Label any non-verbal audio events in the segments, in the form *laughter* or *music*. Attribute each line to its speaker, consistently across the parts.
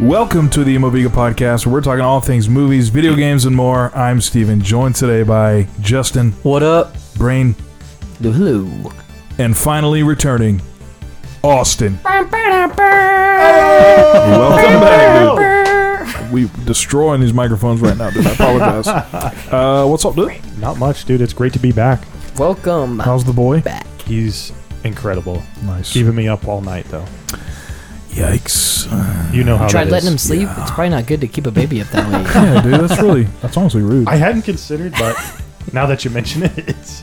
Speaker 1: Welcome to the Moviga Podcast, where we're talking all things movies, video games, and more. I'm Steven, joined today by Justin,
Speaker 2: What up?
Speaker 1: Brain,
Speaker 2: Hello.
Speaker 1: and finally returning, Austin. Welcome back, dude. We destroying these microphones right now, dude. I apologize. Uh, what's up, dude?
Speaker 3: Not much, dude. It's great to be back.
Speaker 2: Welcome.
Speaker 1: How's the boy?
Speaker 3: He's incredible.
Speaker 1: Nice.
Speaker 3: Keeping me up all night, though.
Speaker 1: Yikes.
Speaker 3: You know how
Speaker 2: Tried
Speaker 3: that
Speaker 2: letting
Speaker 3: is.
Speaker 2: him sleep. It's probably not good to keep a baby up that late.
Speaker 4: *laughs*
Speaker 1: Yeah, dude. That's really. That's honestly rude.
Speaker 3: I hadn't considered, but *laughs* now that you mention it, it's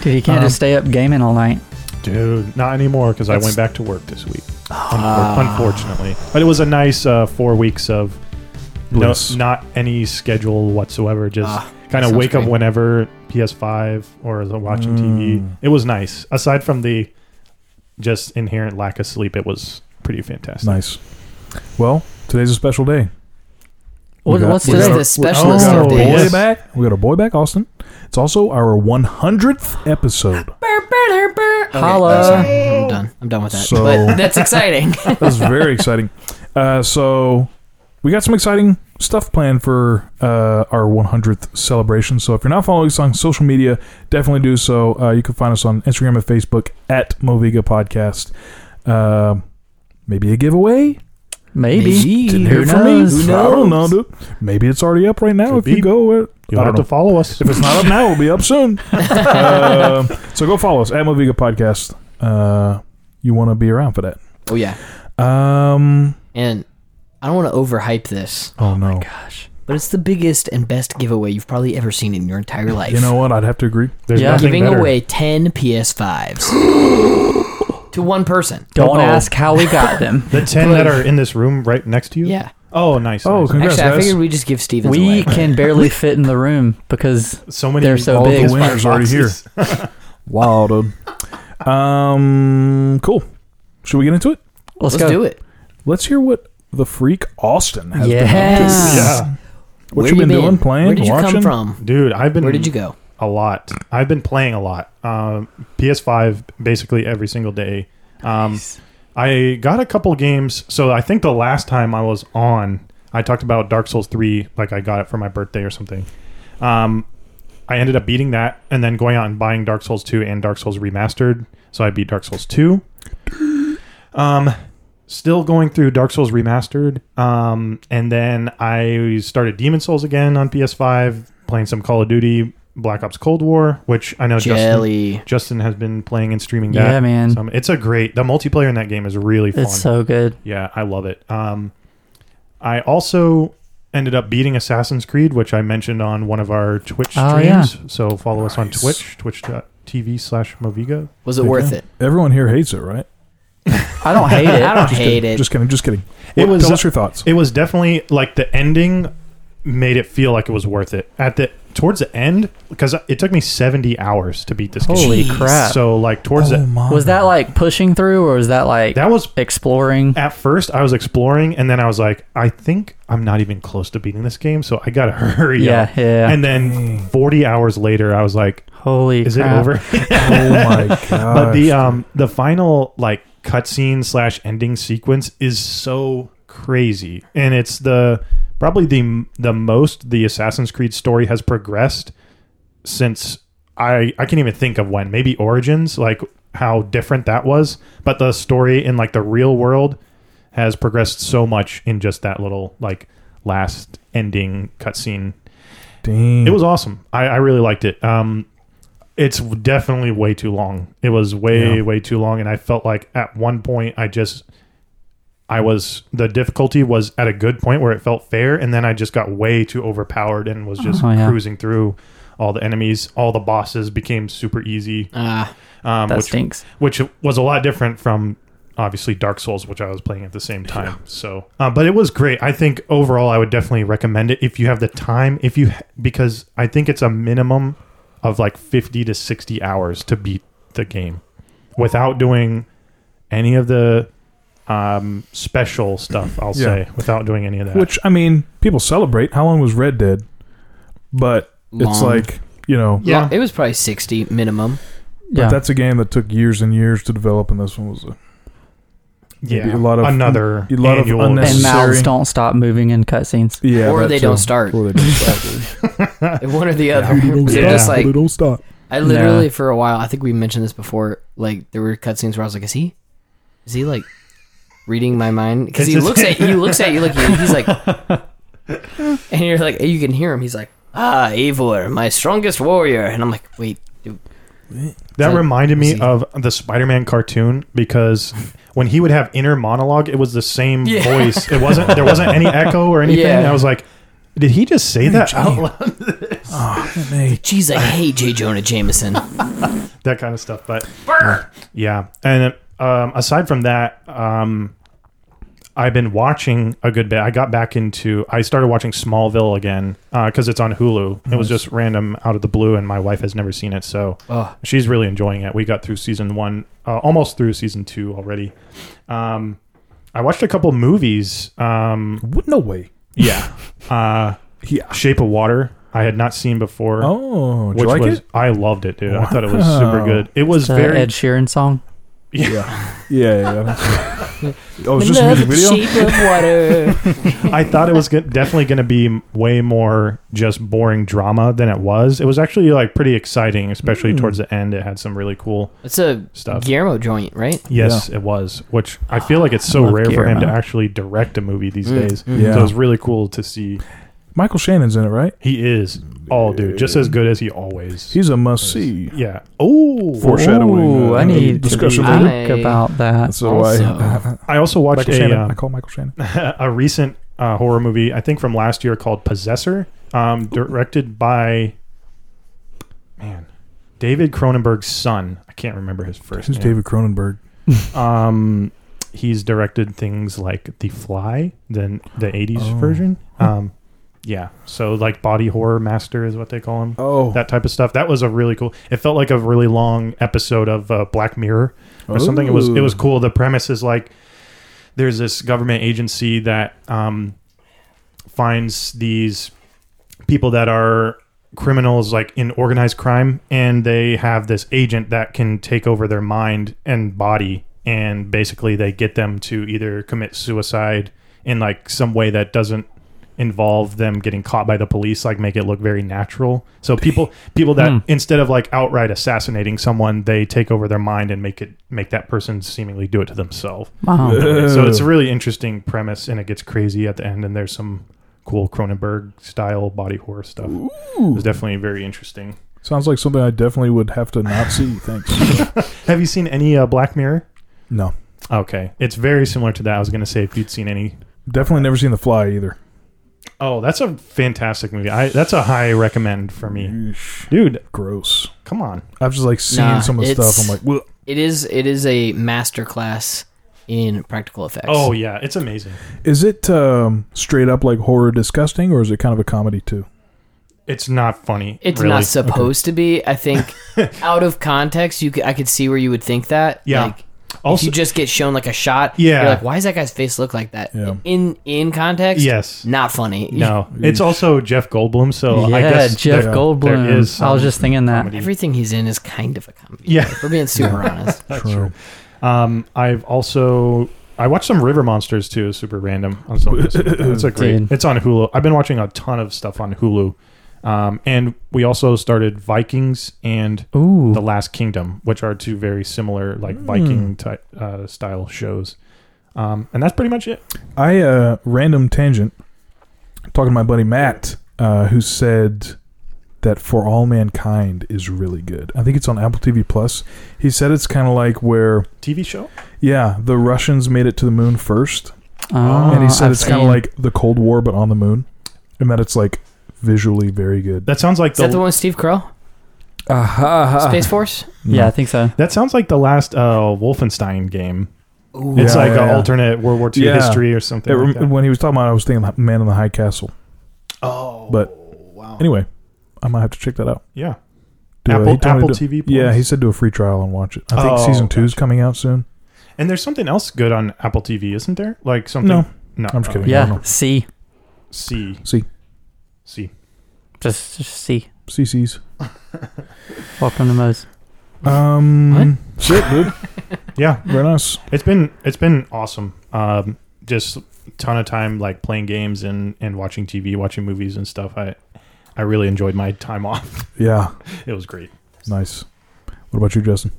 Speaker 4: Dude, you can't
Speaker 1: Um,
Speaker 4: just stay up gaming all night.
Speaker 3: dude, not anymore because I
Speaker 1: That's-
Speaker 3: went back to work this week. Unfor- unfortunately, but it was a nice uh, four weeks of no,
Speaker 1: Bliss.
Speaker 3: not any schedule whatsoever. Just
Speaker 2: Ah,
Speaker 3: kind of
Speaker 2: sounds
Speaker 3: wake up
Speaker 2: great.
Speaker 3: whenever PS5 or is watching
Speaker 1: Mm.
Speaker 3: TV. It was nice. Aside from the just inherent lack of sleep, it was pretty fantastic.
Speaker 1: Nice. Well, today's a special day. We
Speaker 2: What-
Speaker 1: got-
Speaker 2: what's
Speaker 1: we
Speaker 2: this?
Speaker 1: got-
Speaker 2: The specialist
Speaker 1: we got
Speaker 3: of
Speaker 1: a boy
Speaker 3: days. Yes.
Speaker 1: back. We got a boy back, Austin. It's also our 100th episode.
Speaker 2: Okay,
Speaker 4: Holla.
Speaker 2: that's fine. I'm done. I'm done with that.
Speaker 1: So-
Speaker 2: But that's exciting.
Speaker 1: That's very exciting. Uh, so we got some exciting stuff planned for uh, our 100th celebration. So if you're not following us on social media, definitely do so. Uh, you can find us on Instagram and Facebook at Moviga Podcast. Uh, maybe a giveaway.
Speaker 4: *laughs* Maybe.
Speaker 1: Didn't hear
Speaker 4: Who
Speaker 1: from me.
Speaker 4: knows?
Speaker 1: I don't know, dude. Maybe it's already up right now.
Speaker 3: Could
Speaker 1: if
Speaker 3: be.
Speaker 1: you go, uh,
Speaker 3: You'll
Speaker 1: I
Speaker 3: have
Speaker 1: don't
Speaker 3: to follow us.
Speaker 1: If it's not up now, it'll be up soon. Um so go follow us at Moviga Podcast. Uh, you want to be around for that.
Speaker 2: oh yeah.
Speaker 1: Um,
Speaker 2: And I don't want to overhype this,
Speaker 1: oh, no.
Speaker 4: Gosh.
Speaker 2: but it's the biggest and best giveaway you've probably ever seen in your entire life.
Speaker 1: You know what? I'd have to agree.
Speaker 3: There's
Speaker 4: Yeah.
Speaker 3: nothing
Speaker 2: giving
Speaker 3: better.
Speaker 2: away 10 PS5s to one person.
Speaker 4: Don't
Speaker 1: Uh-oh.
Speaker 4: ask how we got
Speaker 3: *laughs*
Speaker 4: them.
Speaker 3: The ten that are in this room right next to you.
Speaker 2: Yeah.
Speaker 3: Oh, nice.
Speaker 1: Oh,
Speaker 3: nice.
Speaker 1: Congrats,
Speaker 2: Actually, I
Speaker 1: guys.
Speaker 2: figured we just give Stevens away.
Speaker 4: we can
Speaker 3: *laughs*
Speaker 4: barely fit in the room because
Speaker 3: so many.
Speaker 4: They're so
Speaker 3: all
Speaker 4: big.
Speaker 3: those
Speaker 1: The winner's already here.
Speaker 3: boxes.
Speaker 1: Wow, dude. um, cool. Should we get into it?
Speaker 4: let's,
Speaker 2: Let's
Speaker 4: go.
Speaker 2: do it.
Speaker 1: Let's hear what the freak Austin has been up
Speaker 4: Yes.
Speaker 3: Yeah,
Speaker 1: to. What
Speaker 2: Where
Speaker 1: you
Speaker 2: you
Speaker 1: been, doing, playing,
Speaker 2: Where did you
Speaker 1: watching?
Speaker 2: come from?
Speaker 3: dude. I've been.
Speaker 2: Where did you go?
Speaker 3: A lot. I've been playing a lot. Um, PS5 basically every single day. Um, I got a couple games. So I think the last time I was on, I talked about Dark Souls 3, like I got it for my birthday or something. Um, I ended up beating that and then going out and buying Dark Souls 2 and Dark Souls Remastered. So I beat Dark Souls 2. Um, still going through Dark Souls Remastered. Um, and then I started Demon Souls again on PS5, playing some Call of Duty, Black Ops Cold War, which I know Justin,
Speaker 2: Jelly.
Speaker 3: Justin has been playing and streaming that.
Speaker 4: Yeah, man.
Speaker 3: Um, it's a great. The multiplayer in that game is really fun.
Speaker 4: It's so good.
Speaker 3: yeah, I love it. Um, I also ended up beating Assassin's Creed, which I mentioned on one of our Twitch
Speaker 4: Oh,
Speaker 3: streams. So follow us on
Speaker 1: Nice.
Speaker 3: Twitch, twitch.tv slash Moviga.
Speaker 2: Was it worth it?
Speaker 1: Everyone here hates it, right?
Speaker 4: I don't
Speaker 2: *laughs*
Speaker 4: hate
Speaker 2: I
Speaker 4: it.
Speaker 2: don't hate it.
Speaker 1: Just kidding. Just kidding.
Speaker 3: It
Speaker 1: What-
Speaker 3: was-
Speaker 1: tell us your thoughts.
Speaker 3: It was definitely like the ending made it feel like it was worth it at the towards the end because it took me 70 hours to beat this game.
Speaker 4: Holy crap.
Speaker 3: So like towards
Speaker 1: Oh,
Speaker 3: the
Speaker 1: my.
Speaker 4: was that like pushing through or was that like
Speaker 3: that was
Speaker 4: exploring?
Speaker 3: at first I was exploring and then I was like I think I'm not even close to beating this game so I got to *laughs* hurry
Speaker 4: Yeah,
Speaker 3: up.
Speaker 4: yeah.
Speaker 3: And then 40 hours later I was like
Speaker 4: Holy
Speaker 3: is
Speaker 4: crap.
Speaker 3: it over?
Speaker 1: *laughs* oh my god!
Speaker 3: *laughs* but the um the final like cutscene slash ending sequence is so crazy and it's the probably the the most the assassin's creed story has progressed since i i can't even think of when maybe origins like how different that was but the story in like the real world has progressed so much in just that little like last ending cutscene
Speaker 1: Dang.
Speaker 4: Hmm.
Speaker 3: it was awesome. I, I really liked it. Um, it's definitely way too long. It was way
Speaker 1: Yeah.
Speaker 3: way too long, and I felt like at one point I just I was the difficulty was at a good point where it felt fair, and then I just got way too overpowered and was just
Speaker 4: Oh, yeah.
Speaker 3: cruising through all the enemies. All the bosses became super easy,
Speaker 2: Ah,
Speaker 3: um,
Speaker 4: That
Speaker 3: which
Speaker 4: stinks.
Speaker 3: which was a lot different from obviously Dark Souls, which I was playing at the same time. So, uh, but it was great. I think overall, I would definitely recommend it if you have the time. If you because I think it's a minimum of like fifty to sixty hours to beat the game without doing any of the um, special stuff. I'll
Speaker 1: Yeah.
Speaker 3: say without doing any of that.
Speaker 1: Which I mean, people celebrate. How long was Red Dead? But it's
Speaker 2: Long.
Speaker 1: like you know,
Speaker 3: yeah,
Speaker 2: Well, it was probably 60 minimum.
Speaker 1: but
Speaker 4: Yeah.
Speaker 1: that's a game that took years and years to develop, and this one was a
Speaker 3: yeah,
Speaker 1: a lot of
Speaker 3: another
Speaker 1: a lot of
Speaker 3: annual
Speaker 1: unnecessary-
Speaker 4: and mouths
Speaker 1: Necessary.
Speaker 4: don't stop moving in cutscenes.
Speaker 1: yeah,
Speaker 2: or
Speaker 1: that
Speaker 2: they
Speaker 1: too.
Speaker 2: don't start.
Speaker 1: Or they don't start.
Speaker 2: *laughs* One or the other.
Speaker 1: They don't
Speaker 2: They're
Speaker 1: start.
Speaker 2: just
Speaker 1: *laughs*
Speaker 2: like
Speaker 1: They don't stop.
Speaker 2: I literally for a while. I think we mentioned this before. Like there were cutscenes where I was like, "Is he? Is he like reading my mind?" Because
Speaker 1: *laughs*
Speaker 2: he
Speaker 3: It's just-
Speaker 2: looks at he looks at you like he- he's like, *laughs* and you're like you can hear him. He's like, "Ah, Eivor, my strongest warrior," and I'm like, "Wait, dude,
Speaker 3: That
Speaker 2: So-
Speaker 3: reminded me
Speaker 2: see.
Speaker 3: of the Spider-Man cartoon because when he would have inner monologue, it was the same
Speaker 2: Yeah.
Speaker 3: voice. It wasn't there wasn't
Speaker 2: *laughs*
Speaker 3: any echo or anything.
Speaker 2: Yeah.
Speaker 3: I was like, did he just say that out loud?
Speaker 1: *laughs* Oh, man.
Speaker 2: jeez, I hate J. Jonah Jameson."
Speaker 3: That kind of stuff. But yeah, and um, aside from that, um, I've been watching a good bit. I got back into I started watching Smallville again because it's on Hulu. It was just random out of the blue, and my wife has never seen it, so
Speaker 2: Oh,
Speaker 3: she's really enjoying it. We got through season one, uh, almost through season two already. Um, I watched a couple movies. Um,
Speaker 1: What? No way.
Speaker 3: yeah, uh,
Speaker 1: Yeah.
Speaker 3: Shape of Water. I had not seen before.
Speaker 1: Oh, did you like
Speaker 2: *laughs*
Speaker 3: was
Speaker 1: it?
Speaker 3: I loved it, dude. I thought it was super
Speaker 1: Wow.
Speaker 3: good. It was
Speaker 4: The
Speaker 3: very
Speaker 4: Ed Sheeran song.
Speaker 1: Yeah, yeah. yeah.
Speaker 2: *laughs*
Speaker 1: oh, it was just a music video.
Speaker 2: shape of water.
Speaker 3: I thought it was go- definitely going to be way more just boring drama than it was. It was actually like pretty exciting, especially
Speaker 1: Mm.
Speaker 3: towards the end. It had some really cool
Speaker 2: It's a
Speaker 3: stuff.
Speaker 2: Guillermo joint, right?
Speaker 3: Yes, it was. Which I feel like it's so
Speaker 4: Love
Speaker 3: rare for him to
Speaker 4: Guillermo.
Speaker 3: actually direct a movie these
Speaker 2: Mm,
Speaker 3: days.
Speaker 2: mm.
Speaker 1: Yeah.
Speaker 3: So it was really cool to see.
Speaker 1: *laughs* Michael Shannon's in it, right?
Speaker 3: He is all dude, just as good as he always.
Speaker 1: He's a must see.
Speaker 3: yeah. Oh,
Speaker 1: Foreshadowing.
Speaker 4: Ooh, I
Speaker 1: uh,
Speaker 4: need
Speaker 1: discussion
Speaker 4: to
Speaker 1: later.
Speaker 4: think about that.
Speaker 1: That's why
Speaker 2: Also-
Speaker 3: I also watched
Speaker 1: Michael
Speaker 3: a,
Speaker 1: Shannon.
Speaker 3: um,
Speaker 1: uh, I call Michael Shannon.
Speaker 3: *laughs* a recent uh, horror movie, I think from last year, called Possessor, um, directed by man David Cronenberg's son. I can't remember his first
Speaker 1: Who's
Speaker 3: name.
Speaker 1: David Cronenberg?
Speaker 3: Um, he's directed things like The Fly, then the '80s
Speaker 1: Oh.
Speaker 3: version. Um, yeah, so like body horror master is what they call him.
Speaker 1: Oh,
Speaker 3: That type of stuff. That was a really cool. It felt like a really long episode of uh, Black Mirror or something. It was it was cool. The premise is like there's this government agency that um, finds these people that are criminals like in organized crime and they have this agent that can take over their mind and body and basically they get them to either commit suicide in like some way that doesn't involve them getting caught by the police like make it look very natural so people people that
Speaker 4: Hmm.
Speaker 3: instead of like outright assassinating someone they take over their mind and make it make that person seemingly do it to themselves
Speaker 4: Wow.
Speaker 3: so it's a really interesting premise and it gets crazy at the end and there's some cool cronenberg style body horror stuff it was definitely very interesting
Speaker 1: Sounds like something I definitely would have to not see. Thanks.
Speaker 3: have you seen any uh, black mirror
Speaker 1: no,
Speaker 3: okay it's very similar to that i was going to say if you'd seen any
Speaker 1: definitely never seen The Fly either.
Speaker 3: oh that's a fantastic movie I, that's a high recommend for me
Speaker 1: Yeesh.
Speaker 3: dude
Speaker 1: Gross.
Speaker 3: come on
Speaker 1: I've just like seen
Speaker 2: Nah,
Speaker 1: some of the
Speaker 2: it's-
Speaker 1: stuff. I'm like, well,
Speaker 2: It is. It is a masterclass in practical effects.
Speaker 3: oh yeah it's amazing
Speaker 1: is it um, straight up like horror disgusting, or is it kind of a comedy too?
Speaker 3: it's not funny
Speaker 2: It's
Speaker 3: really.
Speaker 2: not supposed to be. I
Speaker 3: *laughs*
Speaker 2: think out of context, you could, I could see where you would think that.
Speaker 3: Yeah.
Speaker 2: Like, if
Speaker 3: also
Speaker 2: you just get shown like a shot,
Speaker 3: Yeah.
Speaker 2: you're like, why does that guy's face look like that?
Speaker 1: Yeah.
Speaker 2: In in context,
Speaker 3: yes
Speaker 2: not funny.
Speaker 3: no it's also jeff goldblum *laughs* so
Speaker 4: yeah,
Speaker 3: i guess
Speaker 4: Jeff
Speaker 1: there-
Speaker 4: Goldblum.
Speaker 3: there is
Speaker 4: I was
Speaker 3: some
Speaker 4: just thinking that.
Speaker 3: comedy.
Speaker 2: Everything he's in is kind of a comedy.
Speaker 3: Yeah.
Speaker 2: If we're being
Speaker 3: *laughs*
Speaker 2: super honest.
Speaker 1: True.
Speaker 3: Um, I've also I watched some River Monsters too, super random on
Speaker 1: *laughs*
Speaker 3: some. it's a great.
Speaker 4: Dude.
Speaker 3: It's on Hulu. I've been watching a ton of stuff on Hulu, um, and we also started Vikings and
Speaker 4: Ooh,
Speaker 3: The Last Kingdom, which are two very similar like
Speaker 1: Hmm.
Speaker 3: Viking type uh, style shows. Um, and that's pretty much it.
Speaker 1: I uh random tangent talking to my buddy Matt, uh, who said that For All Mankind is really good. I think it's on Apple TV Plus. He said it's kind of like where
Speaker 3: TV show.
Speaker 1: yeah, the Russians made it to the moon first,
Speaker 4: Oh,
Speaker 1: and he said
Speaker 4: I've
Speaker 1: it's kind of
Speaker 4: seen-
Speaker 1: like the Cold War but on the moon, and that it's like visually very good.
Speaker 3: That sounds like
Speaker 2: Is
Speaker 3: the.
Speaker 2: that the one with Steve Carell?
Speaker 4: Uh-uh.
Speaker 2: Space Force?
Speaker 4: Yeah, I think so.
Speaker 3: that sounds like the last uh, Wolfenstein game.
Speaker 2: Ooh.
Speaker 3: It's
Speaker 1: Yeah,
Speaker 3: like
Speaker 1: yeah,
Speaker 3: an
Speaker 1: yeah.
Speaker 3: alternate World War II
Speaker 1: Yeah.
Speaker 3: history or
Speaker 1: It
Speaker 3: something.
Speaker 1: rem-
Speaker 3: like that.
Speaker 1: when he was talking about, it, I was thinking Man in the High Castle.
Speaker 3: Oh,
Speaker 1: but-
Speaker 3: wow.
Speaker 1: Anyway, I might have to check that out.
Speaker 3: yeah.
Speaker 1: Do a-
Speaker 3: Apple,
Speaker 1: he told me
Speaker 3: Apple
Speaker 1: to-
Speaker 3: TV.
Speaker 1: Yeah,
Speaker 3: Plus.
Speaker 1: he said do a free trial and watch it. I think
Speaker 3: Oh,
Speaker 1: season two's coming out soon.
Speaker 3: And there's something else good on Apple TV, isn't there? Like something.
Speaker 1: No.
Speaker 3: no.
Speaker 1: I'm just kidding. I don't
Speaker 4: Yeah,
Speaker 1: know.
Speaker 4: C.
Speaker 3: C
Speaker 1: See,
Speaker 3: C.
Speaker 4: Just, just C.
Speaker 1: CC's.
Speaker 4: Welcome to Moe's.
Speaker 1: Um, shit, dude.
Speaker 3: Yeah,
Speaker 1: Very nice.
Speaker 3: it's been it's been awesome. Um, just ton of time like playing games and and watching TV, watching movies and stuff. I I really enjoyed my time *laughs* off.
Speaker 1: Yeah,
Speaker 3: It was great.
Speaker 1: nice. What about you, Justin?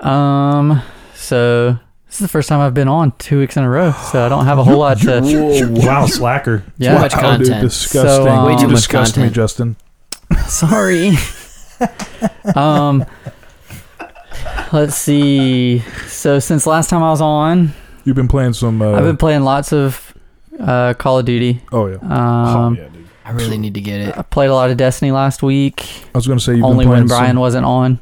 Speaker 4: Um, so this is the first time I've been on two weeks in a row, so I don't have a whole lot to.
Speaker 3: Wow, slacker.
Speaker 4: Yeah,
Speaker 2: Much content.
Speaker 1: Dude, disgusting.
Speaker 4: So, um, Way
Speaker 1: you
Speaker 4: too much
Speaker 1: disgust me,
Speaker 2: content.
Speaker 1: Justin.
Speaker 4: *laughs*
Speaker 1: *laughs*
Speaker 4: sorry. um, let's see. So since last time I was on,
Speaker 1: You've been playing some. Uh,
Speaker 4: I've been playing lots of uh, Call of Duty.
Speaker 1: oh yeah,
Speaker 4: Um,
Speaker 3: oh, yeah, dude.
Speaker 2: I really need to get it.
Speaker 4: I played a lot of Destiny last week,
Speaker 1: I was going to say you've
Speaker 4: only
Speaker 1: been playing
Speaker 4: when Brian wasn't on.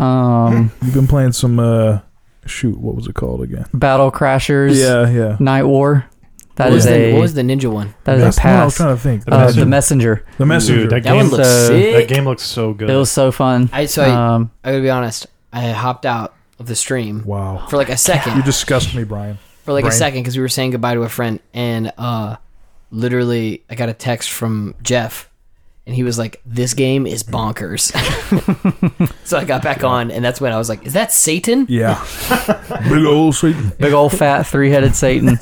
Speaker 1: *laughs*
Speaker 4: Um,
Speaker 1: Some, you've been playing some. Uh, shoot, what was it called again?
Speaker 4: Battle Crashers,
Speaker 1: Yeah, yeah.
Speaker 4: Night War. That
Speaker 2: what, was
Speaker 4: is
Speaker 2: the,
Speaker 4: a
Speaker 2: what was the ninja one?
Speaker 4: that is
Speaker 1: That's
Speaker 4: a
Speaker 1: the one I was
Speaker 4: pass.
Speaker 1: trying to think.
Speaker 3: The
Speaker 4: Uh,
Speaker 3: messenger.
Speaker 4: the messenger.
Speaker 1: the uh, messenger.
Speaker 3: Dude, that
Speaker 2: That
Speaker 3: game,
Speaker 2: one looks
Speaker 4: so-
Speaker 2: sick.
Speaker 3: that game looks so good.
Speaker 4: It was so fun.
Speaker 2: I so
Speaker 1: Uh,
Speaker 2: I,
Speaker 4: Um,
Speaker 2: I gotta be honest. I hopped out of the stream
Speaker 1: wow,
Speaker 2: for like a
Speaker 1: *laughs*
Speaker 2: second.
Speaker 1: you disgust me, Brian.
Speaker 2: for like a
Speaker 1: Brain.
Speaker 2: second because we were saying goodbye to a friend and uh literally i got a text from jeff and he was like this game is bonkers *laughs* so i got back on and that's when i was like is that satan
Speaker 1: Yeah, big old Satan.
Speaker 4: big old fat
Speaker 2: *laughs*
Speaker 4: three-headed satan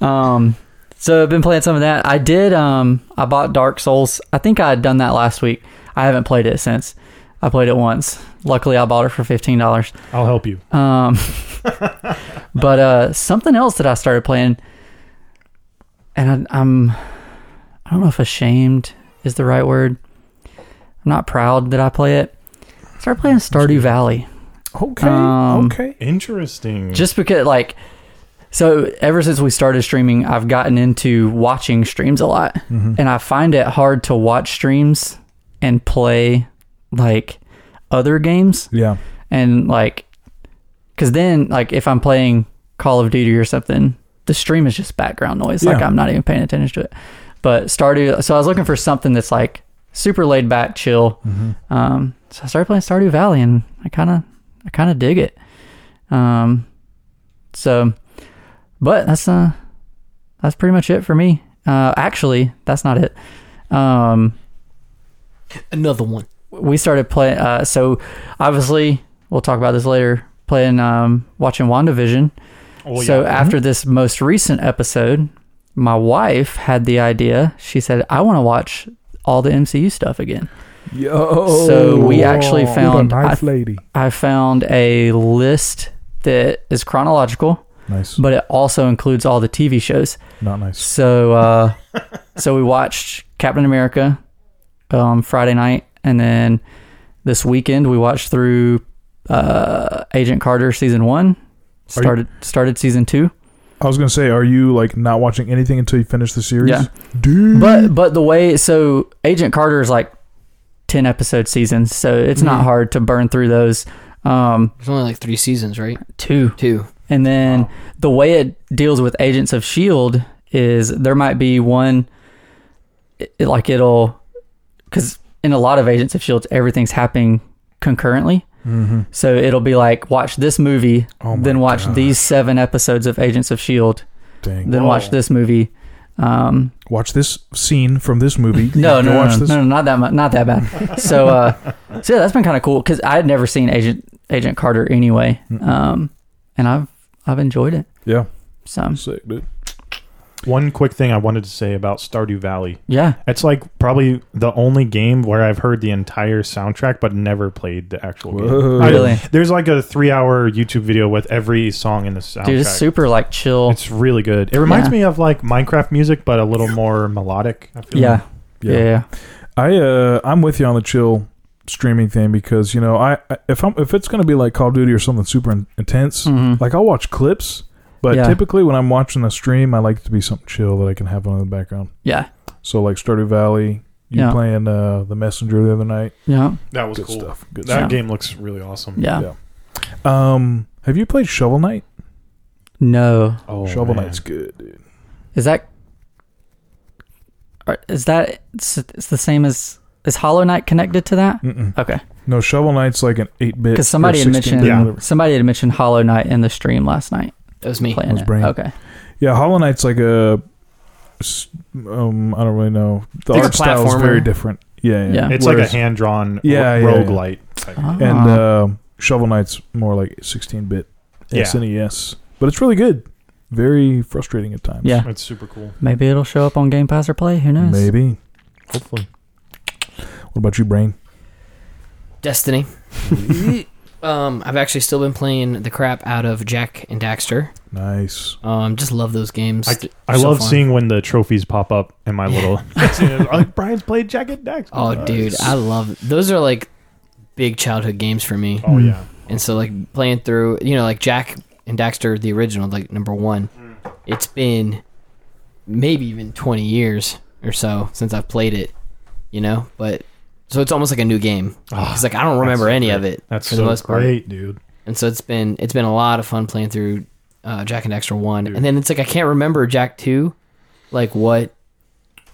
Speaker 4: um so i've been playing some of that i did um i bought dark souls i think i had done that last week i haven't played it since i played it once luckily i bought it for $15
Speaker 3: I'll help you.
Speaker 4: um *laughs* but uh something else that i started playing and I, i'm i don't know if ashamed is the right word i'm not proud that i play it I started playing stardew valley
Speaker 1: Okay,
Speaker 4: Um,
Speaker 1: okay.
Speaker 3: Interesting.
Speaker 4: just because like so ever since we started streaming i've gotten into watching streams a lot and i find it hard to watch streams and play like other games
Speaker 1: Yeah,
Speaker 4: and like because then like if i'm playing call of duty or something the stream is just background noise like
Speaker 1: Yeah.
Speaker 4: i'm not even paying attention to it but stardew so i was looking for something that's like super laid back chill um, so i started playing stardew valley and i kind of i kind of dig it um, so but that's uh that's pretty much it for me uh actually that's not it um
Speaker 2: another one
Speaker 4: we started playing. Uh, so obviously, we'll talk about this later. Playing, um, watching WandaVision.
Speaker 3: Oh, yeah.
Speaker 4: so after this most recent episode, my wife had the idea. She said, "I want to watch all the MCU stuff again."
Speaker 1: yo.
Speaker 4: So we actually
Speaker 1: You're
Speaker 4: found-
Speaker 1: a nice
Speaker 4: I-
Speaker 1: lady.
Speaker 4: I found a list that is chronological,
Speaker 1: Nice,
Speaker 4: but it also includes all the TV shows.
Speaker 1: not nice.
Speaker 4: So, uh, so we watched Captain America um, Friday night, and then this weekend we watched through uh, Agent Carter season one.
Speaker 1: you-
Speaker 4: Started started season two,
Speaker 1: I was gonna say, are you like not watching anything until you finish the series?
Speaker 4: Yeah.
Speaker 1: dude.
Speaker 4: but but the way so Agent Carter is like ten episode seasons, so it's not hard to burn through those um,
Speaker 2: there's only like three seasons right
Speaker 4: two.
Speaker 2: two
Speaker 4: And then the way it deals with Agents of S.H.I.E.L.D. E is there might be one, it, it- like it'll, because in a lot of Agents of S.H.I.E.L.D., E everything's happening concurrently.
Speaker 1: Mhm.
Speaker 4: So it'll be like, watch this movie,
Speaker 1: Oh my
Speaker 4: then watch
Speaker 1: God.
Speaker 4: these seven episodes of Agents of S.H.I.E.L.D.,
Speaker 1: Dang.
Speaker 4: E then watch this movie. Um,
Speaker 1: watch this scene from this movie.
Speaker 4: no,
Speaker 1: Then
Speaker 4: no, no,
Speaker 1: watch
Speaker 4: no,
Speaker 1: this.
Speaker 4: no, no, not that much, not
Speaker 1: *laughs*
Speaker 4: that bad. so, uh, so yeah, that's been kind of cool because I had never seen Agent Agent Carter anyway, um, and I've I've enjoyed it.
Speaker 1: Yeah,
Speaker 4: So
Speaker 1: sick, dude.
Speaker 3: One quick thing I wanted to say about Stardew Valley.
Speaker 4: yeah,
Speaker 3: It's like probably the only game where I've heard the entire soundtrack but never played the actual
Speaker 1: Whoa.
Speaker 3: game. I-
Speaker 4: Really?
Speaker 3: there's like a three hour YouTube video with every song in the soundtrack.
Speaker 4: dude, it's super like chill.
Speaker 3: It's really good. It reminds
Speaker 4: Yeah.
Speaker 3: me of like Minecraft music, but a little more melodic. I feel
Speaker 4: yeah, yeah,
Speaker 1: Yeah.
Speaker 4: yeah,
Speaker 1: I uh, I'm with you on the chill streaming thing because you know I I- if I'm if it's gonna be like Call of Duty or something super in- intense,
Speaker 4: Mhm.
Speaker 1: like I'll watch clips. But
Speaker 4: Yeah.
Speaker 1: typically when I'm watching a stream, I like it to be something chill that I can have on in the background.
Speaker 4: yeah,
Speaker 1: So like Stardew Valley, you
Speaker 4: Yeah.
Speaker 1: playing uh, the Messenger the other night.
Speaker 4: yeah,
Speaker 3: That was
Speaker 1: Good
Speaker 3: cool.
Speaker 1: stuff. Good
Speaker 3: That
Speaker 4: Yeah.
Speaker 3: game looks really awesome.
Speaker 4: yeah.
Speaker 1: Yeah. stuff. Um, have you played Shovel Knight?
Speaker 4: No,
Speaker 3: Oh,
Speaker 1: Shovel
Speaker 3: man.
Speaker 1: Knight's good, dude.
Speaker 4: is that are- is that it's, it's the same as is Hollow Knight connected to that?
Speaker 1: Mm-mm.
Speaker 4: Okay,
Speaker 1: No, Shovel Knight's like an eight bit.
Speaker 4: because somebody had mentioned
Speaker 3: Yeah.
Speaker 4: somebody had mentioned Hollow Knight in the stream last night
Speaker 2: that was me
Speaker 4: playing
Speaker 1: was
Speaker 4: it.
Speaker 1: Brain.
Speaker 4: Okay,
Speaker 1: Yeah, Hollow Knight's like a. s- Um, I don't really know. The
Speaker 2: It's a
Speaker 1: art style is very
Speaker 2: platformer.
Speaker 1: different. Yeah, yeah.
Speaker 4: Yeah.
Speaker 3: It's like
Speaker 1: Whereas-
Speaker 3: a hand drawn
Speaker 1: Yeah, yeah, yeah.
Speaker 3: roguelite. type.
Speaker 4: Ah.
Speaker 1: And uh, Shovel Knight's more like 16 bit
Speaker 3: Yeah.
Speaker 1: SNES, E but it's really good. Very frustrating at times.
Speaker 4: Yeah.
Speaker 3: It's super cool.
Speaker 4: Maybe it'll show up on Game Pass or Play. Who knows?
Speaker 1: Maybe.
Speaker 3: Hopefully.
Speaker 1: What about you, Brain? *laughs*
Speaker 2: Destiny. um, I've actually still been playing the crap out of Jack and Daxter.
Speaker 1: Nice.
Speaker 2: Um, just love those games.
Speaker 3: I, I
Speaker 2: So
Speaker 3: love
Speaker 2: fun.
Speaker 3: seeing when the trophies pop up in my
Speaker 2: Yeah.
Speaker 3: little.
Speaker 4: *laughs*
Speaker 3: I'm like Brian's played Jacket Dex.
Speaker 2: oh, dude, I love those. Are like big childhood games for me.
Speaker 3: Oh yeah.
Speaker 2: And so, like playing through, you know, like Jack and Daxter, the original, like number one.
Speaker 3: Mm.
Speaker 2: It's been maybe even twenty years or so since I've played it. You know, but so it's almost like a new game.
Speaker 3: Ah,
Speaker 2: It's like I don't remember any of it
Speaker 3: That's
Speaker 2: for
Speaker 3: so
Speaker 2: the most part.
Speaker 3: great, dude.
Speaker 2: and so it's been it's been a lot of fun playing through uh, Jack and Dexter one,
Speaker 3: Dude.
Speaker 2: and then it's like I can't remember Jack two, like what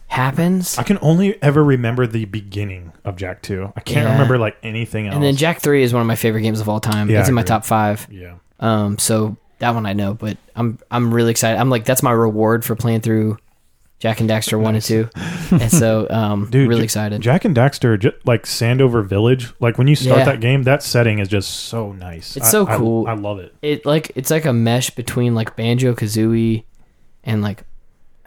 Speaker 2: happens,
Speaker 3: I can only ever remember the beginning of Jack Two. I can't
Speaker 2: Yeah.
Speaker 3: remember like anything else.
Speaker 2: and then Jack three is one of my favorite games of all time.
Speaker 3: Yeah,
Speaker 2: it's in
Speaker 3: I
Speaker 2: my
Speaker 3: agree.
Speaker 2: top five.
Speaker 3: Yeah.
Speaker 2: Um, so that one I know, but I'm I'm really excited. I'm like that's my reward for playing through Jack and Dexter one and two, *laughs* and so um,
Speaker 3: *laughs* Dude,
Speaker 2: really
Speaker 3: J-
Speaker 2: excited.
Speaker 3: Jack and Daxter, ju- like Sandover Village, like when you start
Speaker 2: Yeah.
Speaker 3: that game, that setting is just so nice.
Speaker 2: It's
Speaker 3: I-
Speaker 2: so
Speaker 3: I-
Speaker 2: cool.
Speaker 3: I, love it.
Speaker 2: it like it's like a mesh between like Banjo Kazooie and like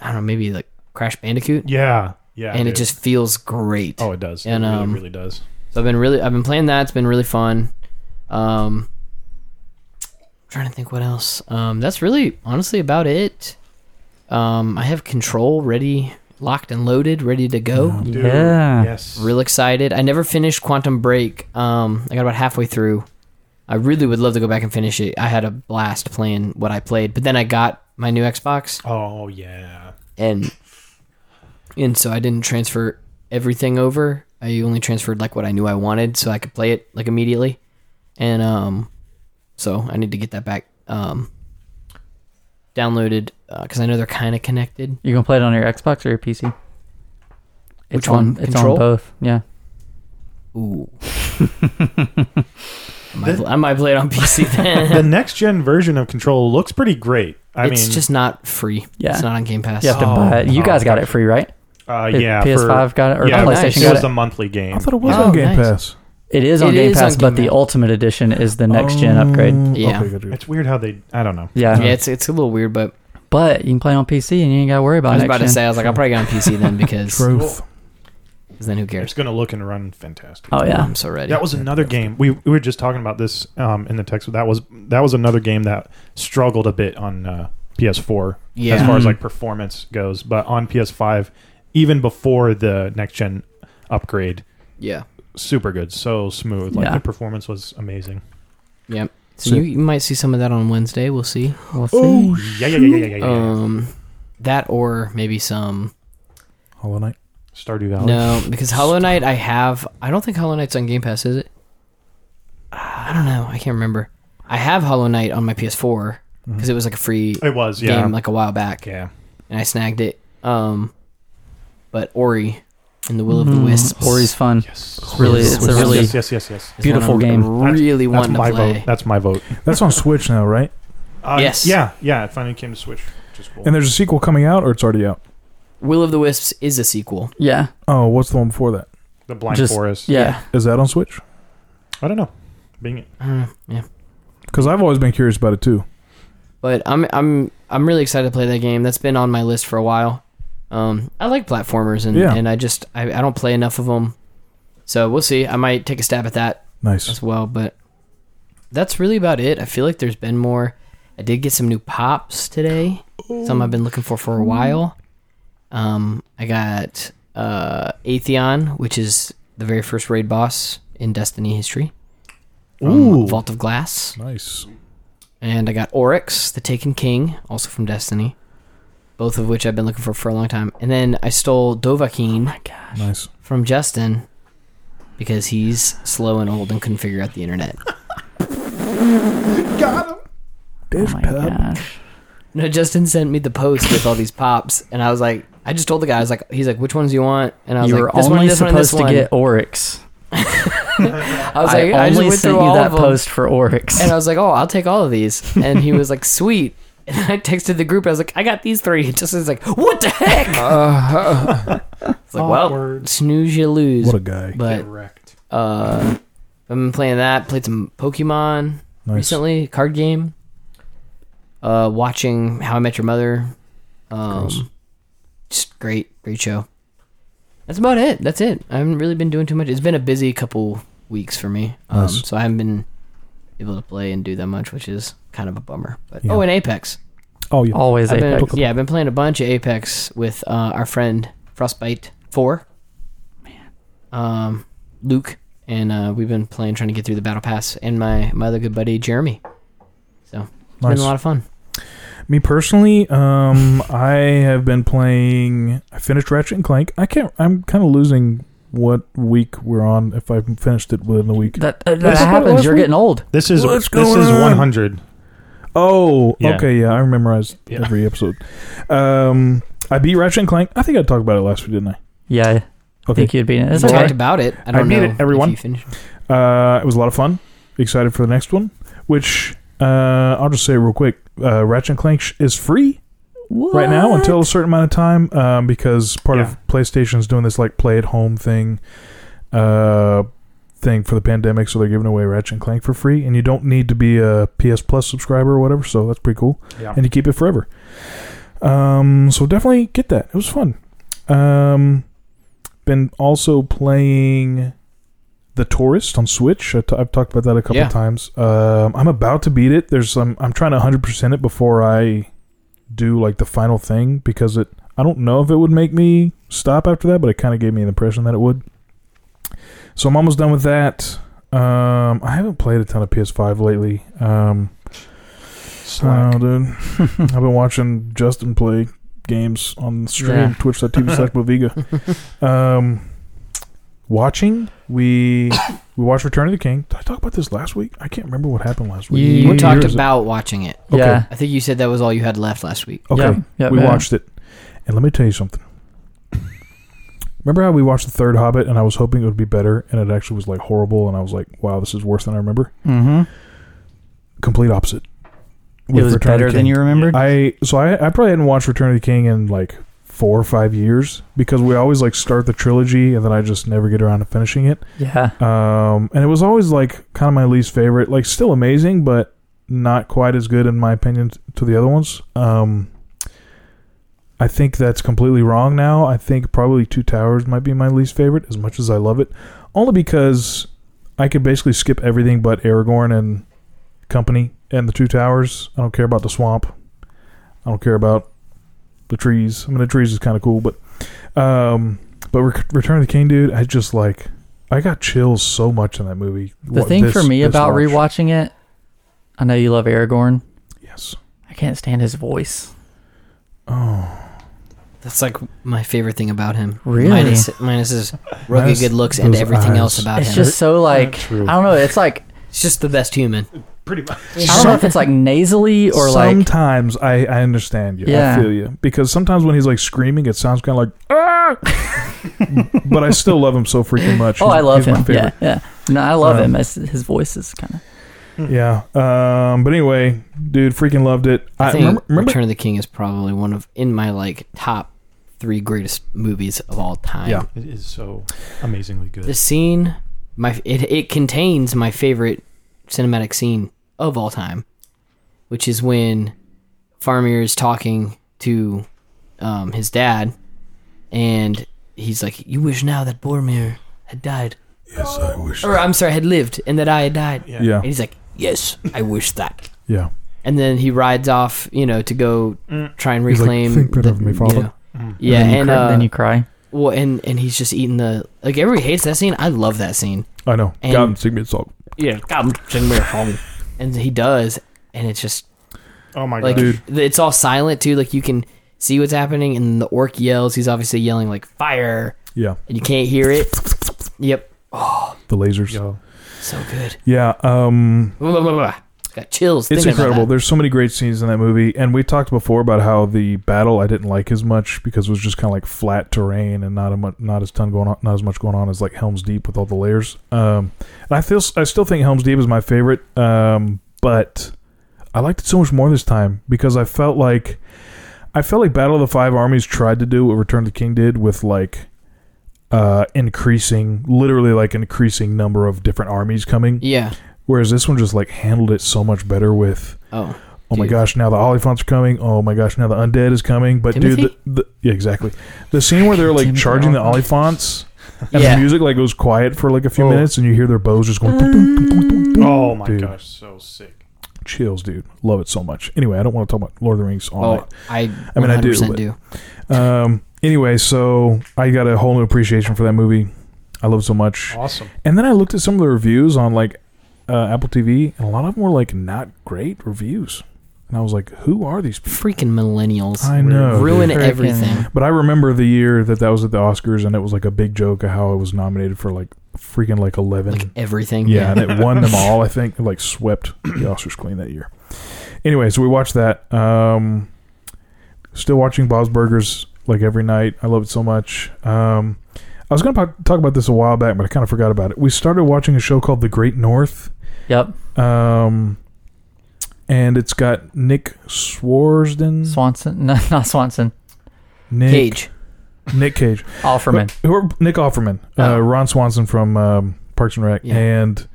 Speaker 2: I don't know maybe like Crash Bandicoot,
Speaker 3: Yeah, yeah.
Speaker 2: and it
Speaker 3: dude.
Speaker 2: just feels great.
Speaker 3: oh, it does.
Speaker 2: and,
Speaker 3: it really,
Speaker 2: um,
Speaker 3: really does.
Speaker 2: So I've been really I've been playing that. It's been really fun. Um trying to think what else. Um that's really honestly about it. Um I have control ready locked and loaded, ready to go.
Speaker 3: Dude,
Speaker 4: Yeah.
Speaker 3: Yes.
Speaker 2: Real excited. I never finished Quantum Break. Um I got about halfway through. I really would love to go back and finish it. I had a blast playing what I played, but then I got my new Xbox *laughs*
Speaker 3: Oh yeah.
Speaker 2: and and so I didn't transfer everything over. I only transferred like what I knew I wanted, so I could play it like immediately. And um, so I need to get that back um, downloaded because I know they're kind of connected.
Speaker 4: You gonna play it on your Xbox or your PC?
Speaker 2: Which
Speaker 4: it's on,
Speaker 2: one?
Speaker 4: It's
Speaker 2: Control?
Speaker 4: on both. Yeah.
Speaker 2: Ooh, I, might, pl- I might play it on *laughs*
Speaker 3: *laughs*
Speaker 2: PC then.
Speaker 3: the next gen version of Control looks pretty great. I
Speaker 2: it's
Speaker 3: mean,
Speaker 2: just not free.
Speaker 4: Yeah.
Speaker 2: it's not on Game Pass.
Speaker 4: You have to
Speaker 3: Oh,
Speaker 4: buy it. You
Speaker 3: oh,
Speaker 4: guys got it
Speaker 3: gotcha.
Speaker 4: free, right?
Speaker 3: uh,
Speaker 4: It-
Speaker 3: yeah,
Speaker 4: PS5
Speaker 3: for,
Speaker 4: got it or
Speaker 3: yeah,
Speaker 4: PlayStation
Speaker 2: nice.
Speaker 3: It
Speaker 4: got
Speaker 3: was
Speaker 4: it.
Speaker 3: the monthly game.
Speaker 1: I thought it was
Speaker 2: Oh,
Speaker 1: on Game
Speaker 2: nice.
Speaker 1: Pass.
Speaker 4: it is
Speaker 2: It
Speaker 4: on Game
Speaker 2: is
Speaker 4: Pass,
Speaker 2: on
Speaker 4: but
Speaker 2: Game
Speaker 4: the
Speaker 2: Pass.
Speaker 4: Ultimate Edition is the next gen upgrade.
Speaker 1: Um,
Speaker 2: Yeah.
Speaker 1: okay, good, good.
Speaker 3: It's weird how they. I don't know.
Speaker 4: Yeah.
Speaker 2: Yeah, it's it's a little weird, but
Speaker 4: But you can play on PC and you ain't gotta worry about
Speaker 2: I was
Speaker 4: next
Speaker 2: about to
Speaker 4: gen.
Speaker 2: say I was like I'll probably get on
Speaker 3: *laughs*
Speaker 2: PC then because
Speaker 1: Truth.
Speaker 2: 'cause then who cares?
Speaker 3: It's gonna look and run fantastic.
Speaker 4: Oh yeah.
Speaker 2: I'm so ready.
Speaker 3: That was another game. We, we were just talking about this um, in the text. That was that was another game that struggled a bit on uh, PS4
Speaker 2: yeah.
Speaker 3: as far
Speaker 1: Mm-hmm.
Speaker 3: as
Speaker 4: Mhm.
Speaker 3: like performance goes, but on PS5, even before the next gen upgrade,
Speaker 2: yeah.
Speaker 3: super good, so smooth. Like
Speaker 4: Yeah.
Speaker 3: the performance was amazing.
Speaker 2: Yep. So,
Speaker 1: So-
Speaker 2: you, you might see some of that on Wednesday. We'll see.
Speaker 4: We'll see.
Speaker 1: Oh,
Speaker 3: Yeah, yeah, yeah, yeah, yeah. yeah.
Speaker 1: Uh,
Speaker 2: Um, that or maybe some.
Speaker 1: Hollow Knight.
Speaker 3: Stardew Valley.
Speaker 2: No, because Hollow Knight, I have. I don't think Hollow Knight's on Game Pass, is it? I don't know. I can't remember. I have Hollow Knight on my PS4
Speaker 1: Mm-hmm.
Speaker 2: because it was like a free
Speaker 3: It was yeah.
Speaker 2: game like a while back,
Speaker 3: yeah.
Speaker 2: and I snagged it. Um, but Ori and the Will of the
Speaker 1: Hmm.
Speaker 4: Mm.
Speaker 2: Wisps.
Speaker 4: Ori's fun.
Speaker 3: Yes.
Speaker 4: It's really, it's a
Speaker 1: Yes,
Speaker 4: really
Speaker 3: yes, yes, yes, yes.
Speaker 2: is one
Speaker 4: beautiful
Speaker 2: I'm
Speaker 4: game.
Speaker 2: Really
Speaker 3: That's
Speaker 2: wanting
Speaker 3: my
Speaker 2: to play.
Speaker 3: vote. That's my vote.
Speaker 1: That's on Switch now, right?
Speaker 3: Uh,
Speaker 2: Yes.
Speaker 3: Yeah, yeah. It finally came to Switch, which is cool.
Speaker 1: And there's a sequel coming out, or it's already out.
Speaker 2: Will of the Wisps is a sequel.
Speaker 4: yeah.
Speaker 1: Oh, what's the one before that?
Speaker 3: the Blind
Speaker 4: just-
Speaker 3: Forest.
Speaker 4: Yeah. Oh
Speaker 1: Is that on Switch?
Speaker 3: I don't know. Being
Speaker 2: I don't know. Yeah.
Speaker 1: Because I've always been curious about it too.
Speaker 2: but I'm I'm I'm really excited to play that game. That's been on my list for a while. Um, I like platformers, and,
Speaker 1: Yeah.
Speaker 2: and I just I, I don't play enough of them, so we'll see. I might take a stab at that
Speaker 1: Nice.
Speaker 2: as well, but that's really about it. I feel like there's been more. I did get some new pops today, some I've been looking for for a while. Um, I got uh, Atheon, which is the very first raid boss in Destiny history. from
Speaker 3: Ooh.
Speaker 2: Vault of Glass.
Speaker 1: Nice.
Speaker 2: And I got Oryx, the Taken King, also from Destiny. Both of which I've been looking for for a long time. And then I stole
Speaker 4: Oh
Speaker 2: Dovahkiin
Speaker 1: Nice.
Speaker 2: from Justin because he's slow and old and couldn't figure out the internet. *laughs*
Speaker 4: Oh
Speaker 1: Dish
Speaker 4: my
Speaker 1: pop.
Speaker 4: gosh.
Speaker 2: No, Justin sent me the post with all these pops, and I was like, I just told the guy, I was like, he's like, which ones do you want? And I was
Speaker 4: You
Speaker 2: like,
Speaker 4: were
Speaker 2: this
Speaker 4: only
Speaker 2: one, this one, and this
Speaker 4: supposed
Speaker 2: one.
Speaker 4: to get Oryx.
Speaker 2: I was like, I,
Speaker 4: I
Speaker 2: just
Speaker 4: only
Speaker 2: went
Speaker 4: sent
Speaker 2: through
Speaker 4: you
Speaker 2: all
Speaker 4: that
Speaker 2: of them.
Speaker 4: post for Oryx.
Speaker 2: And I was like, oh, I'll take all of these. And he was *laughs* like, sweet. And I texted the group. I was like, I got these three. *laughs* And Justin's like, what the heck? *laughs* it's like, well,
Speaker 3: Awkward.
Speaker 2: snooze, you lose.
Speaker 1: What a guy.
Speaker 2: but
Speaker 3: Correct.
Speaker 2: uh, I've been playing that. Played some Pokemon
Speaker 1: Nice.
Speaker 2: recently, card game. Uh, watching How I Met Your Mother.
Speaker 1: Gross.
Speaker 2: Um, just great, great show. That's about it. That's it. I haven't really been doing too much. It's been a busy couple weeks for me, um,
Speaker 1: Nice.
Speaker 2: so I haven't been able to play and do that much, which is kind of a bummer. But
Speaker 1: Yeah.
Speaker 2: oh, and Apex.
Speaker 1: Oh yeah.
Speaker 4: *laughs* Always
Speaker 2: I've been,
Speaker 4: Apex.
Speaker 2: Yeah, I've been playing a bunch of Apex with uh, our friend Frostbite Four, man, um, Luke, and uh, we've been playing trying to get through the battle pass, and my my other good buddy Jeremy. So it's
Speaker 1: Nice.
Speaker 2: been a lot of fun.
Speaker 1: Me personally, um, *laughs* I have been playing. I finished Ratchet and Clank. I can't. I'm kind of losing what week we're on. If I finished it within the week.
Speaker 4: That, uh, that
Speaker 1: That's what it
Speaker 4: happens.
Speaker 1: was
Speaker 4: You're
Speaker 1: with-
Speaker 4: getting old.
Speaker 3: This is
Speaker 1: What's
Speaker 3: this
Speaker 1: going
Speaker 3: is
Speaker 1: on?
Speaker 3: 100.
Speaker 1: Oh,
Speaker 3: Yeah.
Speaker 1: okay, yeah, I memorized
Speaker 3: Yeah.
Speaker 1: every episode. Um, I beat Ratchet and Clank. I think I talked about it last week, didn't I?
Speaker 4: Yeah, I
Speaker 1: Okay,
Speaker 4: think you'd be. It's
Speaker 2: we
Speaker 4: okay.
Speaker 2: talked about it. I
Speaker 1: I
Speaker 2: don't
Speaker 1: beat
Speaker 2: know.
Speaker 1: it, everyone.
Speaker 2: If you finished.
Speaker 1: Uh, it was a lot of fun. Excited for the next one, which uh, I'll just say real quick. Uh, Ratchet and Clank sh- is free right now until a certain amount of time um, because part
Speaker 3: Yeah.
Speaker 1: of PlayStation's doing this like play at home thing uh, thing for the pandemic, so they're giving away Ratchet and Clank for free, and you don't need to be a PS Plus subscriber or whatever. So that's pretty cool.
Speaker 3: Yeah.
Speaker 1: and you keep it forever. Um, so definitely get that. It was fun. Um, been also playing The Tourist on Switch. I t- I've talked about that a couple
Speaker 2: Yeah.
Speaker 1: times. Um, I'm about to beat it. There's some. I'm trying to 100 percent it before I do like the final thing because it. I don't know if it would make me stop after that, but it kind of gave me an impression that it would. So I'm almost done with that. Um, I haven't played a ton of PS5 lately. Um,
Speaker 3: Slack.
Speaker 1: Oh,
Speaker 4: *laughs*
Speaker 1: dude. I've been watching Justin play games on the stream,
Speaker 4: Yeah.
Speaker 1: twitch.tv
Speaker 4: *laughs*
Speaker 1: slash Boviga. Um, watching, we we watched Return of the King. Did I talk about this last week? I can't remember what happened last week.
Speaker 4: You
Speaker 2: You
Speaker 1: What year
Speaker 2: talked
Speaker 1: is it?
Speaker 2: about watching it.
Speaker 1: Okay.
Speaker 4: Yeah.
Speaker 2: I think you said that was all you had left last week.
Speaker 1: Okay,
Speaker 4: Yep, yep,
Speaker 1: we
Speaker 4: yeah.
Speaker 1: watched it. And let me tell you something. Remember how we watched the third Hobbit and I was hoping it would be better and it actually was like horrible and I was like, wow, this is worse than I remember?
Speaker 4: Mm-hmm.
Speaker 1: Complete opposite.
Speaker 4: It
Speaker 1: with
Speaker 4: was
Speaker 1: Return of the
Speaker 4: better than
Speaker 1: King.
Speaker 4: you remembered.
Speaker 1: I so I, I probably hadn't watched Return of the King in like four or five years because we always like start the trilogy and then I just never get around to finishing it.
Speaker 4: yeah.
Speaker 1: Um, and it was always like kind of my least favorite. Like still amazing, but not quite as good in my opinion t- to the other ones. Um, I think that's completely wrong now. I think probably Two Towers might be my least favorite, as much as I love it, only because I could basically skip everything but Aragorn and company and the Two Towers. I don't care about the swamp. I don't care about the trees. I mean, the trees is kind of cool, but um, but Re- Return of the King, dude, I just like I got chills so much in that movie.
Speaker 4: The
Speaker 1: Wha-
Speaker 4: thing
Speaker 1: this-
Speaker 4: for me
Speaker 1: this
Speaker 4: about
Speaker 1: watch.
Speaker 4: rewatching it, I know you love Aragorn.
Speaker 1: yes, Oh.
Speaker 4: I can't stand his voice.
Speaker 2: That's like my favorite thing about him.
Speaker 4: Really?
Speaker 2: Minus, minus his rugged
Speaker 1: Minus
Speaker 2: good looks and
Speaker 1: those
Speaker 2: everything
Speaker 1: eyes.
Speaker 2: else about
Speaker 4: It's
Speaker 2: him.
Speaker 4: just so like
Speaker 3: true.
Speaker 4: I don't know. It's like
Speaker 2: it's just the best human.
Speaker 3: Pretty much.
Speaker 4: I don't know if it's like nasally or like *laughs*
Speaker 1: sometimes I, I understand you.
Speaker 4: Yeah.
Speaker 1: I feel you because sometimes when he's like screaming, it sounds kind of like ah. but I still love him so freaking much.
Speaker 4: *laughs* oh
Speaker 1: He's-
Speaker 4: I love
Speaker 1: he's My
Speaker 4: him.
Speaker 1: favorite.
Speaker 4: Yeah, yeah. No, I love
Speaker 1: Um,
Speaker 4: him. It's, his voice is kind
Speaker 1: *laughs*
Speaker 4: of
Speaker 1: Yeah. Um, but anyway, dude, freaking loved it. I,
Speaker 2: I think
Speaker 1: remember, remember
Speaker 2: Return of the King is probably one of in my like top three greatest movies of all time.
Speaker 1: Yeah.
Speaker 3: It is so amazingly good.
Speaker 2: The scene, my it it contains my favorite cinematic scene of all time, which is when Farmir is talking to um, his dad, and he's like, "You wish now that Boromir had died,
Speaker 1: Yes, I wish.
Speaker 2: or I'm sorry, had lived, and that I had died."
Speaker 1: Yeah.
Speaker 2: And he's like, "Yes, I wish that."
Speaker 1: Yeah.
Speaker 2: and then he rides off, you know, to go
Speaker 3: Mm.
Speaker 2: try and
Speaker 1: He's like,
Speaker 2: reclaim.
Speaker 1: "Think better
Speaker 2: the-
Speaker 1: of me,
Speaker 2: you
Speaker 1: father."
Speaker 2: know.
Speaker 3: Mm.
Speaker 2: Yeah,
Speaker 4: then you
Speaker 2: and
Speaker 4: cry,
Speaker 2: uh,
Speaker 4: then you cry.
Speaker 2: well, and and he's just eating the like. Everybody hates that scene. I love that scene.
Speaker 1: I know.
Speaker 2: And-
Speaker 1: God, sing me a song.
Speaker 2: Yeah, come sing me a song. And he does, and it's just
Speaker 3: Oh my
Speaker 2: like
Speaker 3: god.
Speaker 1: Dude.
Speaker 2: th- it's all silent too. Like you can see what's happening, and the orc yells. He's obviously yelling like fire,
Speaker 1: Yeah.
Speaker 2: and you can't hear it. Yep,
Speaker 1: The lasers.
Speaker 3: Yo.
Speaker 2: so good.
Speaker 1: Yeah. Um,
Speaker 2: Blah, blah, blah, blah. Got chills.
Speaker 1: it's
Speaker 2: thinking about
Speaker 1: incredible.
Speaker 2: that.
Speaker 1: There's so many great scenes in that movie, and we talked before about how the battle I didn't like as much because it was just kind of like flat terrain and not a mu- not as ton going on, not as much going on as like Helm's Deep with all the layers. Um, and I feel I still think Helm's Deep is my favorite, um, but I liked it so much more this time because I felt like I felt like Battle of the Five Armies tried to do what Return of the King did with like uh, increasing, literally like increasing number of different armies coming.
Speaker 2: Yeah.
Speaker 1: Whereas this one just like handled it so much better with,
Speaker 2: Oh.
Speaker 1: oh my
Speaker 2: Dude.
Speaker 1: gosh, now the Oliphants are coming. Oh my gosh, now the undead is coming. But dude,
Speaker 2: Timothy?
Speaker 1: the, the, yeah, exactly. The scene where they're like
Speaker 4: Timothy
Speaker 1: charging the
Speaker 4: Oliphant.
Speaker 1: Oliphants and
Speaker 2: yeah.
Speaker 1: the music like goes quiet for like a few
Speaker 3: Oh.
Speaker 1: minutes, and you hear their bows just going.
Speaker 3: Oh my
Speaker 1: Dude.
Speaker 3: gosh, so sick.
Speaker 1: Chills, dude. Love it so much. Anyway, I don't want to talk about Lord of the Rings all
Speaker 2: Oh,
Speaker 1: night.
Speaker 2: I.
Speaker 1: I mean, I do,
Speaker 2: 100%
Speaker 1: but- Um, anyway, so I got a whole new appreciation for that movie. I love it so much.
Speaker 3: Awesome.
Speaker 1: And then I looked at some of the reviews on like uh, Apple TV, and a lot of them were like not great reviews. And I was like, who are these people?
Speaker 2: Freaking millennials.
Speaker 1: I know. dude.
Speaker 2: Ruin
Speaker 4: dude.
Speaker 2: everything.
Speaker 1: But I remember the year that that was at the Oscars, and it was like a big joke of how it was nominated for like freaking like 11
Speaker 2: Like everything.
Speaker 1: Yeah, and it won them all. I think it, like swept the Oscars clean that year. Anyway, so we watched that. Um, still watching Bob's Burgers like every night. I love it so much. Um, I was going to talk about this a while back, but I kind of forgot about it. We started watching a show called The Great North,
Speaker 4: Yep.
Speaker 1: um, and it's got Nick Swarsden,
Speaker 4: Swanson. *laughs* No, not Swanson.
Speaker 1: Nick
Speaker 2: *laughs* Cage.
Speaker 1: Nick Cage,
Speaker 4: Offerman.
Speaker 1: Who are- Nick Offerman, uh,
Speaker 4: Oh.
Speaker 1: Ron Swanson from um, Parks and Rec,
Speaker 2: Yeah.
Speaker 1: and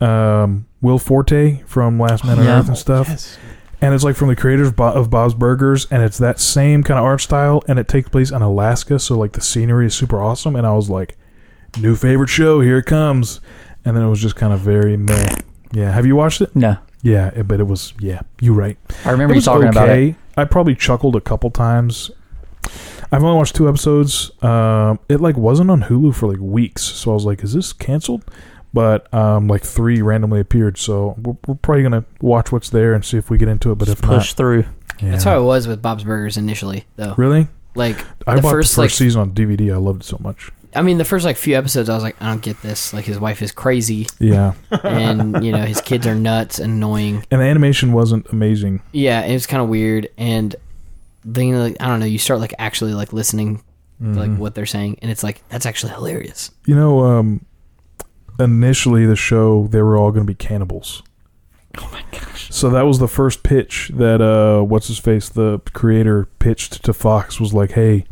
Speaker 1: um, Will Forte from Last Man on
Speaker 4: Yeah.
Speaker 1: Earth and stuff.
Speaker 3: Oh, Yes.
Speaker 1: and it's like from the creators of, Bo- of Bob's Burgers, and it's that same kind of art style, and it takes place in Alaska, so like the scenery is super awesome. And I was like, new favorite show, here it comes, and then it was just kind of very meh. Yeah, have you watched it?
Speaker 4: No.
Speaker 1: Yeah, it, but it was yeah, you right.
Speaker 4: I
Speaker 1: It
Speaker 4: remember you
Speaker 1: was
Speaker 4: talking about it.
Speaker 1: I probably chuckled a couple times. I've only watched two episodes. Um, it like wasn't on Hulu for like weeks, so I was like, is this canceled? But um, like three randomly appeared, so we're, we're probably gonna watch what's there and see if we get into it. But
Speaker 4: Just
Speaker 1: if not,
Speaker 4: push through.
Speaker 1: yeah.
Speaker 2: That's how it was with Bob's Burgers initially, though.
Speaker 1: Really?
Speaker 2: Like,
Speaker 1: I
Speaker 2: The
Speaker 1: bought
Speaker 2: first,
Speaker 1: the
Speaker 2: like-
Speaker 1: first season on DVD. I loved it so much.
Speaker 2: I mean, the first like few episodes, I was like, I don't get this. Like, his wife is crazy,
Speaker 1: Yeah. *laughs*
Speaker 2: and you know, his kids are nuts and annoying.
Speaker 1: and the animation wasn't amazing.
Speaker 2: Yeah, it was kind of weird. And then, like, I don't know, you start like actually like listening to
Speaker 1: Mm-hmm.
Speaker 2: like what they're saying, and it's like that's actually hilarious.
Speaker 1: You know, um, initially the show they were all going to be cannibals.
Speaker 4: Oh my gosh.
Speaker 1: So that was the first pitch that uh, what's his face, the creator pitched to Fox was like, "Hey,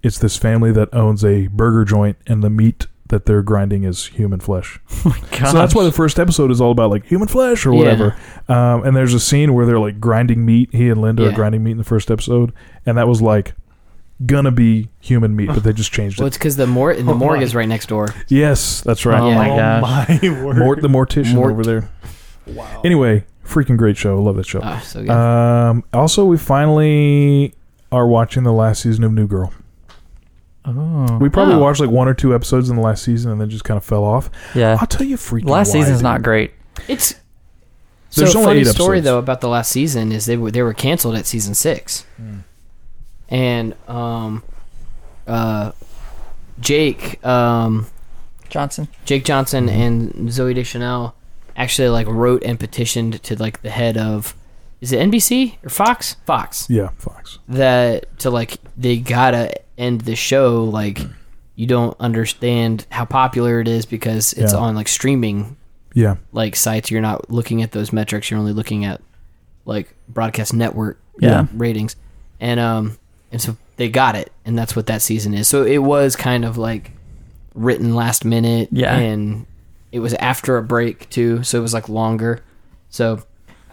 Speaker 1: it's this family that owns a burger joint, and the meat that they're grinding is human flesh." So that's why the first episode is all about like human flesh or
Speaker 2: Yeah.
Speaker 1: whatever. Um, and there's a scene where they're like grinding meat. He and Linda are
Speaker 2: Yeah.
Speaker 1: grinding meat in the first episode, and that was like gonna be human meat, but they just changed
Speaker 2: *laughs* Well,
Speaker 1: it.
Speaker 2: it's because the
Speaker 1: *laughs*
Speaker 2: mor the
Speaker 3: Oh,
Speaker 2: morgue
Speaker 3: my.
Speaker 2: is right next door.
Speaker 1: Yes, that's right.
Speaker 4: Oh
Speaker 2: Yeah.
Speaker 4: my
Speaker 3: oh
Speaker 4: gosh.
Speaker 3: my *laughs* word.
Speaker 1: Mort the mortician
Speaker 2: Mort.
Speaker 1: over there.
Speaker 3: wow.
Speaker 1: Anyway, freaking great show. Love that show.
Speaker 2: Ah, so good.
Speaker 1: Um, also, we finally are watching the last season of New Girl.
Speaker 4: Oh.
Speaker 1: We probably
Speaker 2: Oh.
Speaker 1: watched like one or two episodes in the last season, and then just kind of fell off.
Speaker 4: yeah.
Speaker 1: I'll tell you, freaking
Speaker 4: Last
Speaker 1: why,
Speaker 4: season's
Speaker 1: dude.
Speaker 4: not great.
Speaker 2: it's so
Speaker 1: There's only
Speaker 2: funny
Speaker 1: eight
Speaker 2: story
Speaker 1: episodes.
Speaker 2: though about the last season is they were they were canceled at season six,
Speaker 1: Hmm.
Speaker 2: and um, uh, Jake um
Speaker 4: Johnson.
Speaker 2: Jake Johnson and Zoe Deschanel actually like wrote and petitioned to like the head of is it NBC or Fox? Fox.
Speaker 1: Yeah, Fox.
Speaker 2: That to like they gotta end the show like you don't understand how popular it is because it's
Speaker 1: Yeah.
Speaker 2: on like streaming
Speaker 1: Yeah,
Speaker 2: like sites you're not looking at those metrics you're only looking at like broadcast network uh,
Speaker 4: Yeah.
Speaker 2: ratings and um and so they got it and that's what that season is so it was kind of like written last minute
Speaker 4: Yeah.
Speaker 2: and it was after a break too so it was like longer so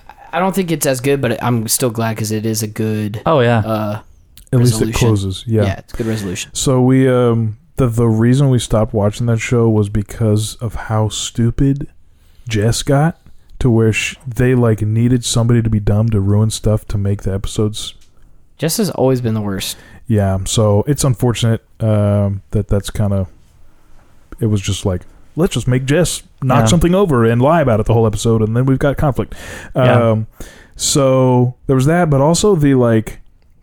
Speaker 2: I- i don't think it's as good but i'm still glad because it is a good
Speaker 4: Oh yeah.
Speaker 2: uh
Speaker 1: at least it
Speaker 2: Resolution.
Speaker 1: closes.
Speaker 2: yeah.
Speaker 1: Yeah.
Speaker 2: it's a good resolution
Speaker 1: So we um the the reason we stopped watching that show was because of how stupid Jess got to where sh they like needed somebody to be dumb to ruin stuff to make the episodes.
Speaker 2: jess has always been the worst
Speaker 1: Yeah, so it's unfortunate um that that's kind of it was just like let's just make Jess knock
Speaker 4: Yeah.
Speaker 1: something over and lie about it the whole episode and then we've got conflict.
Speaker 4: Yeah.
Speaker 1: Um so there was that but also the like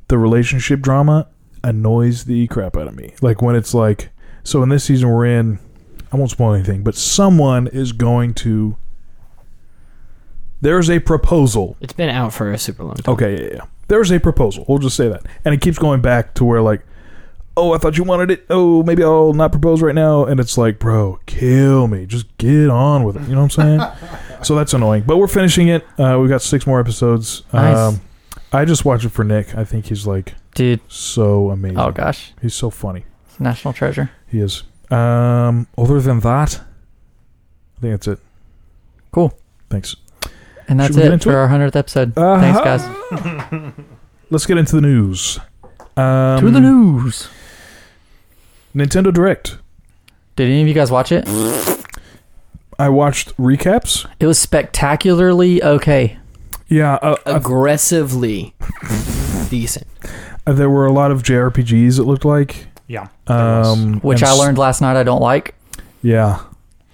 Speaker 1: the relationship drama annoys the crap out of me. Like when it's like so in this season we're in, I won't spoil anything, but someone is going to. There's a proposal.
Speaker 2: it's been out for a super long time
Speaker 1: Okay, yeah, yeah. There's a proposal. We'll just say that, and it keeps going back to where like, oh, I thought you wanted it. Oh, maybe I'll not propose right now. And it's like, bro, kill me. Just get on with it. You know what I'm saying? so that's annoying. But we're finishing it. Uh, we've got six more episodes. Um,
Speaker 4: Nice.
Speaker 1: I just watch it for Nick. I think he's like
Speaker 4: Dude.
Speaker 1: so amazing.
Speaker 4: Oh gosh.
Speaker 1: He's so funny.
Speaker 4: It's a national treasure.
Speaker 1: He is. Um, other than that, I think that's it.
Speaker 4: Cool.
Speaker 1: Thanks.
Speaker 4: And that's
Speaker 1: Should we get
Speaker 4: it
Speaker 1: into
Speaker 4: for
Speaker 1: it?
Speaker 4: our 100th episode.
Speaker 1: Uh-huh.
Speaker 4: Thanks, guys.
Speaker 1: Let's get into the news. Um,
Speaker 4: to the news.
Speaker 1: Nintendo Direct.
Speaker 4: Did any of you guys watch it?
Speaker 1: I watched recaps.
Speaker 4: It was spectacularly okay.
Speaker 1: Yeah, uh, uh,
Speaker 2: Aggressively decent.
Speaker 1: uh, there were a lot of JRPGs. It looked like,
Speaker 3: *laughs* Yeah. there was.
Speaker 1: um,
Speaker 4: Which
Speaker 1: and
Speaker 4: I
Speaker 1: s-
Speaker 4: learned last night I don't like.
Speaker 1: Yeah,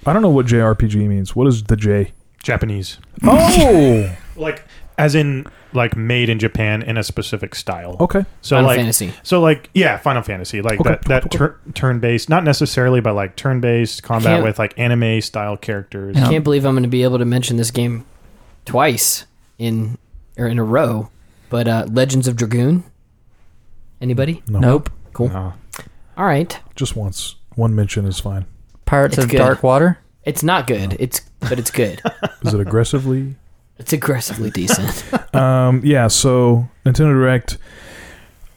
Speaker 1: I don't know what JRPG means. What is the J?
Speaker 3: Japanese.
Speaker 1: Oh,
Speaker 3: Like as in like made in Japan in a specific style.
Speaker 1: okay.
Speaker 3: So
Speaker 2: Final
Speaker 3: like
Speaker 2: fantasy.
Speaker 3: so like yeah, Final Fantasy. Like
Speaker 1: Okay.
Speaker 3: that that tur- turn based, not necessarily but like turn based combat
Speaker 2: Can't-
Speaker 3: with like anime style characters.
Speaker 4: Yeah.
Speaker 2: I can't believe I'm going to be able to mention this game twice in or in a row. But uh, Legends of Dragoon. Anybody?
Speaker 1: No,
Speaker 4: Nope.
Speaker 2: Cool.
Speaker 3: No.
Speaker 2: All right.
Speaker 1: Just once. One mention is fine.
Speaker 4: Pirates
Speaker 2: It's
Speaker 4: of
Speaker 2: good. *laughs*
Speaker 4: Dark Water.
Speaker 2: It's not good. It's but
Speaker 1: *laughs*
Speaker 2: it's good.
Speaker 1: Is it aggressively? *laughs*
Speaker 2: it's aggressively decent.
Speaker 1: um, yeah, so Nintendo Direct,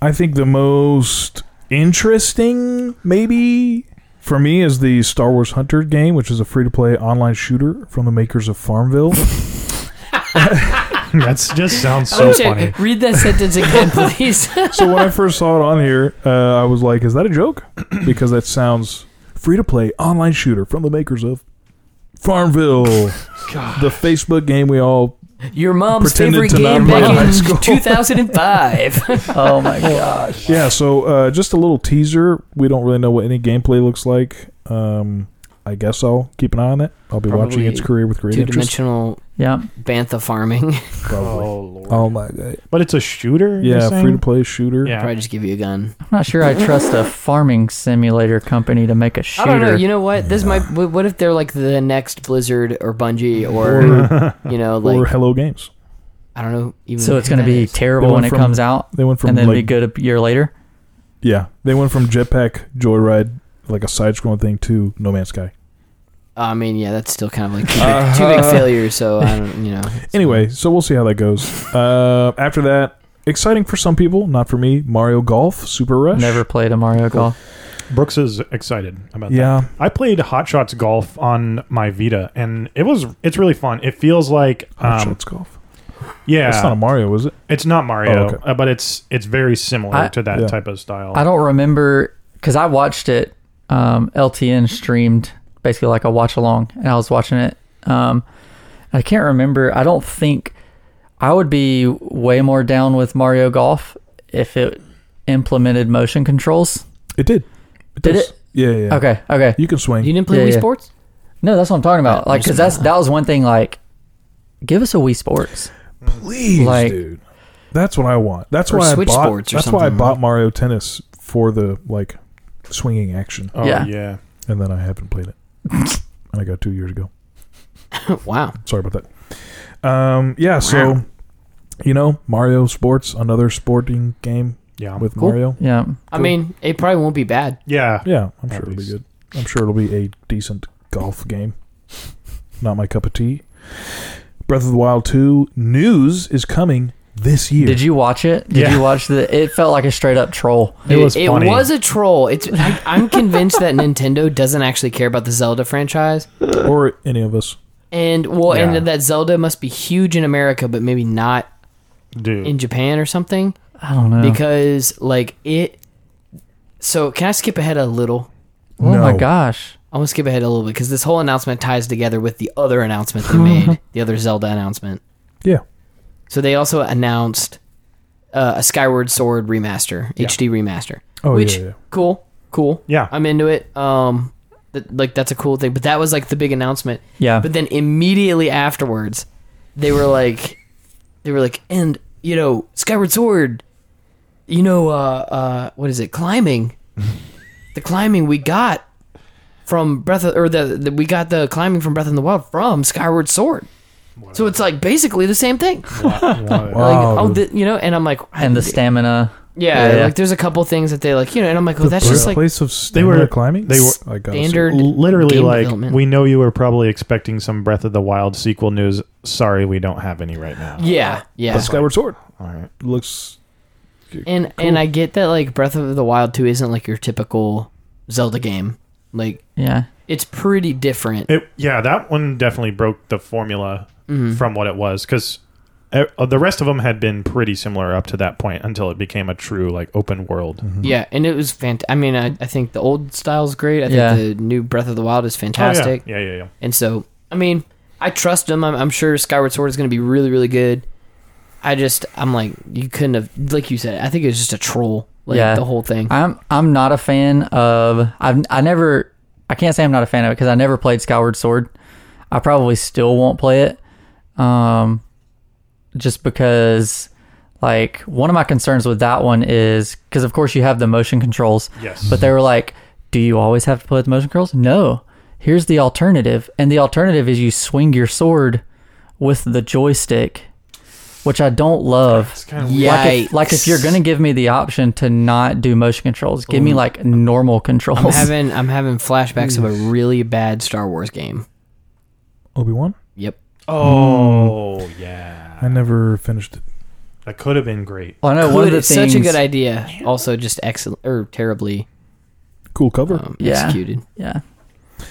Speaker 1: I think the most interesting, maybe, for me is the Star Wars Hunter game, which is a free to play online shooter from the makers of Farmville.
Speaker 3: *laughs* That's just sounds so
Speaker 2: Okay,
Speaker 3: funny.
Speaker 2: Read that
Speaker 1: *laughs*
Speaker 2: sentence again, please.
Speaker 1: so when I first saw it on here, uh, I was like, is that a
Speaker 3: *clears throat*
Speaker 1: joke? Because that sounds free to play online shooter from the makers of Farmville,
Speaker 3: *laughs*
Speaker 1: the Facebook game we all
Speaker 2: Your mom's
Speaker 1: Pretended
Speaker 2: favorite
Speaker 1: to not
Speaker 2: game
Speaker 1: play high
Speaker 2: back in *laughs*
Speaker 1: school. *laughs*
Speaker 2: 2005.
Speaker 4: Oh *laughs* my gosh.
Speaker 1: Yeah, so uh, just a little teaser. We don't really know what any gameplay looks like. Um, I guess I'll keep an eye on it. I'll be watching
Speaker 2: Probably
Speaker 1: its career with great
Speaker 2: Two
Speaker 1: interest.
Speaker 2: dimensional
Speaker 4: Yeah.
Speaker 2: bantha farming.
Speaker 1: Probably.
Speaker 3: Oh lord.
Speaker 1: Oh my god!
Speaker 3: But it's a shooter. you're
Speaker 1: Yeah,
Speaker 3: saying?
Speaker 1: free to play shooter.
Speaker 3: Yeah.
Speaker 2: Probably just give you a gun.
Speaker 4: I'm not sure I trust a farming simulator company to make a
Speaker 2: I
Speaker 4: shooter.
Speaker 2: don't know. You know what? This might. wh- What if they're like the next Blizzard or Bungie or
Speaker 1: *laughs* Or,
Speaker 2: you know like
Speaker 1: or Hello Games.
Speaker 2: I don't know. Even
Speaker 4: so it's
Speaker 2: who
Speaker 4: going to
Speaker 2: that
Speaker 4: be
Speaker 2: is.
Speaker 1: They
Speaker 4: terrible when
Speaker 1: went
Speaker 4: it
Speaker 1: from-
Speaker 4: comes out
Speaker 1: They went from
Speaker 4: and then
Speaker 1: like
Speaker 4: be good a year later.
Speaker 1: yeah, they went from Jetpack Joyride, like a side-scrolling thing, to No Man's Sky.
Speaker 2: Uh, I mean, yeah, that's still kind of like two, big, two big failures. So I don't. You know.
Speaker 1: Anyway, so we'll see how that goes. Uh, after that, exciting for some people, not for me. Mario Golf, Super Rush.
Speaker 4: Never played a Mario Golf.
Speaker 3: Brooks is excited about that.
Speaker 1: Yeah,
Speaker 3: Um, I played Hot Shots Golf on my Vita, and it was it's really fun. It feels like
Speaker 1: Hot
Speaker 3: um,
Speaker 1: Shots Golf.
Speaker 3: yeah,
Speaker 1: That's not a Mario, is it?
Speaker 3: it's not Mario,
Speaker 1: Oh, okay.
Speaker 3: uh, but it's it's very similar
Speaker 4: I-
Speaker 3: to that
Speaker 1: Yeah.
Speaker 3: type of style.
Speaker 4: I don't remember because I watched it. Um, LTN streamed basically like a watch along, and I was watching it. Um, I can't remember. I don't think I would be way more down with Mario Golf if it implemented motion controls.
Speaker 1: It did. It
Speaker 4: Did
Speaker 1: does.
Speaker 4: it?
Speaker 1: Yeah, yeah. yeah.
Speaker 4: Okay, okay.
Speaker 1: You can swing.
Speaker 2: You didn't play
Speaker 4: Yeah,
Speaker 2: Wii
Speaker 4: yeah.
Speaker 2: Sports?
Speaker 4: No, that's what I'm talking about.
Speaker 2: Yeah,
Speaker 4: Like, because that's that was one thing. Like, give us a Wii Sports.
Speaker 1: Please,
Speaker 4: Like-
Speaker 1: dude. That's what I want. That's
Speaker 2: Or
Speaker 1: why
Speaker 2: Switch
Speaker 1: I bought.
Speaker 2: Sports or
Speaker 1: that's why I
Speaker 2: something.
Speaker 1: bought Mario Tennis for the like swinging action,
Speaker 3: oh
Speaker 4: yeah.
Speaker 3: yeah.
Speaker 1: and then I haven't played it. and I got two years ago.
Speaker 2: Oh, wow.
Speaker 1: Sorry about that. Um, yeah. So, you know, Mario Sports, another sporting game
Speaker 3: yeah,
Speaker 1: with
Speaker 4: Cool.
Speaker 1: Mario.
Speaker 4: Yeah,
Speaker 2: I mean, it probably won't be bad.
Speaker 3: yeah.
Speaker 1: Yeah, I'm
Speaker 3: At
Speaker 1: sure it'll be
Speaker 3: least.
Speaker 1: good. I'm sure it'll be a decent golf game. Not my cup of tea. Breath of the Wild 2 news is coming this year.
Speaker 4: Did you watch it? Did
Speaker 3: Yeah.
Speaker 4: you watch the? It felt like a straight up troll.
Speaker 3: It was
Speaker 2: it
Speaker 3: funny.
Speaker 2: was a troll. It's I, I'm convinced that Nintendo doesn't actually care about the Zelda franchise,
Speaker 1: or any of us?
Speaker 2: and well,
Speaker 3: Yeah.
Speaker 2: and that Zelda must be huge in America, but maybe not
Speaker 3: Dude,
Speaker 4: *laughs*
Speaker 2: in Japan or something
Speaker 4: I don't know.
Speaker 2: because like it. So can I skip ahead a little?
Speaker 4: oh my
Speaker 1: No.
Speaker 4: gosh!
Speaker 2: I'm gonna skip ahead a little bit because this whole announcement ties together with the other announcement
Speaker 4: *laughs*
Speaker 2: they made, the other Zelda announcement.
Speaker 1: Yeah.
Speaker 2: So they also announced uh, a Skyward Sword remaster, HD remaster.
Speaker 1: Oh,
Speaker 2: which
Speaker 1: yeah, yeah.
Speaker 2: cool, cool.
Speaker 3: Yeah.
Speaker 2: I'm into it. Um, th- like that's a cool thing. But that was like the big announcement.
Speaker 4: Yeah,
Speaker 2: But then immediately afterwards, they were like, they were like, and you know, Skyward Sword, you know, uh, uh, what is it?
Speaker 1: *laughs*
Speaker 2: Climbing, the climbing we got from Breath of, or the, the we got the climbing from Breath of the Wild from Skyward Sword. So it's like basically the same thing.
Speaker 3: What?
Speaker 2: Like,
Speaker 1: Wow,
Speaker 2: oh,
Speaker 1: dude.
Speaker 2: th- you know, and I'm like,
Speaker 4: and the stamina.
Speaker 2: yeah,
Speaker 4: yeah.
Speaker 2: like there's a couple things that they like, you know, and I'm like, oh, that's just like
Speaker 1: place of
Speaker 3: They
Speaker 1: stamina
Speaker 3: were-
Speaker 1: climbing.
Speaker 3: they were-
Speaker 1: I gotta say-
Speaker 2: standard.
Speaker 3: literally
Speaker 2: game
Speaker 3: like
Speaker 2: development.
Speaker 3: we know you were probably expecting some Breath of the Wild sequel news. Sorry, we don't have any right now.
Speaker 2: Yeah, yeah.
Speaker 1: But Skyward Sword
Speaker 3: All right.
Speaker 1: looks.
Speaker 2: And and I get that like Breath of the Wild 2 isn't like your typical Zelda game. Like
Speaker 4: Yeah.
Speaker 2: it's pretty different.
Speaker 3: It, yeah, that one definitely broke the formula
Speaker 2: Mm-hmm.
Speaker 3: from what it was because the rest of them had been pretty similar up to that point until it became a true like open world.
Speaker 1: Mm-hmm.
Speaker 3: Oh,
Speaker 2: Yeah, and it was fantastic. I mean, I, I think the old style's great. I think
Speaker 4: Yeah.
Speaker 2: the new Breath of the Wild is
Speaker 3: Oh, yeah.
Speaker 2: fantastic.
Speaker 3: yeah, yeah, yeah.
Speaker 2: And so, I mean, I trust them. I'm, I'm sure Skyward Sword is going to be really, really good. I just, I'm like, you couldn't have, like you said, I think it was just a troll, like
Speaker 4: Yeah.
Speaker 2: the whole thing.
Speaker 4: I'm I'm not a fan of I've I never I can't say I'm not a fan of it because I never played Skyward Sword. I probably still won't play it. Um just because like one of my concerns with that one is because of course you have the motion controls.
Speaker 3: Yes.
Speaker 4: But they were like, Do you always have to play with motion controls? No. Here's the alternative. And the alternative is you swing your sword with the joystick, which I don't love.
Speaker 3: kinda
Speaker 4: Like if,
Speaker 2: Yikes.
Speaker 4: like if you're gonna give me the option to not do motion controls, give me like normal controls.
Speaker 2: I'm having, I'm having flashbacks of a really bad Star Wars game.
Speaker 1: Obi Wan.
Speaker 2: Yep.
Speaker 3: Oh yeah,
Speaker 1: Mm. I never finished it.
Speaker 3: that could have been great.
Speaker 4: well, *laughs* I know Oh, one of
Speaker 2: Good,
Speaker 4: the
Speaker 2: it's such a
Speaker 4: things-
Speaker 2: good idea. Also, just excellent or terribly
Speaker 1: Cool cover.
Speaker 2: um,
Speaker 4: Yeah.
Speaker 2: executed.
Speaker 4: Yeah.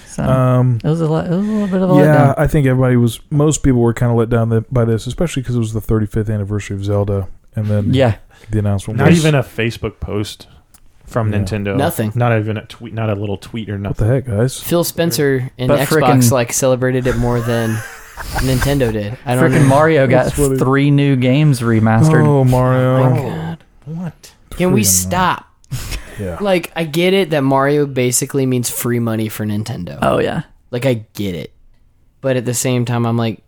Speaker 4: So
Speaker 2: Oh,
Speaker 1: um
Speaker 4: it was a lot, it was a little bit of a
Speaker 1: yeah,
Speaker 4: letdown.
Speaker 1: I think everybody was. Most people were kind of let down th- by this, especially because it was the 35th anniversary of Zelda, and then
Speaker 4: Yeah.
Speaker 1: the announcement.
Speaker 3: Not
Speaker 1: was,
Speaker 3: even a Facebook post from
Speaker 1: Yeah.
Speaker 3: Nintendo.
Speaker 2: Nothing.
Speaker 3: Not even a tweet. Not a little tweet or
Speaker 1: what
Speaker 3: nothing.
Speaker 1: the heck, guys?
Speaker 2: Phil Spencer and
Speaker 4: But
Speaker 2: Xbox
Speaker 4: frickin-
Speaker 2: like celebrated it more than
Speaker 4: *laughs*
Speaker 2: Nintendo did. I don't
Speaker 4: Freaking
Speaker 2: know.
Speaker 4: Mario got
Speaker 1: That's what it-
Speaker 4: three new games remastered.
Speaker 1: Oh Mario!
Speaker 2: God.
Speaker 3: What?
Speaker 2: Can we
Speaker 1: Freaking-
Speaker 2: stop?
Speaker 1: Yeah.
Speaker 2: Like, I get it that Mario basically means free money for Nintendo.
Speaker 4: Oh yeah.
Speaker 2: Like, I get it. But at the same time, I'm like,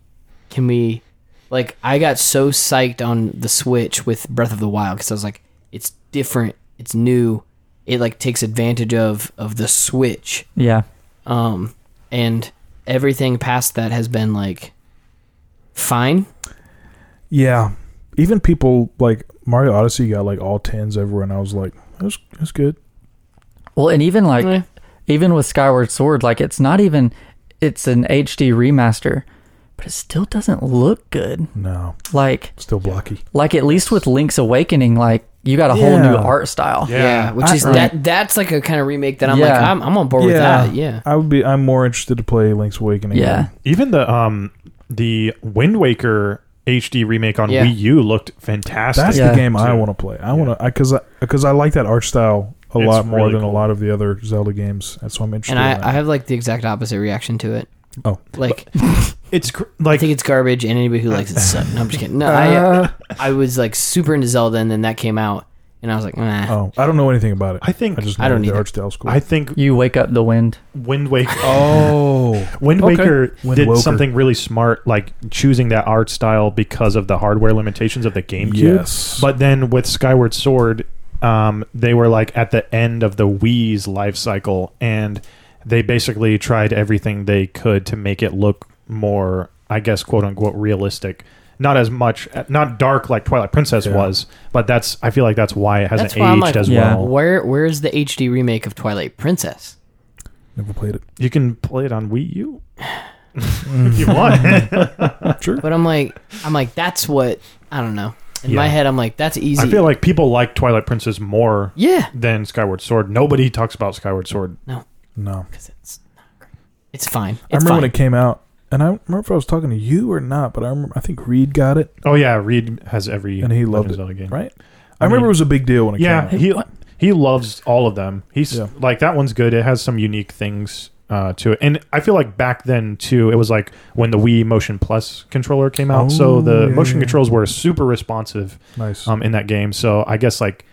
Speaker 2: can we. Like, I got so psyched on the Switch with Breath of the Wild because I was like, it's different, it's new, it like takes advantage of of the Switch.
Speaker 4: Yeah.
Speaker 2: Um, and everything past that has been like fine.
Speaker 1: Yeah, even people like Mario Odyssey got like all tens everywhere, and I was like, "That's that's good."
Speaker 4: Well, and even like
Speaker 2: Eh.
Speaker 4: even with Skyward Sword, like it's not even it's an HD remaster, but it still doesn't look good.
Speaker 1: No,
Speaker 4: Like
Speaker 1: still blocky.
Speaker 4: like at least with Link's Awakening, like you got a whole new
Speaker 1: Yeah.
Speaker 4: art style.
Speaker 2: Yeah, which
Speaker 1: I-
Speaker 2: is
Speaker 1: right.
Speaker 2: that that's like a kind of remake that I'm like
Speaker 4: Yeah.
Speaker 2: I'm, I'm on board with
Speaker 1: Yeah.
Speaker 2: that. Yeah.
Speaker 1: I would be. I'm more interested to play Link's Awakening.
Speaker 4: Yeah.
Speaker 3: Even the um the Wind Waker HD remake on
Speaker 2: Yeah.
Speaker 3: Wii U looked fantastic.
Speaker 1: that's
Speaker 4: Yeah.
Speaker 1: the game I
Speaker 3: Too.
Speaker 1: want to play. I want to because I because I like that art style a
Speaker 3: It's
Speaker 1: lot more
Speaker 3: really
Speaker 1: than a
Speaker 3: cool.
Speaker 1: lot of the other Zelda games. That's why I'm interested.
Speaker 2: And
Speaker 1: in that.
Speaker 2: I, I have like the exact opposite reaction to it.
Speaker 1: Oh.
Speaker 2: Like
Speaker 3: It's cr-
Speaker 2: I
Speaker 3: like
Speaker 2: think it's garbage and anybody who likes it sucks. No, I'm just kidding. No,
Speaker 1: Uh.
Speaker 2: I I was like super into Zelda and then that came out and I was like, nah.
Speaker 1: Oh, I don't know anything about it.
Speaker 3: I think-
Speaker 1: I just know
Speaker 2: I don't
Speaker 1: the
Speaker 2: either.
Speaker 1: art style school.
Speaker 3: I think
Speaker 4: You wake up the wind.
Speaker 3: Wind Waker
Speaker 1: oh,
Speaker 3: Wind
Speaker 1: Okay.
Speaker 3: Waker
Speaker 1: Wind
Speaker 3: did
Speaker 1: Waker.
Speaker 3: something really smart, like choosing that art style because of the hardware limitations of the
Speaker 1: *laughs*
Speaker 3: GameCube.
Speaker 1: yes,
Speaker 3: But then with Skyward Sword, um, they were like at the end of the Wii's life cycle, and they basically tried everything they could to make it look more, I guess, quote unquote, realistic. Not as much, not dark like Twilight Princess
Speaker 1: Yeah.
Speaker 3: was, but that's I feel like that's why it hasn't
Speaker 2: That's why I'm
Speaker 3: aged
Speaker 2: like,
Speaker 3: as
Speaker 4: Yeah.
Speaker 3: well.
Speaker 2: where where is the HD remake of Twilight Princess?
Speaker 1: never played it.
Speaker 3: You can play it on Wii U if
Speaker 1: *laughs*
Speaker 3: you want.
Speaker 1: Sure.
Speaker 2: But I'm like I'm like that's what I don't know. In my
Speaker 3: Yeah.
Speaker 2: head I'm like that's easy.
Speaker 3: I feel like people like Twilight Princess more
Speaker 2: yeah.
Speaker 3: than Skyward Sword. Nobody talks about Skyward Sword.
Speaker 1: No,
Speaker 2: Cuz it's not great. It's fine. It's
Speaker 1: I remember
Speaker 2: fine.
Speaker 1: when it came out, and I don't remember if I was talking to you or not. But I remember I think Reed got it,
Speaker 3: Oh yeah, Reed has every
Speaker 1: and he loved it.
Speaker 3: Legend of Zelda game.
Speaker 1: Right? I,
Speaker 3: I
Speaker 1: remember
Speaker 3: mean-
Speaker 1: it was a big deal when it
Speaker 3: Yeah,
Speaker 1: came out.
Speaker 3: he he loves all of them. He's
Speaker 1: Yeah.
Speaker 3: like that one's good. It has some unique things uh, to it, and I feel like back then too, it was like when the Wii Motion Plus controller came out.
Speaker 1: Oh,
Speaker 3: so the
Speaker 1: yeah,
Speaker 3: motion
Speaker 1: yeah.
Speaker 3: controls were super responsive
Speaker 1: Nice.
Speaker 3: um, in that game. So I guess like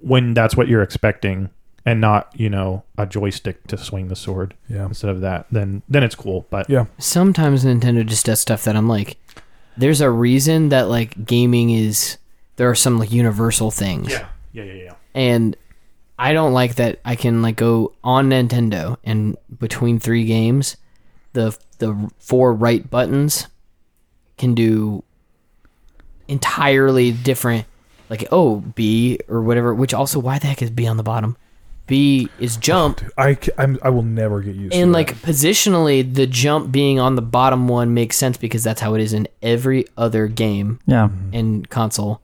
Speaker 3: when that's what you're expecting, and not you know a joystick to swing the sword
Speaker 1: yeah.
Speaker 3: instead of that, then then it's cool. But
Speaker 1: Yeah.
Speaker 2: sometimes Nintendo just does stuff that I'm like, there's a reason that like gaming is there are some like universal things,
Speaker 3: yeah, yeah, yeah, yeah.
Speaker 2: and I don't like that I can like go on Nintendo and between three games, the the four right buttons can do entirely different. Like oh B or whatever, which also why the heck is B on the bottom? B is jump,
Speaker 1: I c- I'm, I will never get used.
Speaker 2: and
Speaker 1: to
Speaker 2: like positionally, the jump being on the bottom one makes sense because that's how it is in every other game
Speaker 4: Yeah.
Speaker 1: Mm,
Speaker 2: and console.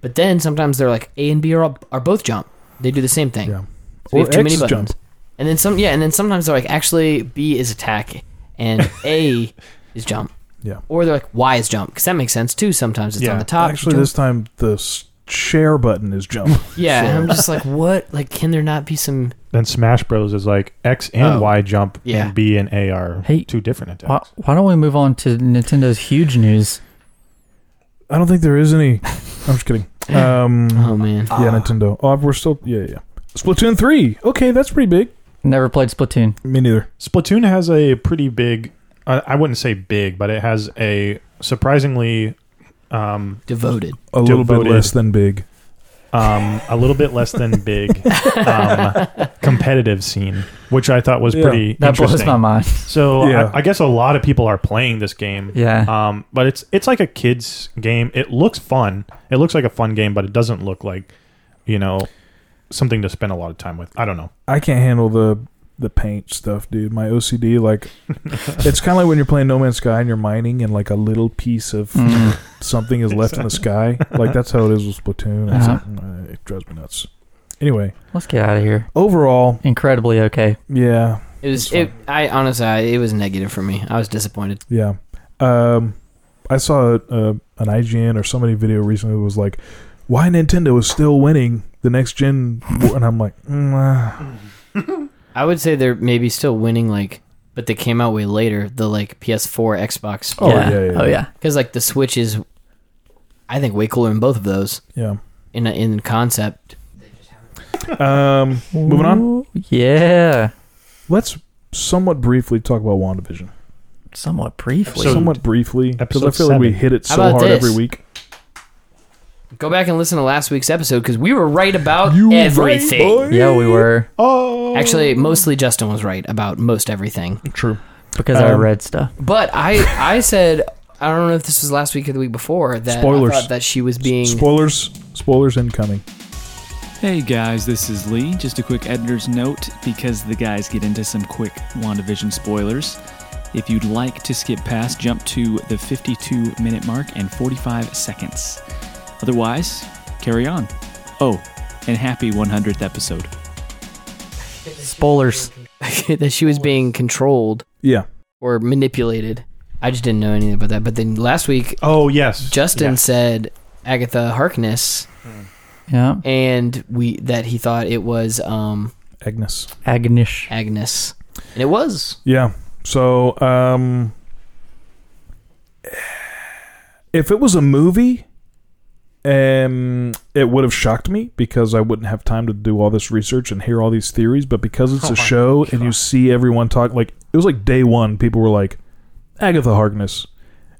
Speaker 2: But then sometimes they're like A and B are, all, are both jump. They do the same
Speaker 1: that.
Speaker 2: thing.
Speaker 1: yeah.
Speaker 2: So we
Speaker 1: Or
Speaker 2: have too many
Speaker 1: X
Speaker 2: buttons.
Speaker 1: jump.
Speaker 2: And then some, yeah, and then sometimes they're like, actually, B is attack and
Speaker 1: *laughs*
Speaker 2: A is jump.
Speaker 1: Yeah.
Speaker 2: Or they're like, Y is jump because that makes sense too. Sometimes it's
Speaker 3: Yeah.
Speaker 2: on the top.
Speaker 1: Actually,
Speaker 2: jump.
Speaker 1: this time the s- share button is jump. *laughs*
Speaker 2: yeah. And I'm just like, what? Like, can there not be some?
Speaker 3: Then Smash Bros is like X and
Speaker 2: Oh.
Speaker 3: Y jump
Speaker 2: Yeah.
Speaker 3: and B and A are
Speaker 4: Hey,
Speaker 3: two different attacks.
Speaker 1: uh,
Speaker 4: Why, why don't we move on to Nintendo's huge news?
Speaker 1: I don't think there is any. I'm just
Speaker 2: *laughs*
Speaker 1: kidding. Um,
Speaker 2: Oh man,
Speaker 1: yeah, Nintendo. Oh, we're still. Yeah, yeah. yeah. Splatoon three. Okay, that's pretty big.
Speaker 4: Never played Splatoon.
Speaker 1: Me neither.
Speaker 3: Splatoon has a pretty big, I I wouldn't say big, but it has a surprisingly um,
Speaker 2: devoted.
Speaker 1: A little bit
Speaker 3: Devoted.
Speaker 1: less than big.
Speaker 3: um, a little bit less than big
Speaker 4: *laughs*
Speaker 3: um, competitive scene, which I thought was
Speaker 1: Yeah.
Speaker 3: pretty
Speaker 4: That blows
Speaker 3: interesting.
Speaker 1: *laughs*
Speaker 4: my mind.
Speaker 3: So
Speaker 1: Yeah.
Speaker 3: I, I guess a lot of people are playing this game.
Speaker 4: Yeah.
Speaker 1: Ah.
Speaker 3: Um, but it's it's like a kids game. It looks fun. It looks like a fun game, but it doesn't look like, you know, something to spend a lot of time with. I don't know.
Speaker 1: I can't handle the the paint stuff, dude. My OCD, like, it's kind of like when you're playing No Man's Sky and you're mining, and like a little piece of *laughs*
Speaker 4: Mm.
Speaker 1: something is left in the sky. Like that's how it is with Splatoon. It's
Speaker 4: Uh-huh.
Speaker 1: like, uh, it drives me nuts. Anyway,
Speaker 4: Let's get out of here.
Speaker 1: overall,
Speaker 4: Incredibly okay.
Speaker 1: yeah,
Speaker 2: It was.
Speaker 1: It's
Speaker 2: It, I honestly, I, it was negative for me. I was disappointed.
Speaker 1: yeah. Um, I saw uh, an IGN or somebody video recently that was like, "Why Nintendo is still winning the next gen?" war," And I'm like, mm, uh,
Speaker 2: I would say they're maybe still winning, like, but they came out way later. The like PS4, Xbox,
Speaker 1: Oh, yeah, yeah,
Speaker 4: Oh,
Speaker 1: yeah.
Speaker 4: yeah.
Speaker 2: because like the Switch is, I think, way cooler than both of those
Speaker 1: yeah.
Speaker 2: in in concept.
Speaker 1: Um, moving on.
Speaker 4: Ooh, Yeah.
Speaker 1: Let's somewhat briefly talk about WandaVision.
Speaker 4: Somewhat briefly.
Speaker 3: So-
Speaker 1: somewhat briefly because I
Speaker 3: Episode
Speaker 1: feel like we
Speaker 3: seven.
Speaker 1: hit it so
Speaker 2: How about
Speaker 1: hard
Speaker 2: this?
Speaker 1: every week.
Speaker 2: Go back and listen to last week's episode because we were right about
Speaker 1: You right,
Speaker 2: everything.
Speaker 1: boy.
Speaker 4: yeah, we were.
Speaker 3: Oh,
Speaker 2: Actually, mostly Justin was right about most everything.
Speaker 1: True.
Speaker 4: Because I
Speaker 1: Um,
Speaker 4: read stuff.
Speaker 2: But I, I said, I don't know if this was last week or the week before that I
Speaker 1: Spoilers.
Speaker 2: thought that she was being.
Speaker 1: Spoilers. Spoilers incoming.
Speaker 5: Hey guys, this is Lee. Just a quick editor's note because the guys get into some quick WandaVision spoilers. If you'd like to skip past, jump to the 52 minute mark and 45 seconds. Otherwise, carry on. Oh, and happy 100th episode.
Speaker 4: Spoilers.
Speaker 2: *laughs* that she was being controlled
Speaker 1: Yeah.
Speaker 2: or manipulated. I just didn't know anything about that. But then last week,
Speaker 3: Oh yes,
Speaker 2: Justin
Speaker 3: Yeah.
Speaker 2: said Agatha Harkness,
Speaker 4: Yeah.
Speaker 2: and we that he thought it was um,
Speaker 1: Agnes.
Speaker 4: Agnish.
Speaker 2: Agnes, and it was.
Speaker 1: Yeah. So, um, if it was a movie, um, it would have shocked me because I wouldn't have time to do all this research and hear all these theories. But because it's
Speaker 3: Oh
Speaker 1: a
Speaker 3: my
Speaker 1: show and you see everyone talk, like it was like day one, people were like Agatha Harkness,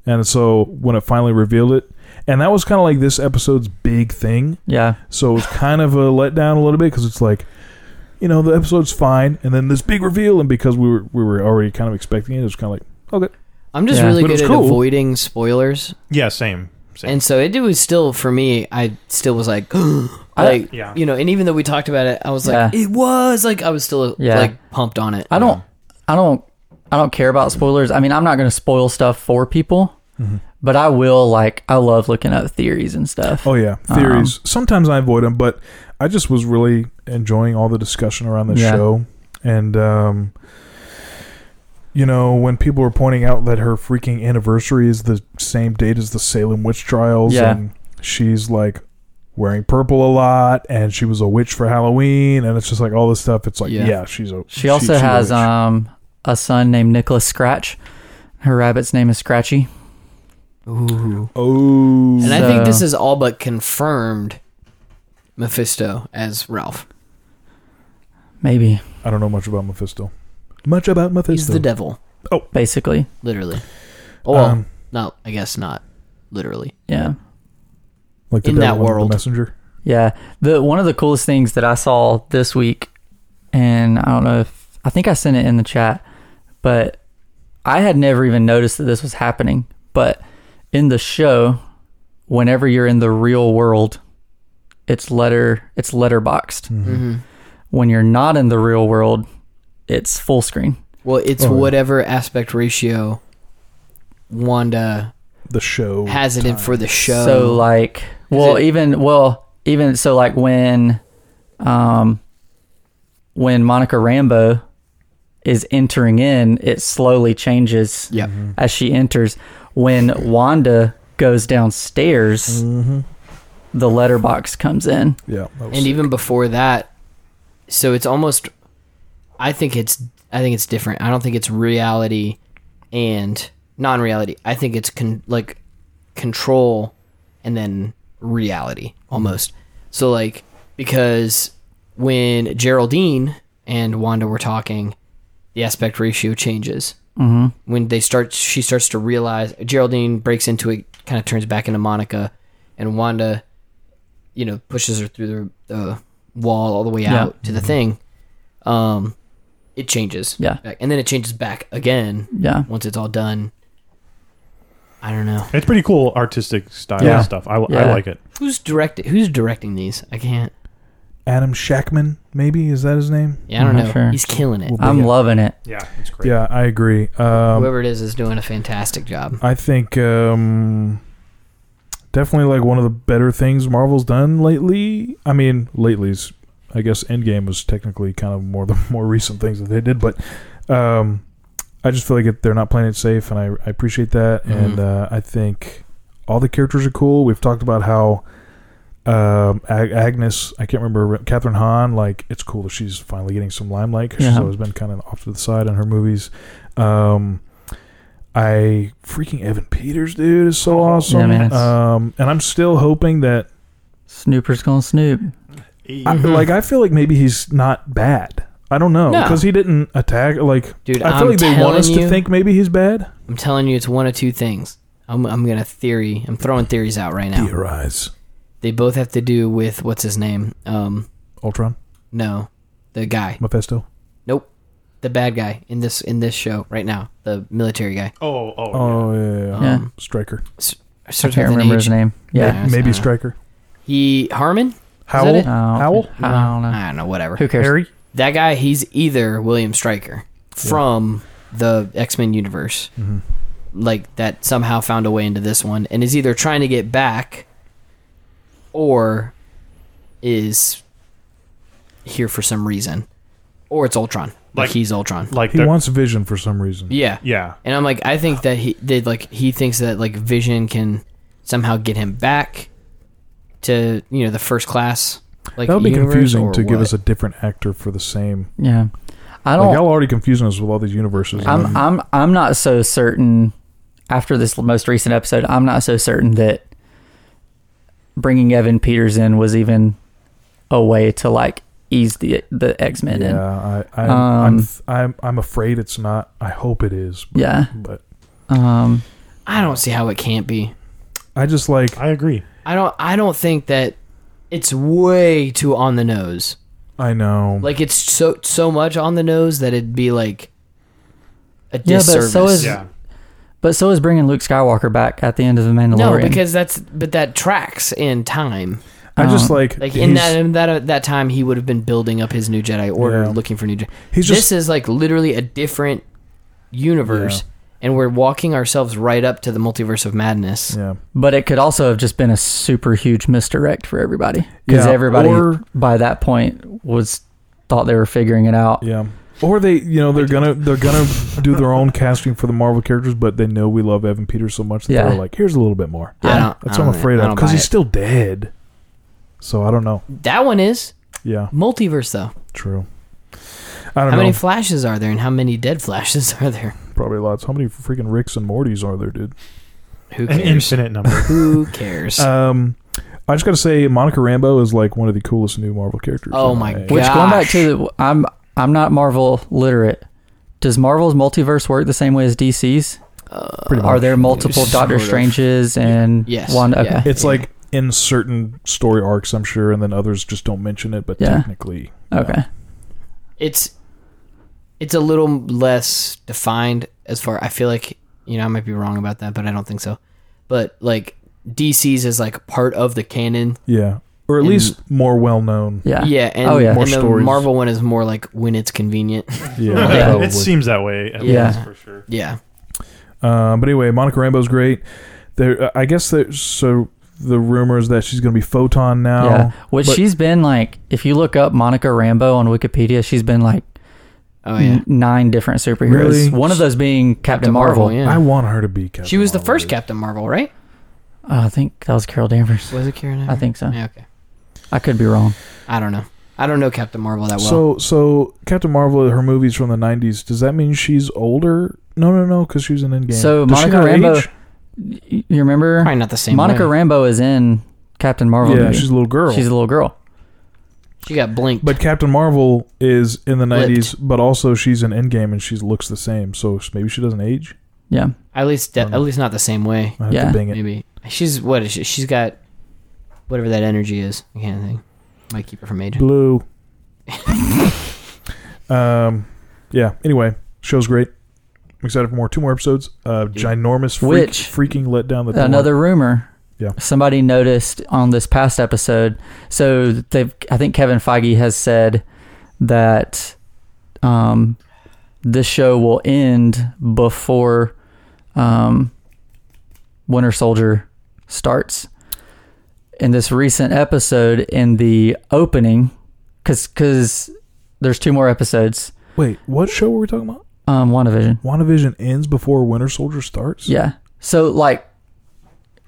Speaker 1: and so when it finally revealed it, and that was kind of like this episode's big thing.
Speaker 4: Yeah.
Speaker 1: So it was kind of a letdown a little bit because it's like, you know, the episode's fine, and then this big reveal, and because we were we were already kind of expecting it, it was kind of like, okay,
Speaker 2: I'm just
Speaker 4: Yeah.
Speaker 2: really
Speaker 1: But it
Speaker 2: good at
Speaker 1: was cool.
Speaker 2: avoiding spoilers,
Speaker 3: Yeah, same. same.
Speaker 2: and so it was still for me. I still was like, *gasps* like
Speaker 3: yeah.
Speaker 2: you know, and even though we talked about it, I was like,
Speaker 4: Yeah.
Speaker 2: it was like I was still
Speaker 4: Yeah.
Speaker 2: like pumped on it.
Speaker 4: I don't. I don't. I don't care about spoilers. I mean, I'm not going to spoil stuff for people,
Speaker 1: Mm-hmm.
Speaker 4: but I will. Like, I love looking up theories and stuff.
Speaker 1: oh yeah,
Speaker 2: Um,
Speaker 1: theories. Sometimes I avoid them, but I just was really enjoying all the discussion around the
Speaker 4: Yeah.
Speaker 1: show, and um, you know, when people were pointing out that her freaking anniversary is the same date as the Salem witch trials,
Speaker 4: Yeah.
Speaker 1: and she's like. Wearing purple a lot, and she was a witch for Halloween, and it's just like all this stuff. It's like, yeah,
Speaker 2: Yeah.
Speaker 1: she's a.
Speaker 4: She also
Speaker 1: she's a
Speaker 4: has
Speaker 1: witch.
Speaker 2: uh,
Speaker 4: um a son named Nicholas Scratch. Her rabbit's name is Scratchy.
Speaker 2: Ooh.
Speaker 1: Oh,
Speaker 2: And I think
Speaker 4: So-
Speaker 2: this is all but confirmed Mephisto as Ralph.
Speaker 4: Maybe
Speaker 1: I don't know much about Mephisto. Much about Mephisto.
Speaker 2: He's the devil,
Speaker 4: basically.
Speaker 2: literally. Oh, well,
Speaker 1: Um,
Speaker 2: no, I guess not literally.
Speaker 4: Yeah.
Speaker 1: like
Speaker 2: in that
Speaker 1: devil and
Speaker 2: world.
Speaker 1: the messenger.
Speaker 4: Yeah. The one of the coolest things that I saw this week, and I don't know if I think I sent it in the chat, but I had never even noticed that this was happening. But in the show, whenever you're in the real world, it's letter it's letterboxed.
Speaker 2: hmm
Speaker 4: When you're not in the real world, it's full screen.
Speaker 2: Well, it's
Speaker 1: Oh, yeah.
Speaker 2: whatever aspect ratio Wanda
Speaker 1: The show
Speaker 2: has it in for the show.
Speaker 4: So like, well,
Speaker 2: it-
Speaker 4: even well, even so, like when, um, when Monica Rambo is entering in, it slowly changes
Speaker 2: Yeah.
Speaker 4: as she enters. When Wanda goes downstairs,
Speaker 2: Mm-hmm.
Speaker 4: the letterbox comes in.
Speaker 1: Yeah. that was-
Speaker 2: and even before that so it's almost i think it's i think it's different i don't think it's reality and non-reality i think it's con- like control and then reality almost so like because when geraldine and wanda were talking the aspect ratio changes mm-hmm. when they start she starts to realize geraldine breaks into it kind of turns back into monica and wanda you know pushes her through the uh, wall all the way
Speaker 4: Yeah.
Speaker 2: out to the thing um it changes
Speaker 4: Yeah.
Speaker 2: back, and then it changes back again
Speaker 4: Yeah.
Speaker 2: once it's all done i don't know
Speaker 3: It's pretty cool artistic style
Speaker 4: Yeah.
Speaker 3: stuff. I,
Speaker 4: Yeah.
Speaker 3: I like it.
Speaker 2: who's directing who's directing these i can't
Speaker 1: Adam Shackman, maybe is that his name?
Speaker 2: yeah i don't
Speaker 4: I'm not
Speaker 2: know
Speaker 4: sure.
Speaker 2: he's killing it
Speaker 1: Well,
Speaker 4: I'm
Speaker 1: Yeah.
Speaker 4: loving it.
Speaker 3: Yeah, it's great.
Speaker 1: Yeah, I agree. Um,
Speaker 2: whoever it is is doing a fantastic job
Speaker 1: I think um, definitely like one of the better things Marvel's done lately. I mean, lately's I guess Endgame was technically kind of more *laughs* the more recent things that they did, but um, I just feel like it, they're not playing it safe, and I, I appreciate that.
Speaker 2: Mhm.
Speaker 1: And uh, I think all the characters are cool. We've talked about how um, Ag- Agnes, I can't remember Catherine Hahn. Like it's cool that she's finally getting some limelight 'cause she's
Speaker 4: Yeah.
Speaker 1: always been kind of off to the side in her movies. Um, I freaking Evan Peters, dude, is so awesome.
Speaker 4: Yeah, man.
Speaker 1: Um, and I'm still hoping that
Speaker 4: Snooper's gonna snoop.
Speaker 3: E-
Speaker 1: I, like I feel like maybe he's not bad. I don't know
Speaker 2: Mm-hmm. No.
Speaker 1: because he didn't attack. Like
Speaker 2: Dude,
Speaker 1: I feel
Speaker 2: I'm
Speaker 1: like they want
Speaker 2: telling
Speaker 1: us to
Speaker 2: you.
Speaker 1: think maybe he's bad.
Speaker 2: i'm telling you it's one of two things i'm, I'm gonna theory i'm throwing theories out right now
Speaker 1: Theorize,
Speaker 2: they both have to do with what's his name um
Speaker 1: Ultron,
Speaker 2: no the guy
Speaker 1: Mephisto.
Speaker 2: nope the bad guy in this in this show right now the military guy
Speaker 3: Oh, oh, yeah.
Speaker 1: Oh yeah, yeah, yeah.
Speaker 4: Yeah.
Speaker 2: um,
Speaker 1: Striker.
Speaker 4: I
Speaker 2: starts
Speaker 4: can't
Speaker 2: with an
Speaker 4: remember
Speaker 2: H.
Speaker 4: his name. Yeah.
Speaker 2: Yeah. Yes,
Speaker 1: maybe
Speaker 2: uh,
Speaker 1: Striker.
Speaker 2: he harmon
Speaker 1: Howell.
Speaker 2: it?
Speaker 1: Howell.
Speaker 4: I don't know.
Speaker 2: i don't know whatever
Speaker 4: Who cares?
Speaker 1: Harry.
Speaker 2: that guy he's either william Stryker from the x-men universe
Speaker 4: Mm-hmm.
Speaker 2: like that somehow found a way into this one and is either trying to get back or is here for some reason or it's ultron like,
Speaker 3: Like-
Speaker 2: he's ultron
Speaker 3: Like
Speaker 1: He
Speaker 3: the-
Speaker 1: wants Vision for some reason.
Speaker 2: yeah
Speaker 3: Yeah,
Speaker 2: and i'm like i think that he did like he thinks that like vision can somehow get him back to you know the first class like
Speaker 1: that would be
Speaker 2: universe
Speaker 1: confusing
Speaker 2: or
Speaker 1: to give
Speaker 2: what?
Speaker 1: us a different actor for the same.
Speaker 4: Yeah. I
Speaker 1: Like
Speaker 4: don't.
Speaker 1: Oh, y'all already confusing us with all these universes. and
Speaker 4: I'm
Speaker 1: then-
Speaker 4: I'm I'm not so certain after this most recent episode. I'm not so certain that bringing Evan Peters in was even a way to like ease the the X Men in.
Speaker 1: yeah, I, I,
Speaker 4: Um,
Speaker 1: I'm, th- I'm, I'm afraid it's not. I hope it is,
Speaker 4: Yeah.
Speaker 1: but
Speaker 4: Um.
Speaker 2: i don't see how it can't be
Speaker 1: I just like
Speaker 3: I agree.
Speaker 2: I don't I don't think that it's way too on the nose.
Speaker 1: I know.
Speaker 2: Like it's so so much on the nose that it'd be like a
Speaker 4: Yeah, but so
Speaker 2: disservice.
Speaker 4: is-
Speaker 3: Yeah,
Speaker 4: But so is bringing Luke Skywalker back at the end of the
Speaker 2: no,
Speaker 4: Mandalorian.
Speaker 2: because that's but that tracks in time.
Speaker 1: I just
Speaker 4: um,
Speaker 1: like,
Speaker 2: Like in
Speaker 1: he's-
Speaker 2: that in that that time, he would have been building up his new Jedi Order,
Speaker 1: Yeah.
Speaker 2: looking for new. Jedi.
Speaker 1: He's
Speaker 2: This
Speaker 1: just
Speaker 2: is like literally a different universe, and we're walking ourselves right up to the multiverse of madness.
Speaker 1: yeah.
Speaker 4: but it could also have just been a super huge misdirect for everybody because
Speaker 1: Yeah,
Speaker 4: everybody
Speaker 1: or-
Speaker 4: by that point was thought they were figuring it out.
Speaker 1: Yeah. Or they, you know, they're gonna they're gonna do their own casting for the Marvel characters, but they know we love Evan Peters so much that
Speaker 4: Yeah.
Speaker 1: they're like, here's a little bit more.
Speaker 2: I don't-
Speaker 1: That's what
Speaker 2: I
Speaker 1: I'm
Speaker 2: don't-
Speaker 1: afraid
Speaker 2: I
Speaker 1: of
Speaker 2: don't
Speaker 1: because
Speaker 2: buy
Speaker 1: he's
Speaker 2: it.
Speaker 1: still dead. So I don't know.
Speaker 2: That one is
Speaker 1: Yeah,
Speaker 2: multiverse though.
Speaker 1: true. I don't
Speaker 2: How
Speaker 1: know.
Speaker 2: many flashes are there, and how many dead flashes *laughs* are there?
Speaker 1: Probably lots. How many freaking Ricks and Mortys are there, dude?
Speaker 2: Who
Speaker 3: an
Speaker 2: cares? *laughs*
Speaker 3: infinite number.
Speaker 2: Who cares?
Speaker 1: Um, I just gotta say, Monica Rambo is like one of the coolest new Marvel characters.
Speaker 2: Oh
Speaker 1: And
Speaker 2: my
Speaker 1: I-
Speaker 4: Which going back
Speaker 2: Gosh.
Speaker 4: to the, I'm I'm not Marvel literate. Does Marvel's multiverse work the same way as DC's?
Speaker 2: Uh,
Speaker 1: Pretty
Speaker 4: Are there multiple
Speaker 2: Sort
Speaker 4: Doctor
Speaker 2: of.
Speaker 4: Stranges and
Speaker 2: Yes.
Speaker 4: one? Okay.
Speaker 2: Yeah.
Speaker 1: It's like in certain story arcs, I'm sure, and then others just don't mention it. But
Speaker 4: Yeah.
Speaker 1: technically,
Speaker 4: Okay.
Speaker 2: it's it's a little less defined as far I feel like you know I might be wrong about that, but I don't think so. But like DC's is like part of the canon,
Speaker 1: yeah, or at
Speaker 2: And-
Speaker 1: least more well
Speaker 3: *laughs*
Speaker 1: known.
Speaker 4: Yeah.
Speaker 2: yeah, and,
Speaker 4: Oh, yeah.
Speaker 1: More
Speaker 2: and the
Speaker 1: stories.
Speaker 2: Marvel one is more like when it's convenient,
Speaker 3: *laughs*
Speaker 1: Yeah,
Speaker 4: Yeah.
Speaker 1: probably.
Speaker 3: It seems that way. At
Speaker 4: Yeah.
Speaker 3: least, for sure.
Speaker 2: yeah.
Speaker 1: Um, but anyway, Monica Rambo's great. There, I guess that so the rumors that she's going to be Photon now.
Speaker 4: yeah. Which
Speaker 1: but-
Speaker 4: she's been like, if you look up Monica Rambo on Wikipedia, she's been like
Speaker 2: Oh yeah.
Speaker 4: n- nine different superheroes.
Speaker 1: Really?
Speaker 4: One of those being Captain, Marvel.
Speaker 2: Marvel, yeah.
Speaker 1: I want her to be Captain.
Speaker 2: She was the
Speaker 1: Marvel,
Speaker 2: first
Speaker 1: dude.
Speaker 2: Captain Marvel, right?
Speaker 4: Uh, I think that was Carol Danvers.
Speaker 2: Was it Karen?
Speaker 4: I think so.
Speaker 2: Yeah, okay.
Speaker 4: I could be wrong.
Speaker 2: I don't know. I don't know Captain Marvel that well.
Speaker 1: So so Captain Marvel, her movies from the '90s. Does that mean she's older? No, no, no, because she was in Endgame.
Speaker 4: So
Speaker 1: Does she
Speaker 4: Monica
Speaker 1: not
Speaker 4: Rambeau-
Speaker 1: age?
Speaker 4: Y- You remember
Speaker 2: Probably not the same.
Speaker 4: Monica
Speaker 2: way.
Speaker 4: Rambo is in Captain Marvel.
Speaker 1: yeah,
Speaker 4: movie.
Speaker 1: she's a little girl.
Speaker 4: She's a little girl.
Speaker 2: She got blinked.
Speaker 1: but Captain Marvel is in the
Speaker 2: Flipped.
Speaker 1: '90s, but also she's in Endgame and she looks the same. So maybe she doesn't age.
Speaker 4: Yeah.
Speaker 2: at least de- at least not the same way.
Speaker 1: I have
Speaker 4: Yeah.
Speaker 1: to bing it.
Speaker 2: Maybe she's what is she? She's got whatever that energy is. I can't think. Might keep her from aging.
Speaker 4: *laughs*
Speaker 1: Blue. um, yeah. Anyway, show's great. I'm excited for more. Two more episodes. Uh, ginormous freak,
Speaker 4: Which-
Speaker 1: freaking let down the door.
Speaker 4: Another rumor.
Speaker 1: Yeah.
Speaker 4: Somebody noticed on this past episode. So they've, I think Kevin Feige has said that um, this show will end before um, Winter Soldier starts. In this recent episode, in the opening, because because there's two more episodes.
Speaker 1: Wait, what show were we talking about?
Speaker 4: Um, WandaVision.
Speaker 1: WandaVision ends before Winter Soldier starts.
Speaker 4: Yeah. So like.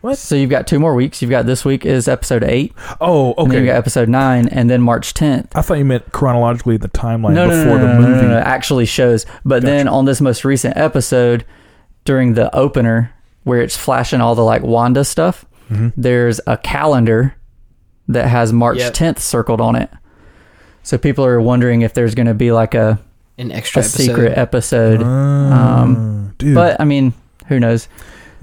Speaker 1: What?
Speaker 4: So you've got two more weeks. You've got this week is episode eight.
Speaker 1: Oh,
Speaker 4: And then
Speaker 1: okay.
Speaker 4: you got episode nine, and then March 10th.
Speaker 1: I thought you meant chronologically the timeline
Speaker 4: no, no, no,
Speaker 1: before the
Speaker 4: no, no, no,
Speaker 1: movie.
Speaker 4: no, no, actually shows. But then on this most recent episode, during the opener where it's flashing all the like Wanda stuff,
Speaker 1: Mhm.
Speaker 4: there's a calendar that has March
Speaker 2: Yep.
Speaker 4: 10th circled on it. So people are wondering if there's going to be like a,
Speaker 2: An extra
Speaker 4: a
Speaker 2: episode.
Speaker 4: secret episode.
Speaker 1: Ah, dude,
Speaker 4: But I mean, who knows?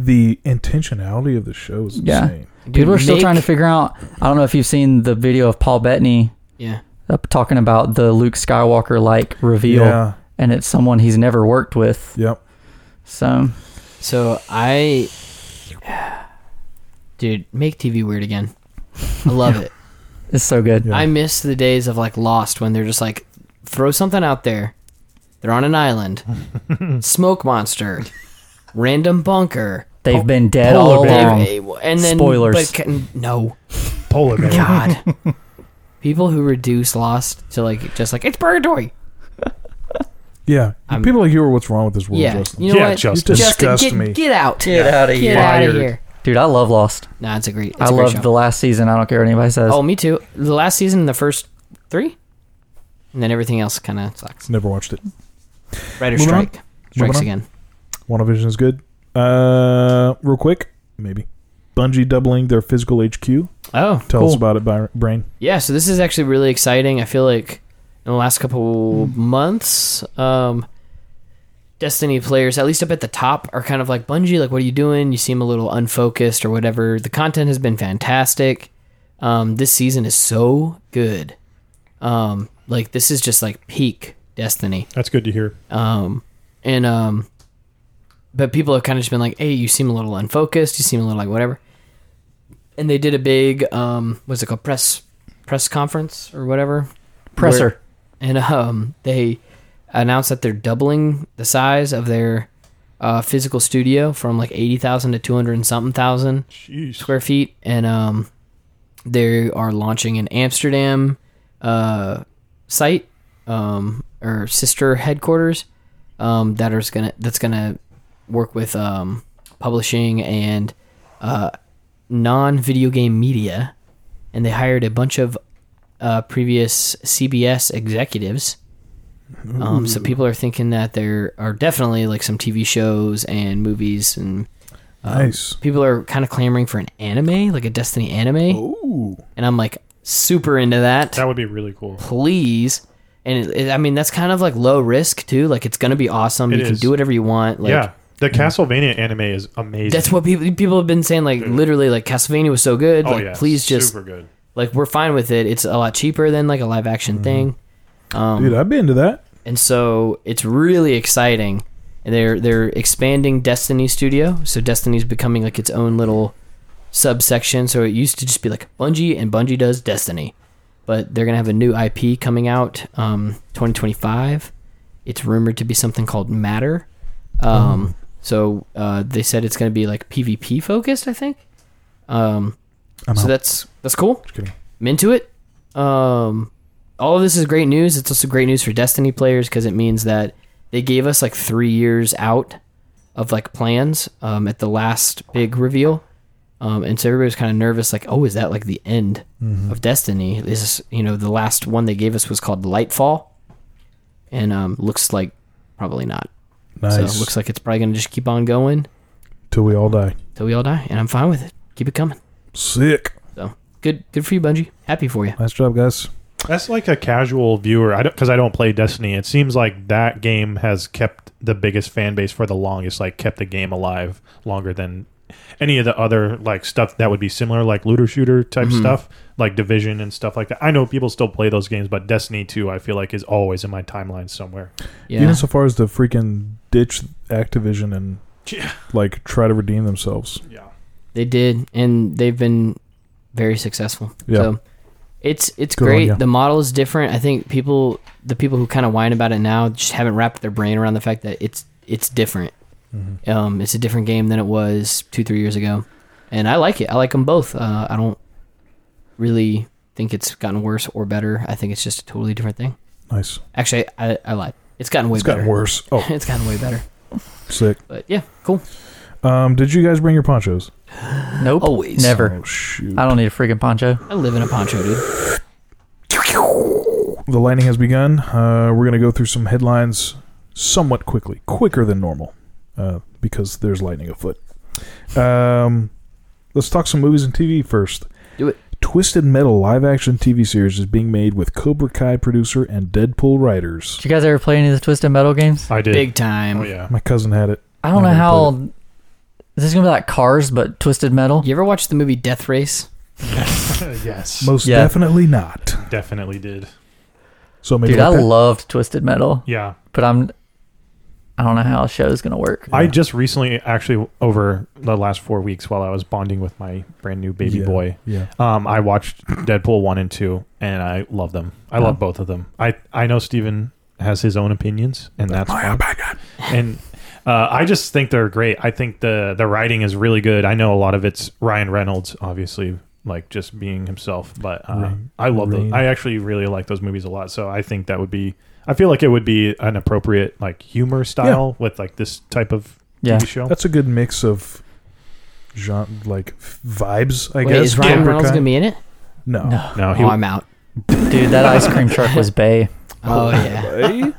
Speaker 1: the intentionality of the show is
Speaker 4: Yeah.
Speaker 1: insane.
Speaker 2: Dude,
Speaker 4: People are still
Speaker 2: make-
Speaker 4: trying to figure out. I don't know if you've seen the video of Paul Bettany
Speaker 2: Yeah.
Speaker 4: uh, talking about the Luke Skywalker like reveal.
Speaker 1: Yeah.
Speaker 4: and it's someone he's never worked with.
Speaker 1: Yep.
Speaker 4: So
Speaker 2: So I, *sighs* dude, make TV weird again. I
Speaker 4: *laughs*
Speaker 2: love it.
Speaker 4: it's so good.
Speaker 1: Yeah.
Speaker 2: I miss the days of like Lost when they're just like throw something out there. They're on an island. Smoke monster. Random bunker.
Speaker 4: They've been dead
Speaker 3: polar
Speaker 4: all
Speaker 3: bear.
Speaker 4: along.
Speaker 2: They- And then
Speaker 4: Spoilers.
Speaker 2: But, ca- no.
Speaker 3: Polar bear.
Speaker 2: God. People who reduce Lost to like just like it's purgatory.
Speaker 1: *laughs* Yeah.
Speaker 2: I'm-
Speaker 1: People like you are what's wrong with this world,
Speaker 2: yeah.
Speaker 1: Justin.
Speaker 2: You know
Speaker 3: Yeah,
Speaker 2: what?
Speaker 3: Justin.
Speaker 1: You disgust
Speaker 2: get,
Speaker 1: me.
Speaker 2: get out.
Speaker 4: Get out of
Speaker 2: Get
Speaker 4: here.
Speaker 2: out of
Speaker 3: Fired.
Speaker 2: here.
Speaker 4: Dude, I love Lost.
Speaker 2: No, it's a great. It's
Speaker 4: I
Speaker 2: a great
Speaker 4: loved
Speaker 2: show.
Speaker 4: the last season. I don't care what anybody says.
Speaker 2: Oh, me too. The last season, the first three, and then everything else kind of sucks.
Speaker 1: Never watched it.
Speaker 2: Writer
Speaker 1: Moving on.
Speaker 2: strike strikes
Speaker 1: on.
Speaker 2: again.
Speaker 1: WandaVision is good. Uh, real quick, maybe. Bungie doubling their physical HQ.
Speaker 2: Oh,
Speaker 1: Tell us
Speaker 4: Cool.
Speaker 1: about it, Byron. Brain.
Speaker 2: yeah. So this is actually really exciting. I feel like in the last couple months, um, Destiny players, at least up at the top, are kind of like Bungie. Like, what are you doing? You seem a little unfocused or whatever. The content has been fantastic. Um, this season is so good. Um, like this is just like peak Destiny.
Speaker 3: That's good to hear.
Speaker 2: Um, and um, but people have kind of just been like, "Hey, you seem a little unfocused. You seem a little like whatever." And they did a big um, what's it called press press conference or whatever,
Speaker 4: Presser.
Speaker 2: and um, they announced that they're doubling the size of their uh, physical studio from like eighty thousand to two hundred and something thousand
Speaker 3: Jeez.
Speaker 2: square feet, and um, they are launching an Amsterdam uh, site um, or sister headquarters um, that is gonna that's gonna work with um, publishing and uh, non video game media, and they hired a bunch of uh, previous CBS executives. Um, so people are thinking that there are definitely like some TV shows and movies and um,
Speaker 1: Nice.
Speaker 2: people are kind of clamoring for an anime, like a Destiny anime,
Speaker 1: Ooh.
Speaker 2: and I'm like super into that.
Speaker 3: Oh. That would be really cool.
Speaker 2: Please, and it, it- I mean that's kind of like low risk too. Like it's gonna be awesome.
Speaker 3: It
Speaker 2: you can
Speaker 3: is.
Speaker 2: do whatever you want. Like,
Speaker 3: yeah. The Castlevania anime is amazing.
Speaker 2: That's what people people have been saying. Like literally, like Castlevania was so good.
Speaker 3: oh,
Speaker 2: like
Speaker 3: yeah.
Speaker 2: please just
Speaker 3: Super good.
Speaker 2: like we're fine with it. It's a lot cheaper than like a live action
Speaker 3: Mm-hmm.
Speaker 2: thing. Um,
Speaker 1: Dude, I've been to that.
Speaker 2: and so it's really exciting. And they're they're expanding Destiny Studio, so Destiny's becoming like its own little subsection. So it used to just be like Bungie and Bungie does Destiny, but they're gonna have a new IP coming out um, 2025. It's rumored to be something called Matter. Um, So uh, they said it's gonna be like PvP focused, I think. Um,
Speaker 1: I'm
Speaker 2: so
Speaker 1: out.
Speaker 2: that's that's cool.
Speaker 1: Just kidding.
Speaker 2: I'm into it. Um, all of this is great news. It's also great news for Destiny players because it means that they gave us like three years out of like plans um, at the last big reveal, um, and so everybody was kind of nervous, like, oh, is that like the end
Speaker 1: Mm-hmm.
Speaker 2: of Destiny? This is you know the last one they gave us was called Lightfall, and um, looks like probably not. So
Speaker 1: Nice.
Speaker 2: it looks like it's probably gonna just keep on going
Speaker 1: Till we all die.
Speaker 2: till we all die, and I'm fine with it. Keep it coming.
Speaker 1: Sick.
Speaker 2: So good, good for you, Bungie. Happy for you.
Speaker 1: Nice job, guys.
Speaker 3: That's like a casual viewer. I don't because I don't play Destiny. It seems like that game has kept the biggest fan base for the longest. Like kept the game alive longer than any of the other like stuff that would be similar, like looter shooter type stuff, like Division and stuff like that. I know people still play those games, but Destiny Two, I feel like, is always in my timeline somewhere.
Speaker 2: Yeah.
Speaker 1: Even so far as to freaking ditch Activision and
Speaker 3: Yeah.
Speaker 1: like try to redeem themselves.
Speaker 3: Yeah.
Speaker 2: They did, and they've been very successful.
Speaker 1: Yeah.
Speaker 2: So it's it's
Speaker 1: Good on
Speaker 2: great.
Speaker 1: ya.
Speaker 2: The model is different. I think people, the people who kind of whine about it now, just haven't wrapped their brain around the fact that it's it's different.
Speaker 1: Mm-hmm.
Speaker 2: Um, it's a different game than it was two three years ago, and I like it. I like them both. Uh, I don't really think it's gotten worse or better. I think it's just a totally different thing.
Speaker 1: Nice.
Speaker 2: Actually, I, I lied. It's gotten way
Speaker 1: It's
Speaker 2: better.
Speaker 1: gotten worse. Oh,
Speaker 2: *laughs* it's gotten way better.
Speaker 1: sick.
Speaker 2: But yeah, cool.
Speaker 1: Um, did you guys bring your ponchos?
Speaker 4: Nope.
Speaker 2: Always.
Speaker 4: Never.
Speaker 1: Oh shoot.
Speaker 4: I don't need a freaking poncho.
Speaker 2: I live in a poncho, dude.
Speaker 1: The lightning has begun. Uh, we're gonna go through some headlines somewhat quickly, quicker than normal, uh, because there's lightning afoot. Um, let's talk some movies and TV first.
Speaker 2: Do it.
Speaker 1: Twisted Metal live action TV series is being made with Cobra Kai producer and Deadpool writers.
Speaker 4: Did you guys ever play any of the Twisted Metal games?
Speaker 3: I did.
Speaker 2: Big time.
Speaker 3: Oh yeah.
Speaker 1: My cousin had it.
Speaker 4: I don't
Speaker 1: I
Speaker 4: know
Speaker 1: never
Speaker 4: how. Is this gonna be like Cars but Twisted Metal?
Speaker 2: You ever watch the movie Death Race?
Speaker 3: *laughs* yes.
Speaker 1: Most
Speaker 4: Yeah.
Speaker 1: definitely not.
Speaker 3: definitely did.
Speaker 1: So maybe
Speaker 4: Dude, I
Speaker 1: like that.
Speaker 4: loved Twisted Metal,
Speaker 3: Yeah.
Speaker 4: but I'm. I don't know how a show's gonna work.
Speaker 3: I
Speaker 1: Yeah.
Speaker 3: just recently, actually, over the last four weeks, while I was bonding with my brand new baby
Speaker 1: Yeah.
Speaker 3: boy,
Speaker 1: Yeah.
Speaker 3: Um, I watched Deadpool one and two, and I love them. I
Speaker 4: Oh.
Speaker 3: love both of them. I I know Steven has his own opinions, and that's
Speaker 1: My
Speaker 3: fine.
Speaker 1: God.
Speaker 3: and uh, I just think they're great. I think the the writing is really good. I know a lot of it's Ryan Reynolds, obviously, like just being himself. But uh,
Speaker 1: Ryan-
Speaker 3: I love
Speaker 1: Ryan.
Speaker 3: those. I actually really like those movies a lot. So I think that would be. I feel like it would be an appropriate like humor style with like this type of
Speaker 4: Yeah.
Speaker 3: TV show.
Speaker 1: That's a good mix of genre, like f- vibes, I
Speaker 2: Wait,
Speaker 1: guess.
Speaker 2: is Ryan
Speaker 1: Cobra
Speaker 2: Reynolds
Speaker 1: Kai.
Speaker 2: gonna be in it?
Speaker 1: No.
Speaker 4: No,
Speaker 3: no, he
Speaker 2: Oh, I'm out.
Speaker 4: dude, that ice cream truck
Speaker 1: *laughs*
Speaker 4: was Bay.
Speaker 2: Oh yeah.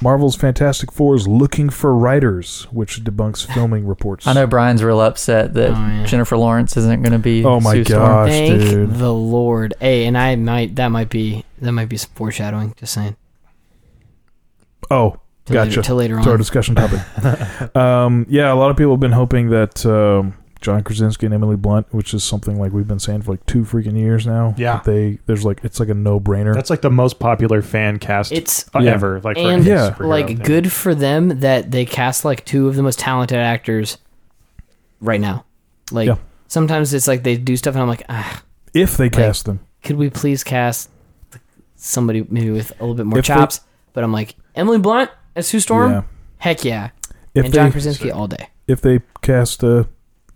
Speaker 1: Marvel's Fantastic Four is looking for writers, which debunks filming reports.
Speaker 4: I know Brian's real upset that
Speaker 2: Oh, yeah.
Speaker 4: Jennifer Lawrence isn't gonna be.
Speaker 1: Oh, my
Speaker 4: Sue Storm.
Speaker 1: God. Gosh,
Speaker 2: Thank
Speaker 1: dude.
Speaker 2: the Lord. Hey, and I might that might be that might be some foreshadowing. Just saying.
Speaker 1: Oh,
Speaker 2: Till
Speaker 1: Gotcha.
Speaker 2: Later, till later on.
Speaker 1: it's our discussion topic.
Speaker 2: *laughs*
Speaker 1: um, yeah, a lot of people have been hoping that um, John Krasinski and Emily Blunt, which is something like we've been saying for like two freaking years now.
Speaker 3: Yeah.
Speaker 1: that they there's like it's like a no brainer.
Speaker 3: that's like the most popular fan cast
Speaker 2: It's
Speaker 3: uh,
Speaker 1: Yeah.
Speaker 3: ever. Like
Speaker 2: And,
Speaker 3: any
Speaker 1: Yeah.
Speaker 3: superhero
Speaker 2: like
Speaker 3: thing.
Speaker 2: good for them that they cast like two of the most talented actors right now. Like
Speaker 1: Yeah.
Speaker 2: sometimes it's like they do stuff and I'm like, ah,
Speaker 1: If they cast them,
Speaker 2: could we please cast somebody maybe with a little bit more
Speaker 1: If they-
Speaker 2: chops? but I'm like Emily Blunt as Sue Storm.
Speaker 1: yeah.
Speaker 2: Heck yeah.
Speaker 1: If
Speaker 2: and
Speaker 1: they
Speaker 2: John Krasinski all day.
Speaker 1: if they cast uh,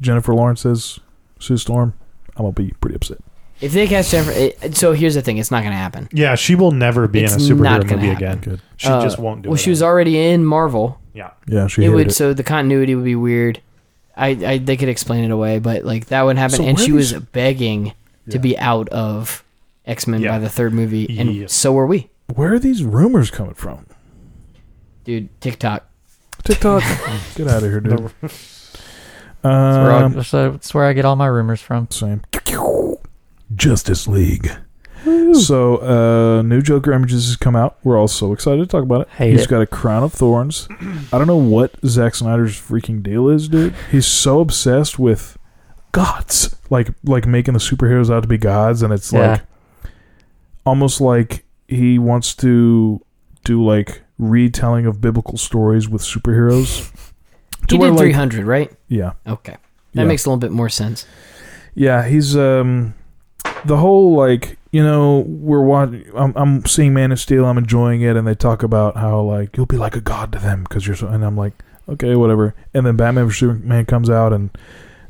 Speaker 1: Jennifer Lawrence as Sue Storm, I'm gonna be pretty upset.
Speaker 2: If they cast Jennifer, it, so here's the thing: it's not going to happen.
Speaker 3: Yeah, she will never be
Speaker 2: It's
Speaker 3: in a superhero
Speaker 2: not gonna
Speaker 3: movie
Speaker 2: happen.
Speaker 3: again.
Speaker 1: Good.
Speaker 3: She
Speaker 2: Uh,
Speaker 3: just won't do
Speaker 2: Well,
Speaker 3: it.
Speaker 2: she was already in Marvel.
Speaker 3: yeah.
Speaker 1: Yeah, she
Speaker 2: it
Speaker 1: hated
Speaker 2: would
Speaker 1: it.
Speaker 2: so the continuity would be weird. I, I they could explain it away, but like that would happen.
Speaker 1: So
Speaker 2: and
Speaker 1: where
Speaker 2: she
Speaker 1: are
Speaker 2: was
Speaker 1: these-
Speaker 2: begging
Speaker 1: Yeah.
Speaker 2: to be out of X Men
Speaker 3: Yeah.
Speaker 2: by the third movie, and
Speaker 3: Yes.
Speaker 2: so were we,
Speaker 1: Where are these rumors coming from?
Speaker 2: dude. TikTok.
Speaker 1: TikTok, get out of here, dude.
Speaker 4: That's where I-
Speaker 1: Um,
Speaker 4: that's where- that's where I get all my rumors from.
Speaker 1: same. Justice League. So, uh, new Joker images has come out. We're all so excited to talk about it.
Speaker 4: Hate
Speaker 1: He's
Speaker 4: it.
Speaker 1: got a crown of thorns. I don't know what Zack Snyder's freaking deal is, dude. He's so obsessed with gods, like like making the superheroes out to be gods, and it's
Speaker 4: Yeah.
Speaker 1: like almost like he wants to do like retelling of biblical stories with superheroes.
Speaker 2: He
Speaker 1: where,
Speaker 2: did
Speaker 1: like-
Speaker 2: three hundred, right?
Speaker 1: Yeah,
Speaker 2: Okay, that
Speaker 1: yeah.
Speaker 2: makes a little bit more sense.
Speaker 1: Yeah, he's um the whole like you know we're watching. I'm, I'm seeing Man of Steel. I'm enjoying it, and they talk about how like you'll be like a god to them because you're so. And I'm like, okay, whatever. And then Batman vs Superman comes out, and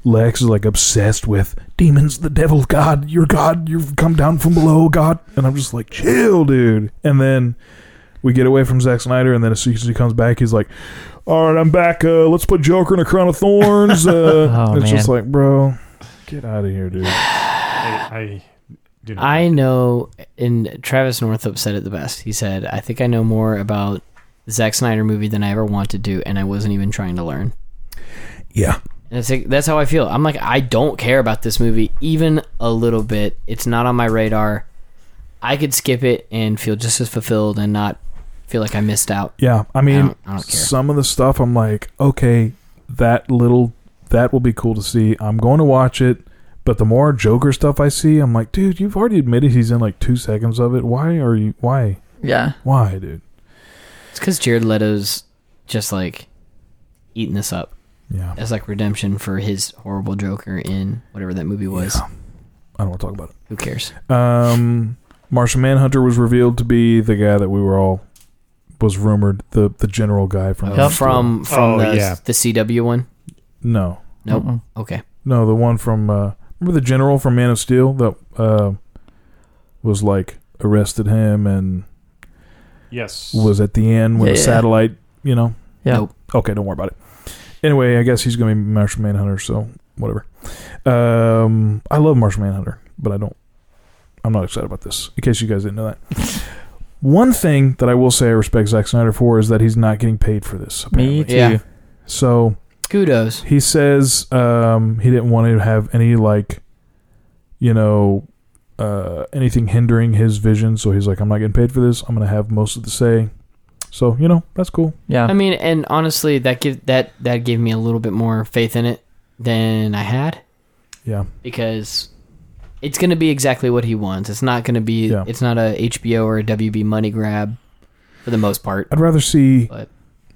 Speaker 1: Lex is like obsessed with demons, the devil, God, your God, you've come down from below, God. And I'm just like, chill, dude. And then we get away from Zack Snyder, and then as soon as he comes back, he's like, all right, I'm back. Uh, let's put Joker in a crown of thorns. Uh,
Speaker 4: *laughs* Oh,
Speaker 1: it's
Speaker 4: man.
Speaker 1: just like, bro, get out of here, dude.
Speaker 3: I, I do not.
Speaker 2: I know, and Travis Northup said it the best. He said, "I think I know more about the Zack Snyder movie than I ever wanted to, and I wasn't even trying to learn."
Speaker 1: Yeah.
Speaker 2: And it's like that's how I feel. I'm like, I don't care about this movie even a little bit. It's not on my radar. I could skip it and feel just as fulfilled and not feel like I missed out.
Speaker 1: Yeah, I mean,
Speaker 2: don't- I don't care.
Speaker 1: some of the stuff I'm like, okay, that little that will be cool to see. I'm going to watch it, but the more Joker stuff I see, I'm like, dude, you've already admitted he's in like two seconds of it. Why are you? Why?
Speaker 4: Yeah.
Speaker 1: Why, dude?
Speaker 2: It's because Jared Leto's just like eating this up
Speaker 1: Yeah,
Speaker 2: as like redemption for his horrible Joker in whatever that movie was.
Speaker 1: Yeah. I don't want to talk about it.
Speaker 2: Who cares?
Speaker 1: Um, Martian Manhunter was revealed to be the guy that we were all was rumored the the general guy from
Speaker 4: Yep.
Speaker 2: From from
Speaker 3: Oh,
Speaker 2: the
Speaker 3: yeah.
Speaker 2: the CW one.
Speaker 1: no
Speaker 2: Nope.
Speaker 4: Mm-mm.
Speaker 2: Okay.
Speaker 1: no the one from uh, remember the general from Man of Steel that uh, was like arrested him and
Speaker 3: yes.
Speaker 1: was at the end when the
Speaker 4: Yeah.
Speaker 1: satellite, you know.
Speaker 4: Yeah.
Speaker 2: Nope.
Speaker 1: Okay, don't worry about it. Anyway, I guess he's going to be Martian Manhunter, so whatever. Um, I love Martian Manhunter, but I don't. I'm not excited about this. In case you guys didn't know that. One thing that I will say I respect Zack Snyder for is that he's not getting paid for this.
Speaker 4: Me
Speaker 1: Apparently.
Speaker 4: too.
Speaker 2: Yeah.
Speaker 1: So
Speaker 2: Kudos.
Speaker 1: he says um, he didn't want to have any like, you know, uh, anything hindering his vision. So he's like, I'm not getting paid for this. I'm gonna have most of the say. So you know, that's cool.
Speaker 4: Yeah.
Speaker 2: I mean, and honestly, that give that that gave me a little bit more faith in it than I had
Speaker 1: Yeah,
Speaker 2: because it's going to be exactly what he wants. It's not going to be.
Speaker 1: Yeah.
Speaker 2: It's not a HBO or a WB money grab for the most part.
Speaker 1: I'd rather see.
Speaker 2: But-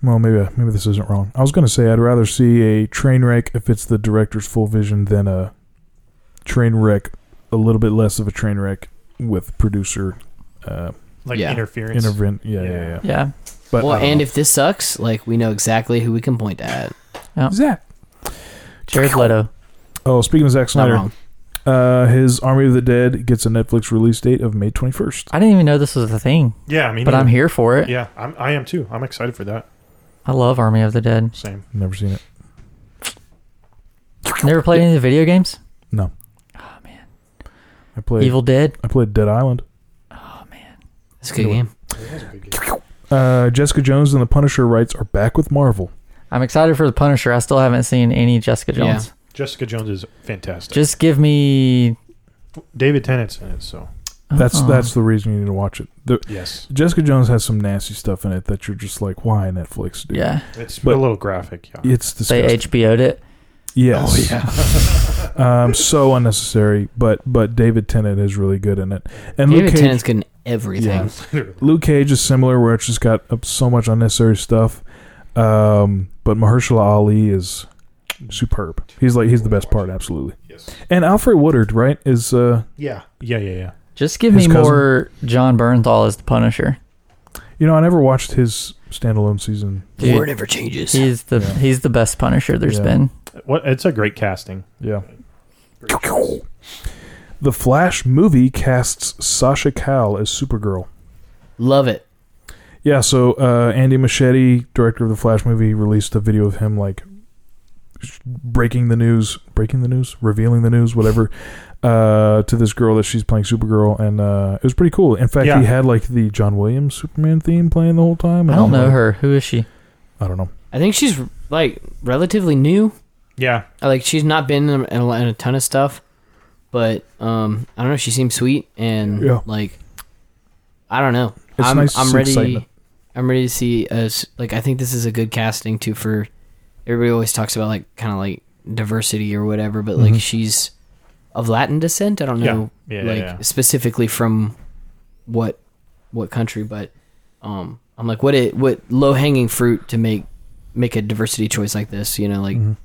Speaker 1: Well, maybe maybe this isn't wrong. I was gonna say I'd rather see a train wreck if it's the director's full vision than a train wreck, a little bit less of a train wreck with producer uh,
Speaker 3: like
Speaker 2: Yeah.
Speaker 3: interference.
Speaker 1: intervent. Yeah, yeah, yeah.
Speaker 4: yeah.
Speaker 1: But uh,
Speaker 2: well,
Speaker 1: I don't
Speaker 2: and
Speaker 1: know.
Speaker 2: if this sucks, like we know exactly who we can point at.
Speaker 1: Zack.
Speaker 4: Jared Leto.
Speaker 1: Oh, speaking of Zack
Speaker 2: It's not
Speaker 1: Snyder,
Speaker 2: wrong.
Speaker 1: Uh, his Army of the Dead gets a Netflix release date of May 21st.
Speaker 4: I didn't even know this was a thing,
Speaker 3: Yeah, I mean,
Speaker 4: but I'm here for it.
Speaker 3: Yeah, I'm, I am too. I'm excited for that.
Speaker 4: I love Army of the Dead.
Speaker 3: Same.
Speaker 1: Never seen it.
Speaker 4: Never played any of the video games?
Speaker 1: No.
Speaker 4: Oh man.
Speaker 1: I played.
Speaker 4: Evil Dead.
Speaker 1: I played Dead Island.
Speaker 4: Oh man.
Speaker 2: It's a good game.
Speaker 1: Uh, Jessica Jones and the Punisher rights are back with Marvel.
Speaker 4: I'm excited for the Punisher. I still haven't seen any Jessica
Speaker 2: Yeah.
Speaker 4: Jones.
Speaker 3: Jessica Jones is fantastic.
Speaker 4: Just give me
Speaker 3: David Tennant's in it, so
Speaker 1: That's
Speaker 4: Oh.
Speaker 1: that's the reason you need to watch it. The,
Speaker 3: yes,
Speaker 1: Jessica Jones has some nasty stuff in it that you're just like, why Netflix? Dude?
Speaker 4: Yeah.
Speaker 3: it's
Speaker 1: But-
Speaker 3: a little graphic. Yeah.
Speaker 1: it's
Speaker 4: They Oh,
Speaker 1: disgusting.
Speaker 4: HBO'd it.
Speaker 1: Yes.
Speaker 3: *laughs*
Speaker 5: yeah.
Speaker 1: um, so unnecessary. But but David Tennant is really good in it, and
Speaker 2: David
Speaker 1: Luke Cage,
Speaker 2: Tennant's good in everything.
Speaker 1: Yeah.
Speaker 3: Literally.
Speaker 1: Luke Cage is similar, where it's just got uh, so much unnecessary stuff. Um, but Mahershala Ali is superb. He's like he's the best part, absolutely.
Speaker 3: Yes.
Speaker 1: And Alfred Woodard, right, is uh,
Speaker 3: Yeah. Yeah. Yeah. Yeah.
Speaker 4: Just give
Speaker 1: His
Speaker 4: me
Speaker 1: cousin.
Speaker 4: more John Bernthal as the Punisher.
Speaker 1: you know I never watched his standalone season.
Speaker 4: Dude,
Speaker 2: Word never changes.
Speaker 4: he's the
Speaker 1: Yeah.
Speaker 4: he's the best Punisher there's
Speaker 1: Yeah.
Speaker 4: been.
Speaker 3: What? It's a great casting.
Speaker 1: Yeah. The Flash movie casts Sasha Cal as Supergirl.
Speaker 2: Love it.
Speaker 1: Yeah, so uh, Andy Machete, director of the Flash movie, released a video of him like sh- breaking the news, breaking the news, revealing the news, whatever, uh, to this girl that she's playing Supergirl, and uh, it was pretty cool. In fact,
Speaker 3: Yeah.
Speaker 1: he had like the John Williams Superman theme playing the whole time. and
Speaker 4: I don't
Speaker 1: I'm
Speaker 4: know
Speaker 1: like,
Speaker 4: her. Who is she?
Speaker 1: I don't know.
Speaker 2: I think she's like relatively new.
Speaker 3: Yeah.
Speaker 2: Like she's not been in a, in a- in a ton of stuff, but um, I don't know. She seems sweet and
Speaker 1: Yeah.
Speaker 2: like I don't know.
Speaker 1: It's
Speaker 2: I'm
Speaker 1: nice to
Speaker 2: I'm
Speaker 1: see
Speaker 2: ready.
Speaker 1: excitement.
Speaker 2: I'm ready to see us. Like I think this is a good casting too for. Everybody always talks about like kind of like diversity or whatever, but like
Speaker 1: Mhm.
Speaker 2: she's of Latin descent. I don't
Speaker 3: Yeah.
Speaker 2: know
Speaker 3: Yeah.
Speaker 2: like
Speaker 3: yeah.
Speaker 2: specifically from what what country, but um, I'm like, what it what low hanging fruit to make make a diversity choice like this? You know, like
Speaker 1: Mhm.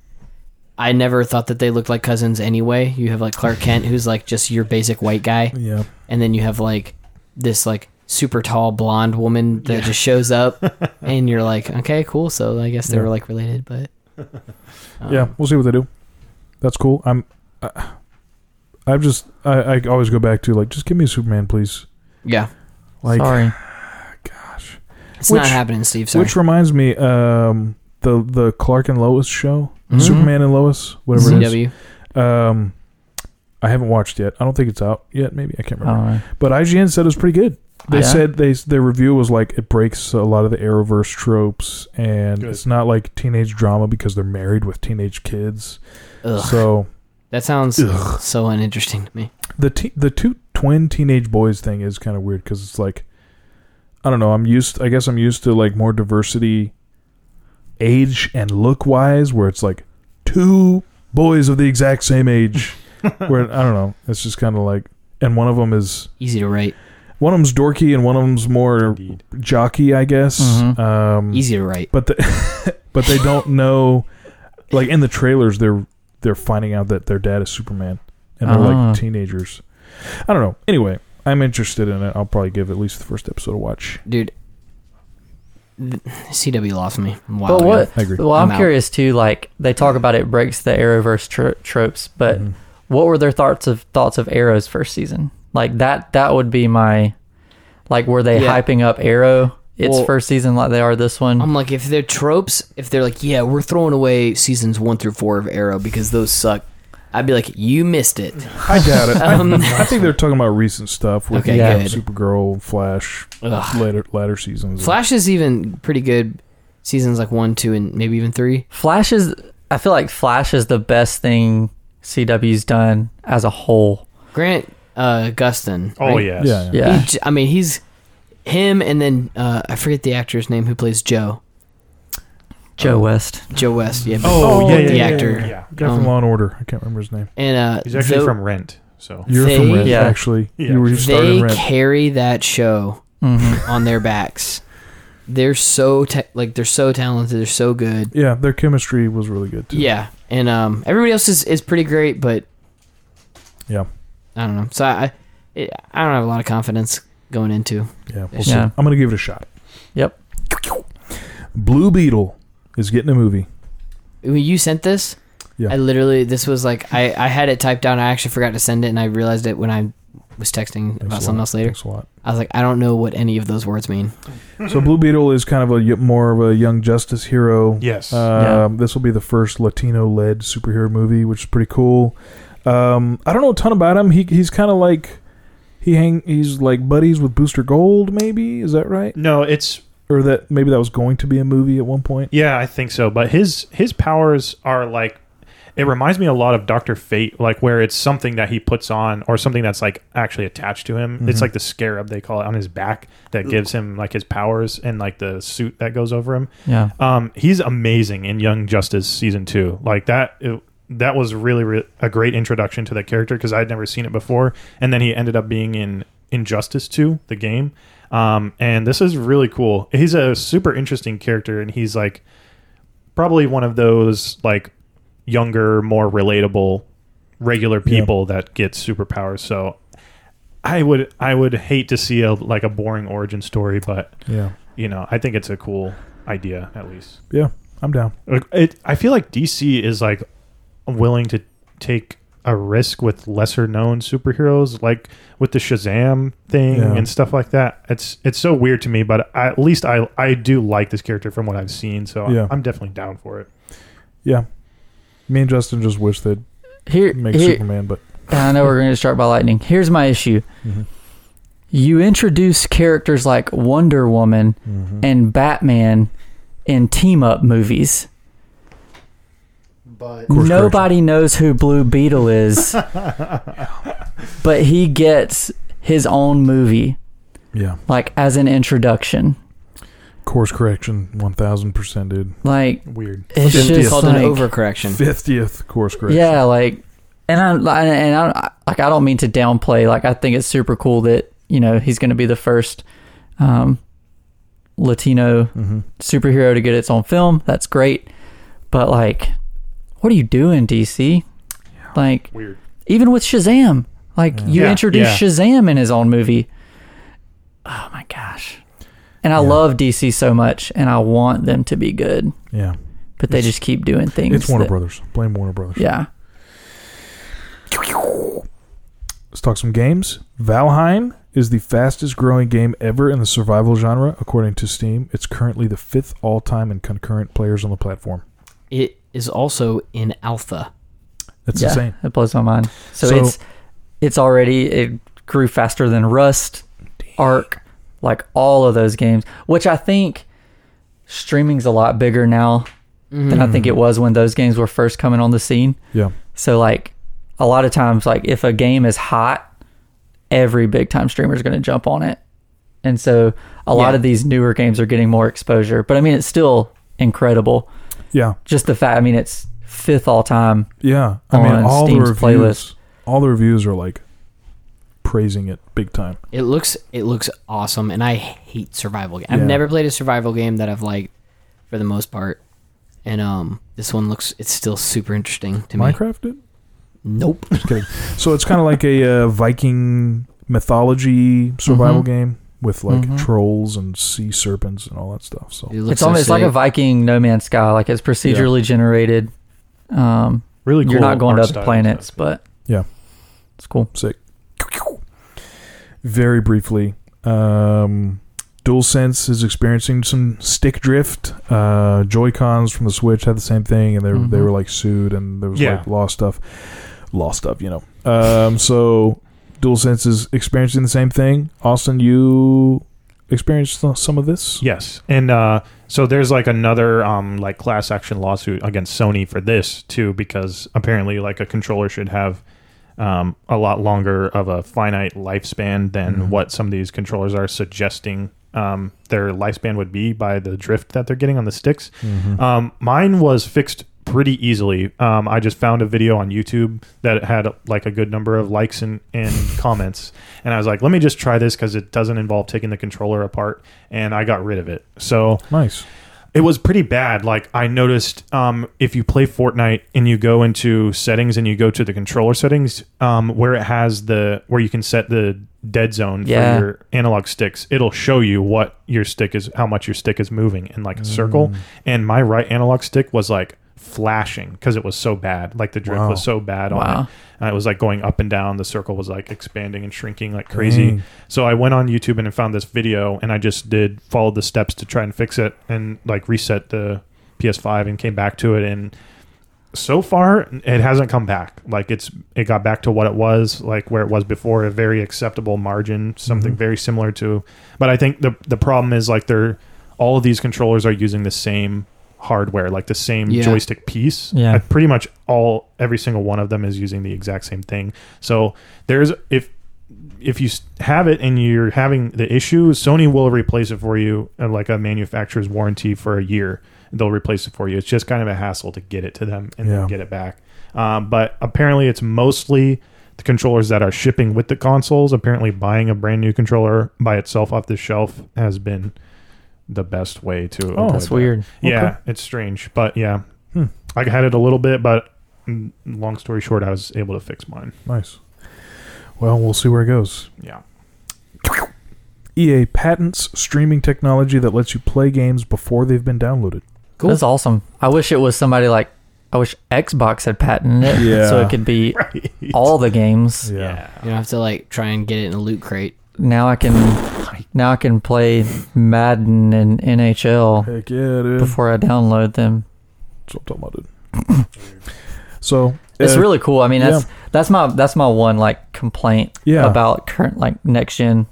Speaker 2: I never thought that they looked like cousins anyway. You have like Clark Kent, who's like just your basic white guy,
Speaker 1: Yeah,
Speaker 2: and then you have like this like super tall blonde woman that just
Speaker 1: *laughs*
Speaker 2: shows up, and you're like, okay, cool. So I guess they
Speaker 1: Yeah. *laughs*
Speaker 2: were like related, but um,
Speaker 4: uh,
Speaker 1: yeah, we'll see what they do. that's cool. I'm, I, I've just I, I always go back to like just give me a Superman, please.
Speaker 2: Yeah,
Speaker 1: Like
Speaker 4: Sorry.
Speaker 1: gosh,
Speaker 2: it's
Speaker 1: Which-
Speaker 2: not happening, Steve. Sorry.
Speaker 1: which reminds me, um, the the Clark and Lois show,
Speaker 4: Mm-hmm.
Speaker 2: Mhm.
Speaker 1: Superman and Lois, whatever it
Speaker 2: CW.
Speaker 1: is. Um, I haven't watched yet. I don't think it's out yet. Maybe I can't
Speaker 4: Oh,
Speaker 1: remember. But IGN said it was pretty good. They
Speaker 4: Yeah?
Speaker 1: said they their review was like it breaks a lot of the Arrowverse tropes, and
Speaker 3: Good.
Speaker 1: it's not like teenage drama because they're married with teenage kids.
Speaker 2: Ugh,
Speaker 1: So
Speaker 2: that sounds
Speaker 1: Ugh.
Speaker 2: so uninteresting to me.
Speaker 1: the te- the two twin teenage boys thing is kind of weird because it's like I don't know. I'm used. I guess I'm used to like more diversity, age and look wise, where it's like two boys of the exact same age. where I don't know. It's just kind of like, and one of them is
Speaker 2: Easy to write.
Speaker 1: one of them's dorky and one of them's more
Speaker 3: Indeed.
Speaker 1: jockey, I guess.
Speaker 4: Mhm.
Speaker 1: Um,
Speaker 2: Easy to write.
Speaker 1: but the, *laughs* but they don't know. Like in the trailers, they're they're finding out that their dad is Superman, and they're
Speaker 4: Ah.
Speaker 1: like teenagers. I don't know. Anyway, I'm interested in it. I'll probably give at least the first episode a watch.
Speaker 2: dude. th- CW lost me. a while
Speaker 4: But
Speaker 2: ago.
Speaker 4: what?
Speaker 1: I agree.
Speaker 4: Well, I'm,
Speaker 2: I'm out.
Speaker 4: curious too. Like they talk about it breaks the Arrowverse tro- tropes, but
Speaker 1: Mhm.
Speaker 4: what were their thoughts of thoughts of Arrow's first season? Like that. That would be my. Like, were they
Speaker 2: Yeah.
Speaker 4: hyping up Arrow its
Speaker 2: Well-
Speaker 4: first season like they are this
Speaker 3: Hmm.
Speaker 4: one?
Speaker 2: I'm like, if they're tropes, if they're like, yeah, we're throwing away seasons one through four of Arrow because those suck, I'd be like, you missed it.
Speaker 1: I doubt
Speaker 2: *laughs*
Speaker 1: it. I-
Speaker 2: Um,
Speaker 1: I, think they're talking about recent stuff with
Speaker 2: Okay,
Speaker 1: yeah,
Speaker 2: good.
Speaker 1: Supergirl, Flash,
Speaker 2: Ugh.
Speaker 1: later latter seasons.
Speaker 2: Flash is even pretty good seasons like one, two, and maybe even three.
Speaker 4: Flash is. I feel like Flash is the best thing CW's done as a whole.
Speaker 2: Grant uh, Gustin.
Speaker 3: Oh
Speaker 2: right?
Speaker 3: yes.
Speaker 1: Yeah, yeah.
Speaker 4: Yeah.
Speaker 2: He j- I mean, he's him, and then uh, I forget the actor's name who plays Joe.
Speaker 4: Joe West.
Speaker 2: Joe West. Yeah.
Speaker 3: Oh,
Speaker 1: Oh,
Speaker 3: yeah,
Speaker 1: the
Speaker 3: yeah, yeah,
Speaker 2: actor.
Speaker 3: Yeah, yeah.
Speaker 1: guy
Speaker 2: Um,
Speaker 1: from Law and Order. I can't remember his name.
Speaker 2: And uh,
Speaker 3: He's actually
Speaker 2: tho-
Speaker 3: from Rent. So
Speaker 1: You're
Speaker 2: they-
Speaker 1: from Rent,
Speaker 4: Yeah.
Speaker 1: actually.
Speaker 3: Yeah.
Speaker 1: You were starting
Speaker 2: they
Speaker 1: Rent.
Speaker 2: carry that show.
Speaker 4: hmm
Speaker 2: on their backs. They're so ta- like they're so talented. They're so good.
Speaker 1: yeah, their chemistry was really good too.
Speaker 2: Yeah, and um, everybody else is, is pretty great, but
Speaker 1: Yeah.
Speaker 2: I don't know. So I, I it- I don't have a lot of confidence going into.
Speaker 1: Yeah, we'll
Speaker 2: Yeah.
Speaker 1: see. I'm gonna give it a shot.
Speaker 4: Yep.
Speaker 1: Blue Beetle is getting a movie.
Speaker 2: When you sent this,
Speaker 1: Yeah.
Speaker 2: I literally this was like I I had it typed down. I actually forgot to send it, and I realized it when I was texting
Speaker 1: Thanks
Speaker 2: about
Speaker 1: a
Speaker 2: something
Speaker 1: lot.
Speaker 2: else later.
Speaker 1: Thanks a lot.
Speaker 2: I was like, I don't know what any of those words mean.
Speaker 1: So Blue Beetle is kind of a y- more of a young justice hero.
Speaker 3: yes.
Speaker 1: Uh, This will be the first Latino-led superhero movie, which is pretty cool. Um, I don't know a ton about him. He he's kind of like he hang he's like buddies with Booster Gold. Maybe is that right?
Speaker 3: no, it's
Speaker 1: Or that maybe that was going to be a movie at one point.
Speaker 3: Yeah, I think so. But his his powers are like it reminds me a lot of Doctor Fate, like where it's something that he puts on or something that's like actually attached to him. It's
Speaker 1: Mhm.
Speaker 3: like the scarab they call it on his back that gives him like his powers and like the suit that goes over him.
Speaker 4: Yeah.
Speaker 3: Um, he's amazing in Young Justice season two. Like that. It, that was really re- a great introduction to that character because I had never seen it before, and then he ended up being in Injustice Two, the game. Um, and this is really cool. He's a super interesting character, and he's like probably one of those like younger, more relatable, regular
Speaker 1: Yeah.
Speaker 3: people that get superpowers. So I would I would hate to see a like a boring origin story, but
Speaker 1: Yeah,
Speaker 3: you know, I think it's a cool idea at least.
Speaker 1: yeah, I'm down.
Speaker 3: Like, It, I feel like DC is like willing to take a risk with lesser known superheroes, like with the Shazam thing
Speaker 1: Yeah.
Speaker 3: and stuff like that. It's it's so weird to me, but I, at least I I do like this character from what I've seen, so
Speaker 1: Yeah.
Speaker 3: I'm definitely down for
Speaker 4: *laughs*
Speaker 3: it.
Speaker 1: Yeah, me and Justin just wish they'd
Speaker 4: Here,
Speaker 1: make
Speaker 4: here
Speaker 1: Superman, but
Speaker 4: I know we're going to start by lightning. Here's my issue.
Speaker 1: Mhm.
Speaker 4: You introduce characters like Wonder Woman
Speaker 1: Mhm.
Speaker 4: and Batman in team up movies. But
Speaker 1: Course
Speaker 4: nobody knows who Blue Beetle
Speaker 3: *laughs*
Speaker 4: is. but he gets his own movie
Speaker 1: yeah,
Speaker 4: like as an introduction.
Speaker 1: course correction, one thousand percent, dude.
Speaker 4: Like
Speaker 3: Weird.
Speaker 4: it's
Speaker 2: It's
Speaker 4: just
Speaker 2: called
Speaker 4: like,
Speaker 2: an overcorrection.
Speaker 1: Fiftieth course correction.
Speaker 4: Yeah, like, and I and I like I don't mean to downplay. Like, I think it's super cool that you know he's going to be the first um, Latino
Speaker 1: Mm-hmm.
Speaker 4: superhero to get its own film. That's great, but like, what are you doing, DC? Like,
Speaker 3: Weird.
Speaker 4: even with Shazam, like you
Speaker 3: Yeah,
Speaker 4: introduced
Speaker 3: yeah.
Speaker 4: Shazam in his own movie. Oh my gosh! And I
Speaker 1: Yeah.
Speaker 4: love DC so much, and I want them to be good,
Speaker 1: Yeah.
Speaker 4: but they just keep doing things.
Speaker 1: It's Warner
Speaker 4: that-
Speaker 1: Brothers. Blame Warner Brothers.
Speaker 4: Yeah.
Speaker 1: Let's talk some games. Valheim is the fastest growing game ever in the survival genre, according to Steam. It's currently the fifth all time in concurrent players on the platform.
Speaker 2: It is also in alpha.
Speaker 1: That's insane.
Speaker 4: It blows my mind. So,
Speaker 1: So-
Speaker 4: it's it's already it grew faster than Rust, Arc, like all of those games, which I think streaming's a lot bigger now than I think it was when those games were first coming on the scene.
Speaker 1: Yeah.
Speaker 4: So like a lot of times like if a game is hot, every big time streamer is going to jump on it. And so a lot
Speaker 2: Yeah.
Speaker 4: of these newer games are getting more exposure, but I mean it's still incredible.
Speaker 1: Yeah.
Speaker 4: Just the fact I mean it's fifth all time.
Speaker 1: Yeah. I mean,
Speaker 4: On
Speaker 1: all
Speaker 4: Steam's
Speaker 1: the reviews,
Speaker 4: playlist.
Speaker 1: all the reviews are like praising it big time.
Speaker 2: It looks it looks awesome, and I hate survival games.
Speaker 1: Yeah.
Speaker 2: I've never played a survival game that I've liked for the most part, and um, this one looks it's still super interesting to me.
Speaker 1: Minecraft it?
Speaker 2: Nope.
Speaker 1: Just kidding. so it's kind of like a uh, Viking mythology survival
Speaker 4: Mhm.
Speaker 1: game with like
Speaker 4: Mhm.
Speaker 1: trolls and sea serpents and all that stuff. So
Speaker 2: It looks
Speaker 4: it's almost
Speaker 2: so
Speaker 4: like a
Speaker 2: sick.
Speaker 4: Viking No Man's Sky. Like it's procedurally generated. Um,
Speaker 3: Really cool.
Speaker 4: you're not going to
Speaker 3: art
Speaker 4: other
Speaker 3: style
Speaker 4: planets,
Speaker 3: stuff.
Speaker 4: but
Speaker 1: Yeah.
Speaker 4: it's cool.
Speaker 1: sick. Very briefly, um, DualSense is experiencing some stick drift. Uh, Joy Cons from the Switch had the same thing, and they they
Speaker 4: Mhm.
Speaker 1: were like sued, and there was
Speaker 3: Yeah.
Speaker 1: like law stuff, law stuff, you know. Um, so DualSense is experiencing the same thing. Austin, you experienced some of this?
Speaker 3: Yes, and uh, so there's like another um, like class action lawsuit against Sony for this too, because apparently like a controller should have um, a lot longer of a finite lifespan than
Speaker 1: Mhm.
Speaker 3: what some of these controllers are suggesting um, their lifespan would be by the drift that they're getting on the sticks. Um, mine was fixed pretty easily. Um, I just found a video on YouTube that had like a good number of likes and, and *laughs* comments. And I was like, let me just try this because it doesn't involve taking the controller apart. And I got rid of it. So
Speaker 1: Nice.
Speaker 3: it was pretty bad. Like I noticed, um, if you play Fortnite and you go into settings and you go to the controller settings, um, where it has the where you can set the dead zone
Speaker 4: Yeah.
Speaker 3: for your analog sticks, it'll show you what your stick is, how much your stick is moving in like a
Speaker 1: Mm.
Speaker 3: circle. And my right analog stick was like flashing because it was so bad. Like the drift
Speaker 1: Wow.
Speaker 3: was so bad on
Speaker 4: Wow.
Speaker 3: it, and it was like going up and down. The circle was like expanding and shrinking like crazy.
Speaker 1: Dang.
Speaker 3: So I went on YouTube and I found this video, and I just did follow the steps to try and fix it and like reset the PS5 and came back to it. And so far, it hasn't come back. Like it's it got back to what it was, like where it was before, a very acceptable margin, something
Speaker 1: Mhm.
Speaker 3: very similar to. But I think the the problem is like they're all of these controllers are using the same hardware, like the same
Speaker 2: Yeah.
Speaker 3: joystick piece.
Speaker 4: Yeah.
Speaker 3: Uh, pretty much all every single one of them is using the exact same thing. So there's if if you s- have it and you're having the issue, Sony will replace it for you, uh, like a manufacturer's warranty for a year. They'll replace it for you. It's just kind of a hassle to get it to them and
Speaker 1: Yeah.
Speaker 3: then get it back. Um, but apparently, it's mostly the controllers that are shipping with the consoles. Apparently, buying a brand new controller by itself off the shelf has been the best way to.
Speaker 1: Oh,
Speaker 3: avoid
Speaker 4: That's
Speaker 3: that.
Speaker 4: weird.
Speaker 3: Yeah,
Speaker 1: Okay.
Speaker 3: it's strange, but yeah,
Speaker 1: Hmm.
Speaker 3: I had it a little bit, but mm, long story short, I was able to fix mine.
Speaker 1: Nice. Well, we'll see where it goes.
Speaker 3: Yeah.
Speaker 1: EA patents streaming technology that lets you play games before they've been downloaded.
Speaker 2: Cool.
Speaker 4: That's awesome. I wish it was somebody like I wish Xbox had patented it
Speaker 1: Yeah.
Speaker 4: so it could be
Speaker 3: *laughs* Right.
Speaker 4: all the games.
Speaker 2: You don't have to like try and get it in a loot crate.
Speaker 4: Now I can now I can play Madden and NHL
Speaker 1: Heck yeah, dude.
Speaker 4: before I download them.
Speaker 1: That's what I'm talking about, dude.
Speaker 4: *coughs*
Speaker 1: so
Speaker 4: It's
Speaker 1: uh,
Speaker 4: really cool. I mean that's that's my that's my one like complaint
Speaker 1: Yeah.
Speaker 4: about current like next gen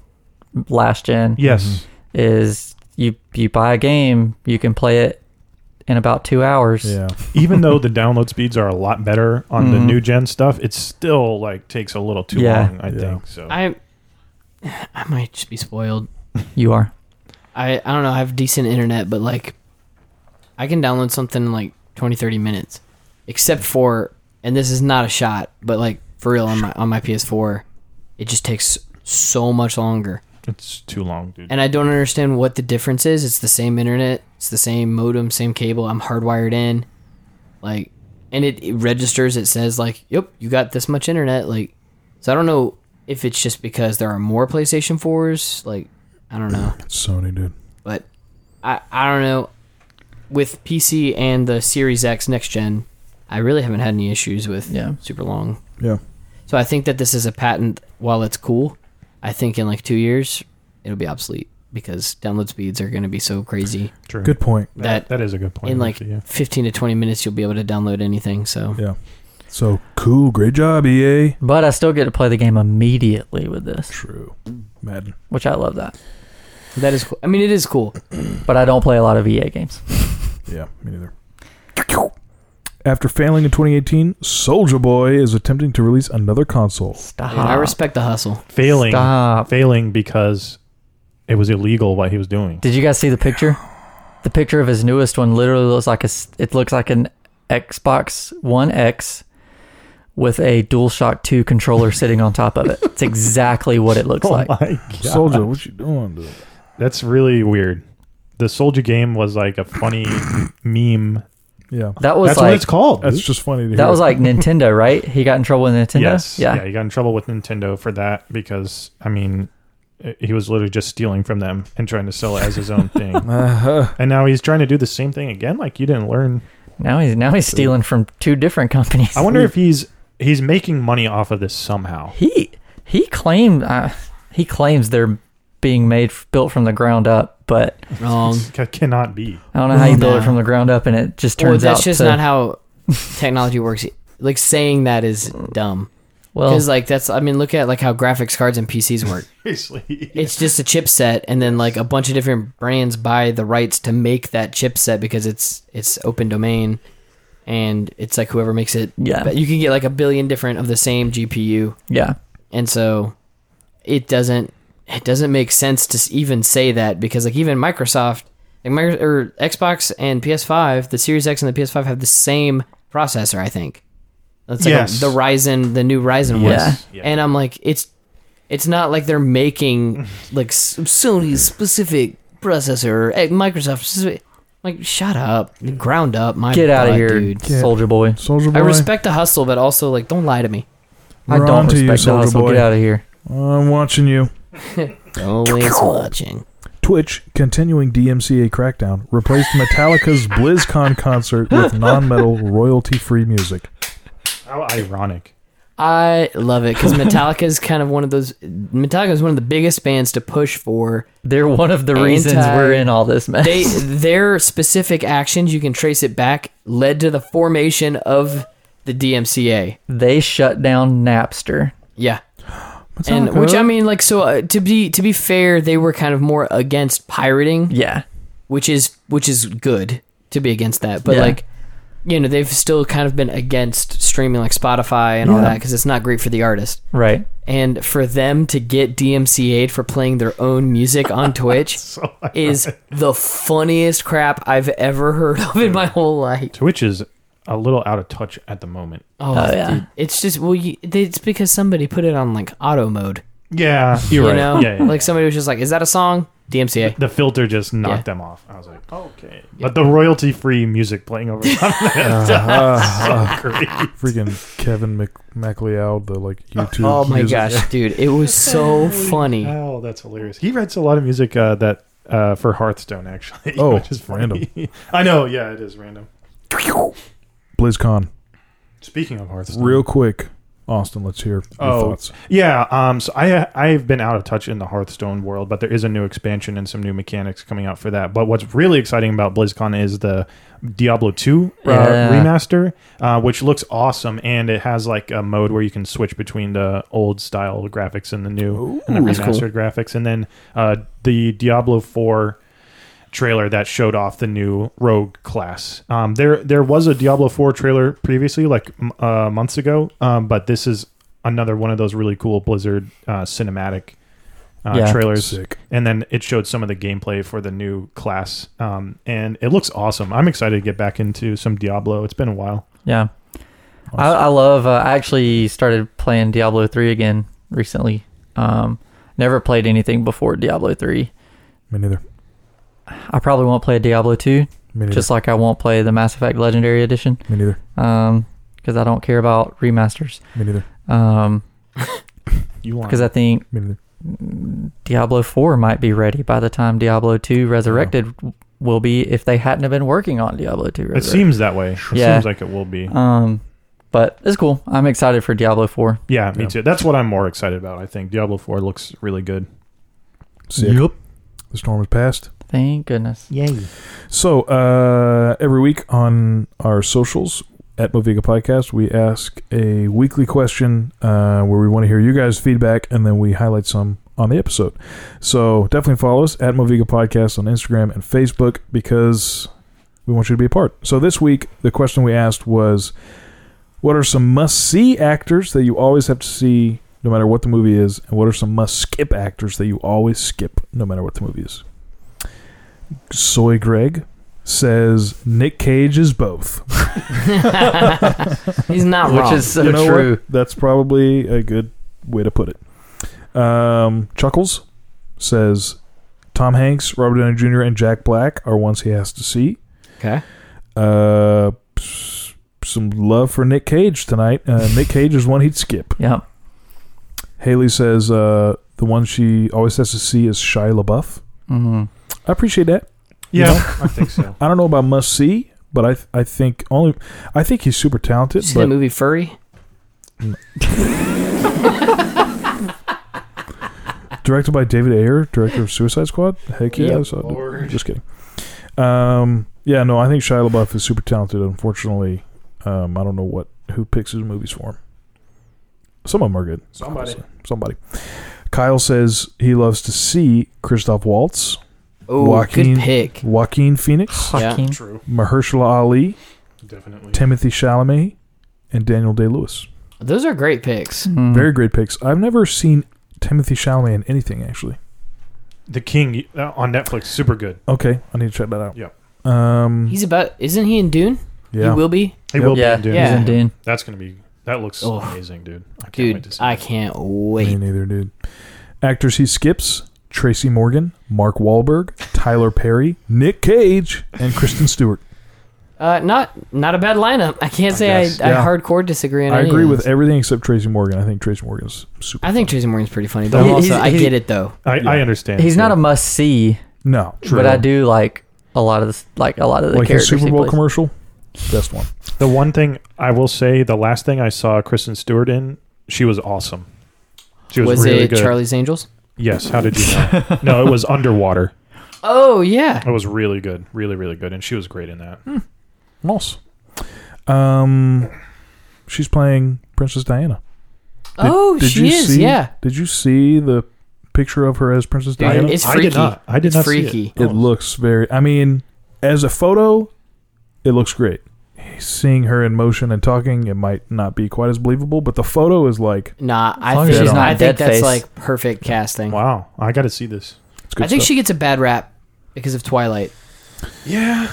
Speaker 4: last gen
Speaker 1: Mm-hmm.
Speaker 3: Yes.
Speaker 4: is you you buy a game, you can play it in about 2 hours.
Speaker 1: yeah.
Speaker 3: Even though the download speeds are a lot better on the
Speaker 4: Mhm.
Speaker 3: new gen stuff, it still like takes a little too
Speaker 4: Yeah.
Speaker 3: long. I
Speaker 1: Mm-hmm. Yeah.
Speaker 3: think so.
Speaker 4: Oh.
Speaker 2: I I might just be spoiled.
Speaker 4: You are.
Speaker 2: I I don't know. I have decent internet, but like I can download something in like 20, 30 minutes, except for and this is not a shot, but like for real on my on my PS4, it just takes so much longer.
Speaker 3: it's too long, dude.
Speaker 2: and I don't understand what the difference is. It's the same internet, it's the same modem, same cable. I'm hardwired in, like, and it, it registers. It says like, "Yep, you got this much internet." Like, so I don't know if it's just because there are more PlayStation fours. Like, I don't know,
Speaker 1: Sony, dude.
Speaker 2: but I I don't know. With PC and the Series X next gen, I really haven't had any issues with
Speaker 4: Yeah.
Speaker 2: super long.
Speaker 1: Yeah.
Speaker 2: So I think that this is a patent. While it's cool, I think in like two years it'll be obsolete because download speeds are going to be so crazy.
Speaker 3: True.
Speaker 1: Good point.
Speaker 2: that-
Speaker 3: that is a good point.
Speaker 2: in like
Speaker 3: actually, yeah.
Speaker 2: fifteen to twenty minutes, you'll be able to download anything. So
Speaker 1: Yeah. So cool. Great job, E EA.
Speaker 4: But I still get to play the game immediately with this,
Speaker 1: True. Madden.
Speaker 4: which I love that.
Speaker 2: that is. cool. I mean, it is cool.
Speaker 4: But I don't play a lot of EA games.
Speaker 1: Yeah, me neither. After failing in 2018, Soldier Boy is attempting to release another console.
Speaker 4: Stop.
Speaker 2: Dude, I respect the hustle.
Speaker 3: failing,
Speaker 4: Stop.
Speaker 3: failing because it was illegal what he was doing.
Speaker 4: Did you guys see the picture? The picture of his newest one literally looks like a. s- It looks like an Xbox One X with a DualShock Two controller sitting on top of it. It's exactly what it looks
Speaker 3: *laughs* oh
Speaker 4: like.
Speaker 1: *laughs*
Speaker 3: my god,
Speaker 1: Soldier, what you doing? Dude?
Speaker 3: that's really weird. The soldier game was like a funny meme.
Speaker 1: Yeah,
Speaker 4: That was
Speaker 3: That's what
Speaker 4: like
Speaker 3: it's called.
Speaker 1: that's
Speaker 3: dude.
Speaker 1: just funny to hear.
Speaker 4: that was like Nintendo, right? He got in trouble with Nintendo.
Speaker 3: Yes.
Speaker 4: Yeah.
Speaker 3: Yeah. He got in trouble with Nintendo for that because I mean, eh, he was literally just stealing from them and trying to sell it as his own thing.
Speaker 1: Uh-huh.
Speaker 3: And now he's trying to do the same thing again. Like you didn't learn.
Speaker 4: Now he's now he's stealing from two different companies.
Speaker 3: I wonder if he's he's making money off of this somehow.
Speaker 4: he he claimed uh, he claims they're being made f- built from the ground up, but
Speaker 2: Wrong.
Speaker 3: C- cannot be.
Speaker 4: I don't know how you build
Speaker 2: Nah.
Speaker 4: it from the ground up, and it just
Speaker 2: Or
Speaker 4: *laughs* turns
Speaker 2: that's
Speaker 4: out
Speaker 2: just
Speaker 4: to,
Speaker 2: not how technology works. Like saying that is dumb.
Speaker 4: well.
Speaker 2: Because like that's I mean look at like how graphics cards and PCs work.
Speaker 3: Seriously.
Speaker 2: it's just a chipset and then like a bunch of different brands buy the rights to make that chipset because it's it's open domain and it's like whoever makes it
Speaker 4: Yeah.
Speaker 2: but you can get like a billion different of the same gpu
Speaker 4: yeah,
Speaker 2: and so it doesn't it doesn't make sense to s- even say that because like even microsoft like my, or xbox and ps5 the series x and the ps5 have the same processor i think that's like a-
Speaker 3: Yes.
Speaker 2: the ryzen the new ryzen one
Speaker 4: Yeah.
Speaker 3: Yeah.
Speaker 2: and i'm like it's it's not like they're making like s- sony's specific processor or eh, microsoft specific. like shut up ground up my
Speaker 4: get out of
Speaker 2: butt,
Speaker 4: here,
Speaker 2: dude.
Speaker 1: Yeah.
Speaker 4: soldier boy.
Speaker 1: Soldier Boy.
Speaker 2: i respect the hustle but also like don't lie to me
Speaker 4: I
Speaker 1: We're
Speaker 4: don't
Speaker 1: on to you,
Speaker 4: respect the
Speaker 1: Soldier
Speaker 4: hustle.
Speaker 1: Boy.
Speaker 4: Get out of here.
Speaker 1: I'm watching you.
Speaker 4: *laughs*
Speaker 2: always watching
Speaker 1: Twitch continuing DMCA crackdown replaced Metallica's BlizzCon concert with non-metal royalty-free music.
Speaker 3: How ironic.
Speaker 2: I love it because Metallica is kind of one of those. Metallica is one of the biggest bands to push for.
Speaker 4: They're one of the reasons
Speaker 2: Anti-
Speaker 4: we're in all this mess. *laughs*
Speaker 2: They their specific actions you can trace it back led to the formation of the DMCA.
Speaker 4: they shut down Napster.
Speaker 2: Yeah, and which I mean, like, so uh, to be to be fair, they were kind of more against pirating,
Speaker 4: Yeah,
Speaker 2: which is which is good to be against that. But
Speaker 4: Yeah.
Speaker 2: like, you know, they've still kind of been against streaming like Spotify and all
Speaker 4: Yeah.
Speaker 2: that because it's not great for the artist.
Speaker 4: right.
Speaker 2: and for them to get DMCA'd for playing their own music on Twitch
Speaker 4: *laughs*
Speaker 2: is the funniest crap I've ever heard of in my whole life.
Speaker 3: Twitch is a little out of touch at the moment.
Speaker 2: Oh,
Speaker 4: Oh, yeah.
Speaker 2: dude. it's just well, you, it's because somebody put it on like auto mode.
Speaker 3: Yeah, you're
Speaker 2: You
Speaker 3: right.
Speaker 2: know,
Speaker 3: Yeah, yeah,
Speaker 2: like somebody was just like, "Is that a song?" DMCA.
Speaker 3: the filter just knocked them off. I was like, okay. But the royalty free music playing
Speaker 2: *laughs*
Speaker 3: over top of that. Great.
Speaker 1: Uh-huh. Uh, freaking Kevin Mc- MacLeod, the like YouTube.
Speaker 2: Oh my
Speaker 1: music-
Speaker 2: gosh, dude, it was so funny.
Speaker 3: Oh, that's hilarious. He writes a lot of music uh, that uh, for Hearthstone actually.
Speaker 1: Oh,
Speaker 3: *laughs* which is funny. I know, yeah, it is random.
Speaker 1: BlizzCon,
Speaker 3: Speaking of Hearthstone.
Speaker 1: real quick, Austin. Let's hear your
Speaker 3: Oh.
Speaker 1: thoughts.
Speaker 3: Yeah, um, so I I've been out of touch in the Hearthstone world, but there is a new expansion and some new mechanics coming out for that. But what's really exciting about BlizzCon is the Diablo two uh,
Speaker 4: Yeah.
Speaker 3: remaster, uh, which looks awesome, and it has like a mode where you can switch between the old style graphics and the new and the
Speaker 2: Ooh. That's
Speaker 3: remastered
Speaker 2: cool.
Speaker 3: graphics, and then uh, the Diablo four trailer that showed off the new rogue class. Um, there there was a Diablo 4 trailer previously, like m- uh, months ago, um, but this is another one of those really cool Blizzard uh, cinematic uh,
Speaker 4: Yeah.
Speaker 3: trailers.
Speaker 1: Sick.
Speaker 3: And then it showed some of the gameplay for the new class, um, and it looks awesome. I'm excited to get back into some Diablo. It's been a while.
Speaker 4: Yeah, I, I love. Uh, I actually started playing Diablo three again recently. Um, never played anything before Diablo three.
Speaker 1: Me neither.
Speaker 4: I probably won't play Diablo two,
Speaker 1: Me neither.
Speaker 4: just like I won't play the Mass Effect Legendary Edition,
Speaker 1: Me neither.
Speaker 4: because I don't care about remasters.
Speaker 1: Me neither.
Speaker 4: Um,
Speaker 3: You want?
Speaker 4: because I think
Speaker 1: Me neither.
Speaker 4: Diablo four might be ready by the time Diablo two Resurrected will be if they hadn't have been working on Diablo two.
Speaker 3: it
Speaker 4: Resurrected.
Speaker 3: seems that way. It
Speaker 4: Yeah.
Speaker 3: seems like it will be.
Speaker 4: Um, But it's cool. I'm excited for Diablo 4.
Speaker 3: Yeah, me
Speaker 1: Yeah.
Speaker 3: too. That's what I'm more excited about. I think Diablo Four looks really good.
Speaker 1: Sick. The storm has passed.
Speaker 4: Thank goodness.
Speaker 3: Yay!
Speaker 1: So uh, every week on our socials at Boviga Podcast, we ask a weekly question uh, where we want to hear you guys' feedback, and then we highlight some on the episode. So definitely follow us at Moviga Podcast on Instagram and Facebook because we want you to be a part. So this week, the question we asked was, "What are some must-see actors that you always have to see?" No matter what the movie is, and what are some must skip actors that you always skip no matter what the movie is? Soy Greg says Nick Cage is
Speaker 4: *laughs*
Speaker 1: both.
Speaker 2: *laughs* He's not
Speaker 4: Which
Speaker 2: wrong.
Speaker 4: is so
Speaker 1: You know
Speaker 4: true.
Speaker 1: what? That's probably a good way to put it. Um, Chuckles says Tom Hanks, Robert Downey Jr., and Jack Black are ones he has to see.
Speaker 2: okay.
Speaker 1: Uh, s- some love for Nick Cage tonight. Uh, Nick Cage is one he'd skip.
Speaker 4: Yep.
Speaker 1: Haley says uh, the one she always has to see is Shia LaBeouf.
Speaker 4: hmm
Speaker 1: I appreciate that.
Speaker 3: Yeah, I think *laughs* so.
Speaker 1: I don't know about must see, but I I think only I think he's super
Speaker 2: Did
Speaker 1: talented.
Speaker 2: you see
Speaker 1: but
Speaker 2: the movie Furry?
Speaker 1: directed by David Ayer, director of Suicide Squad. Heck yeah,
Speaker 2: Yep.
Speaker 1: so I do- just kidding. Um, yeah, no, I think Shia LaBeouf is super talented. Unfortunately, um, I don't know what who picks his movies for him. Some of them are good.
Speaker 3: Somebody.
Speaker 1: obviously. somebody. Kyle says he loves to see Christoph Waltz,
Speaker 2: Oh,
Speaker 1: Joaquin-
Speaker 2: good pick.
Speaker 1: Joaquin Phoenix,
Speaker 2: Yeah.
Speaker 4: Joaquin.
Speaker 3: True,
Speaker 1: Mahershala Ali,
Speaker 3: definitely.
Speaker 1: Timothy Chalamet, and Daniel Day Lewis.
Speaker 2: Those are great picks.
Speaker 4: Mm.
Speaker 1: Very great picks. I've never seen Timothy Chalamet in anything actually.
Speaker 3: The King uh, on Netflix, super good.
Speaker 1: Okay, I need to check that out.
Speaker 3: Yep.
Speaker 1: Um.
Speaker 2: He's about. Isn't he in Dune?
Speaker 1: yeah.
Speaker 2: He will be.
Speaker 3: It
Speaker 1: Yep.
Speaker 3: will
Speaker 4: Yeah,
Speaker 3: be, dude.
Speaker 2: Yeah.
Speaker 4: He's in Dune.
Speaker 3: That's gonna be. That looks
Speaker 2: Oh.
Speaker 3: amazing, dude. I can't wait to
Speaker 2: Dude,
Speaker 3: see
Speaker 2: I
Speaker 3: that.
Speaker 2: can't wait.
Speaker 1: Me neither, dude. Actors he skips: Tracy Morgan, Mark Wahlberg, Tyler Perry, Nick Cage, and Kristen
Speaker 4: *laughs*
Speaker 1: Stewart.
Speaker 2: Uh, not not a bad lineup. I can't
Speaker 3: I
Speaker 2: say I,
Speaker 3: guess.
Speaker 2: I,
Speaker 1: Yeah.
Speaker 2: hardcore disagree on
Speaker 1: I
Speaker 2: any
Speaker 1: agree
Speaker 2: of
Speaker 1: with
Speaker 2: those.
Speaker 1: everything except Tracy Morgan. I think Tracy Morgan's super.
Speaker 2: I think Tracy Morgan's pretty funny, but
Speaker 4: He-
Speaker 2: I'm also
Speaker 4: he's-
Speaker 2: I
Speaker 4: he-
Speaker 2: get it though.
Speaker 3: I,
Speaker 1: Yeah.
Speaker 3: I understand.
Speaker 4: He's
Speaker 3: too.
Speaker 4: not a must see,
Speaker 1: no,
Speaker 4: but I do like a lot of this, like a lot of the
Speaker 1: like his
Speaker 4: characters.
Speaker 1: Super
Speaker 4: he
Speaker 1: Bowl
Speaker 4: plays.
Speaker 1: commercial. Best one.
Speaker 3: The one thing I will say, the last thing I saw Kristen Stewart in, she was awesome. She was,
Speaker 2: Was,
Speaker 3: really
Speaker 2: it
Speaker 3: good.
Speaker 2: Charlie's Angels?
Speaker 3: Yes. How did you know? no, it was underwater.
Speaker 2: Oh yeah.
Speaker 3: It was really good, really, really good, and she was great in that.
Speaker 1: Moss. Um, she's playing Princess Diana.
Speaker 2: oh,
Speaker 1: did
Speaker 2: she
Speaker 1: you
Speaker 2: is.
Speaker 1: see-
Speaker 2: yeah.
Speaker 1: Did you see the picture of her as Princess
Speaker 2: Dude,
Speaker 1: Diana?
Speaker 2: it's
Speaker 3: I
Speaker 2: freaky.
Speaker 3: did not. I did
Speaker 2: It's
Speaker 3: not see
Speaker 2: freaky.
Speaker 3: it.
Speaker 1: It looks very. I mean, as a photo, it looks great. Seeing her in motion and talking, it might not be quite as believable, but the photo is like
Speaker 2: Nah,
Speaker 4: As long
Speaker 2: I
Speaker 4: as
Speaker 2: think
Speaker 1: she's
Speaker 4: not
Speaker 2: I
Speaker 4: dead
Speaker 2: think that's
Speaker 4: face.
Speaker 2: like perfect casting.
Speaker 3: Wow, I got to see this.
Speaker 1: it's good
Speaker 2: I think
Speaker 1: stuff.
Speaker 2: she gets a bad rap because of Twilight.
Speaker 3: Yeah,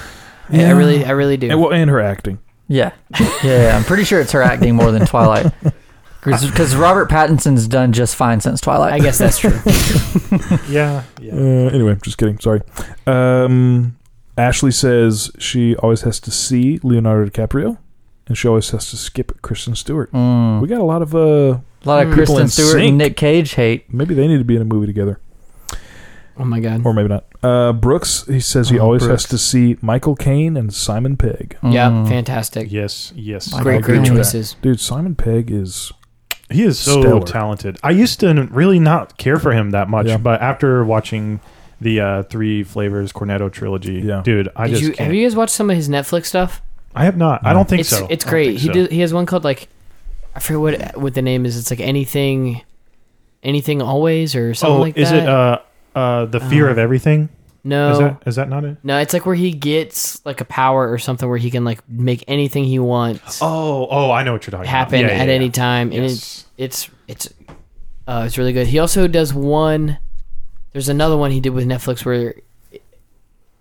Speaker 2: I- I really, I really do.
Speaker 1: and, well, and her acting.
Speaker 4: Yeah. yeah, yeah, I'm pretty sure it's her acting more than Twilight, because Robert Pattinson's done just fine since Twilight.
Speaker 2: I guess that's true.
Speaker 3: yeah, yeah.
Speaker 2: Mm.
Speaker 1: Uh, anyway, just kidding. Sorry. Um, Ashley says she always has to see Leonardo DiCaprio, and she always has to skip Kristen Stewart.
Speaker 4: Mm.
Speaker 1: We got a lot of uh,
Speaker 4: a lot of
Speaker 2: People
Speaker 4: Kristen
Speaker 1: in
Speaker 4: Stewart
Speaker 1: sync.
Speaker 4: and Nick Cage hate.
Speaker 1: maybe they need to be in a movie together,
Speaker 2: Oh my god.
Speaker 1: or maybe not. Uh, Brooks, he says he
Speaker 4: Oh,
Speaker 1: always
Speaker 4: Brooks.
Speaker 1: has to see Michael Caine and Simon Pegg.
Speaker 2: Yeah,
Speaker 4: Mm.
Speaker 2: fantastic.
Speaker 3: Yes, yes.
Speaker 4: Like-
Speaker 2: Great,
Speaker 4: Michael
Speaker 2: great
Speaker 1: Caine.
Speaker 2: choices.
Speaker 1: Dude, Simon Pegg is
Speaker 3: He is so
Speaker 1: Stellar.
Speaker 3: talented. I used to really not care for him that much,
Speaker 1: Yeah.
Speaker 3: but after watching the uh, Three Flavors Cornetto trilogy,
Speaker 1: Yeah.
Speaker 3: dude, I
Speaker 2: Did
Speaker 3: just
Speaker 2: you,
Speaker 3: can't.
Speaker 2: have you guys watched some of his Netflix stuff?
Speaker 3: I have not. I don't think
Speaker 2: it's
Speaker 3: so.
Speaker 2: it's
Speaker 3: I don't think
Speaker 2: great. He
Speaker 3: so.
Speaker 2: did, he has one called like I forget what what the name is. It's like anything, anything always or something
Speaker 3: Oh,
Speaker 2: like
Speaker 3: is
Speaker 2: that.
Speaker 3: it uh, uh, the fear
Speaker 2: Oh.
Speaker 3: of everything?
Speaker 2: no,
Speaker 3: Is that is that not it?
Speaker 2: no, it's like where he gets like a power or something where he can like make anything he wants
Speaker 3: Oh, oh, I know what you're talking
Speaker 2: happen
Speaker 3: about. Yeah, yeah,
Speaker 2: at
Speaker 3: yeah.
Speaker 2: any time, and it's
Speaker 3: Yes.
Speaker 2: it's it's uh, it's really good. He also does one. There's another one he did with Netflix where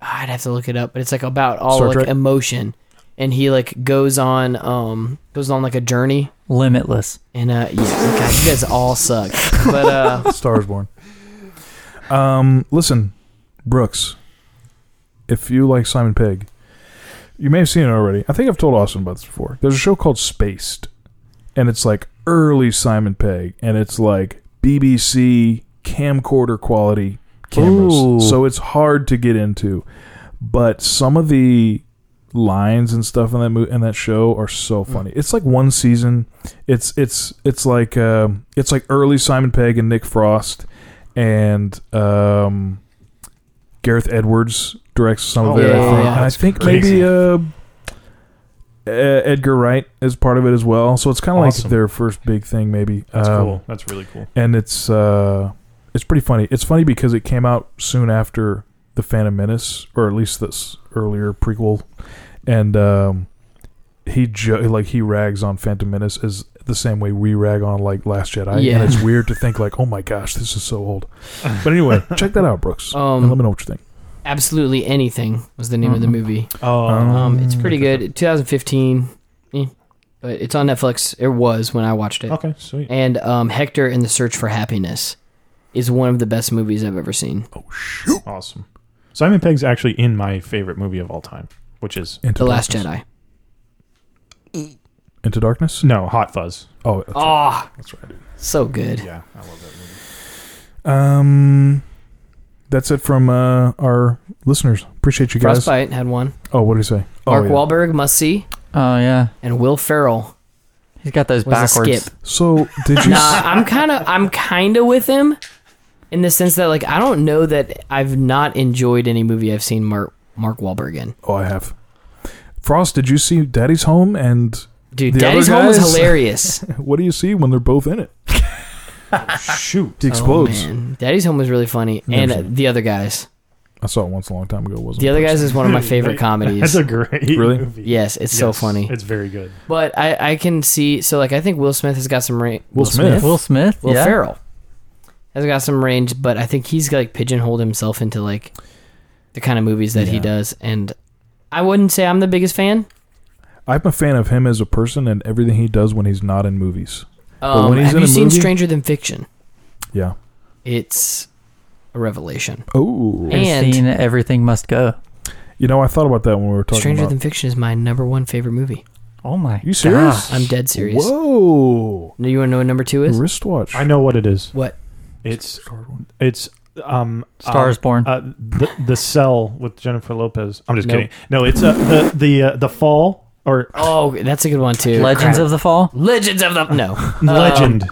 Speaker 2: I'd have to look it up, but it's like about all
Speaker 1: Star
Speaker 2: like
Speaker 1: Trek?
Speaker 2: emotion, and he like goes on um goes on like a journey,
Speaker 4: Limitless.
Speaker 2: and uh yeah, God, you guys all suck. But uh,
Speaker 1: Star is Born. Um, listen, Brooks, if you like Simon Pegg, you may have seen it already. I think I've told Austin about this before. There's a show called Spaced, and it's like early Simon Pegg, and it's like BBC camcorder quality cameras.
Speaker 4: Ooh.
Speaker 1: So it's hard to get into. But some of the lines and stuff in that mo- in that show are so funny. It's like one season. It's it's it's like um it's like early Simon Pegg and Nick Frost, and um, Gareth Edwards directs some of
Speaker 3: Oh,
Speaker 1: it. I
Speaker 2: yeah,
Speaker 1: think,
Speaker 2: yeah,
Speaker 1: and I
Speaker 3: that's
Speaker 1: think
Speaker 3: crazy.
Speaker 1: maybe uh, E- Edgar Wright is part of it as well. So it's kind of
Speaker 3: Awesome.
Speaker 1: like their first big thing, maybe.
Speaker 3: That's
Speaker 1: Um,
Speaker 3: cool. That's really cool.
Speaker 1: and it's uh, it's pretty funny. It's funny because it came out soon after the Phantom Menace, or at least this earlier prequel, and um, he jo- like he rags on Phantom Menace as the same way we rag on like Last Jedi,
Speaker 2: Yeah.
Speaker 1: and it's weird to think like, oh my gosh, this is so old. But
Speaker 2: *laughs*
Speaker 1: anyway, check that out, Brooks, and let
Speaker 2: Um,
Speaker 1: me know what you think.
Speaker 2: absolutely anything was the name of the
Speaker 1: Mhm.
Speaker 2: movie.
Speaker 3: Oh,
Speaker 1: Um,
Speaker 2: Um, it's pretty
Speaker 1: check it
Speaker 2: good. 2015, eh, but it's on Netflix. It was when I watched it.
Speaker 3: okay, sweet.
Speaker 2: And um, Hector in the Search for Happiness is one of the best movies I've ever seen.
Speaker 1: Oh,
Speaker 3: Awesome. Simon Pegg's actually in my favorite movie of all time, which is
Speaker 1: Into
Speaker 2: The Last
Speaker 1: Darkness.
Speaker 2: Jedi.
Speaker 1: Into darkness.
Speaker 2: Mm.
Speaker 3: no Hot Fuzz.
Speaker 1: Oh, that's right.
Speaker 2: Ah,
Speaker 1: That's right.
Speaker 2: so good.
Speaker 3: Yeah, I love that movie.
Speaker 1: Um, that's it from uh, our listeners. Appreciate you guys.
Speaker 2: Frostbite had one.
Speaker 1: Oh, what did he say? oh,
Speaker 2: Mark
Speaker 1: yeah.
Speaker 2: Wahlberg must see,
Speaker 4: Oh yeah,
Speaker 2: and Will Ferrell
Speaker 4: he's got those
Speaker 2: was a
Speaker 4: backwards.
Speaker 2: skip.
Speaker 1: So did
Speaker 2: *laughs*
Speaker 1: you?
Speaker 2: Nah, I'm kind of I'm kind of with him in the sense that like I don't know that I've not enjoyed any movie I've seen Mark Mark Wahlberg in.
Speaker 1: Oh, I have. Frost, did you see Daddy's Home? And
Speaker 2: Dude,
Speaker 1: The other
Speaker 2: Daddy's Home was
Speaker 1: guys? *laughs*
Speaker 2: hilarious.
Speaker 1: what do you see when they're both in it?
Speaker 3: *laughs* Shoot.
Speaker 1: He explodes.
Speaker 2: Oh, man. Daddy's Home was really funny,
Speaker 1: Never
Speaker 2: and uh,
Speaker 1: seen
Speaker 2: the other guys.
Speaker 1: I saw it once a long time ago. it Wasn't
Speaker 2: The other guys
Speaker 1: impressed.
Speaker 2: is one of
Speaker 3: *laughs*
Speaker 1: *laughs*
Speaker 2: my favorite
Speaker 3: That's
Speaker 2: comedies.
Speaker 3: a great
Speaker 1: Really?
Speaker 3: movie.
Speaker 2: Yes, it's so
Speaker 3: Yes,
Speaker 2: funny.
Speaker 3: It's very good.
Speaker 2: But I, I can see so like I think Will Smith has got some range.
Speaker 1: Will Smith?
Speaker 4: Will Smith.
Speaker 2: Will
Speaker 4: yeah.
Speaker 2: Ferrell has got some range, but I think he's like pigeonholed himself into like the kind of movies that he
Speaker 1: Yeah.
Speaker 2: does, and I wouldn't say I'm the biggest fan.
Speaker 1: I'm a fan of him as a person and everything he does when he's not in movies. But
Speaker 2: Um,
Speaker 1: when he's
Speaker 2: have
Speaker 1: in
Speaker 2: you
Speaker 1: a
Speaker 2: seen
Speaker 1: movie-
Speaker 2: Stranger Than Fiction?
Speaker 1: Yeah.
Speaker 2: It's a revelation.
Speaker 1: Oh.
Speaker 2: Hey. And-
Speaker 4: And seen Everything Must Go.
Speaker 1: You know, I thought about that when we were talking
Speaker 2: Stranger
Speaker 1: about.
Speaker 2: Than Fiction is my number one favorite movie.
Speaker 4: Oh my!
Speaker 1: you serious?
Speaker 4: gosh.
Speaker 2: I'm dead serious.
Speaker 1: Whoa.
Speaker 2: No, you want to know what number two is?
Speaker 1: Wristwatch. Oh,
Speaker 3: I know what it is.
Speaker 2: Oh. What?
Speaker 3: It's it's um
Speaker 4: Stars
Speaker 3: um,
Speaker 4: Born.
Speaker 3: uh, the the cell with Jennifer Lopez. I'm just
Speaker 2: Nope.
Speaker 3: kidding. No, it's uh, the the uh, the fall or *laughs*
Speaker 2: Oh, that's a good one too.
Speaker 4: Legends of the Fall.
Speaker 2: Legends of the
Speaker 1: *laughs*
Speaker 2: no,
Speaker 3: legend.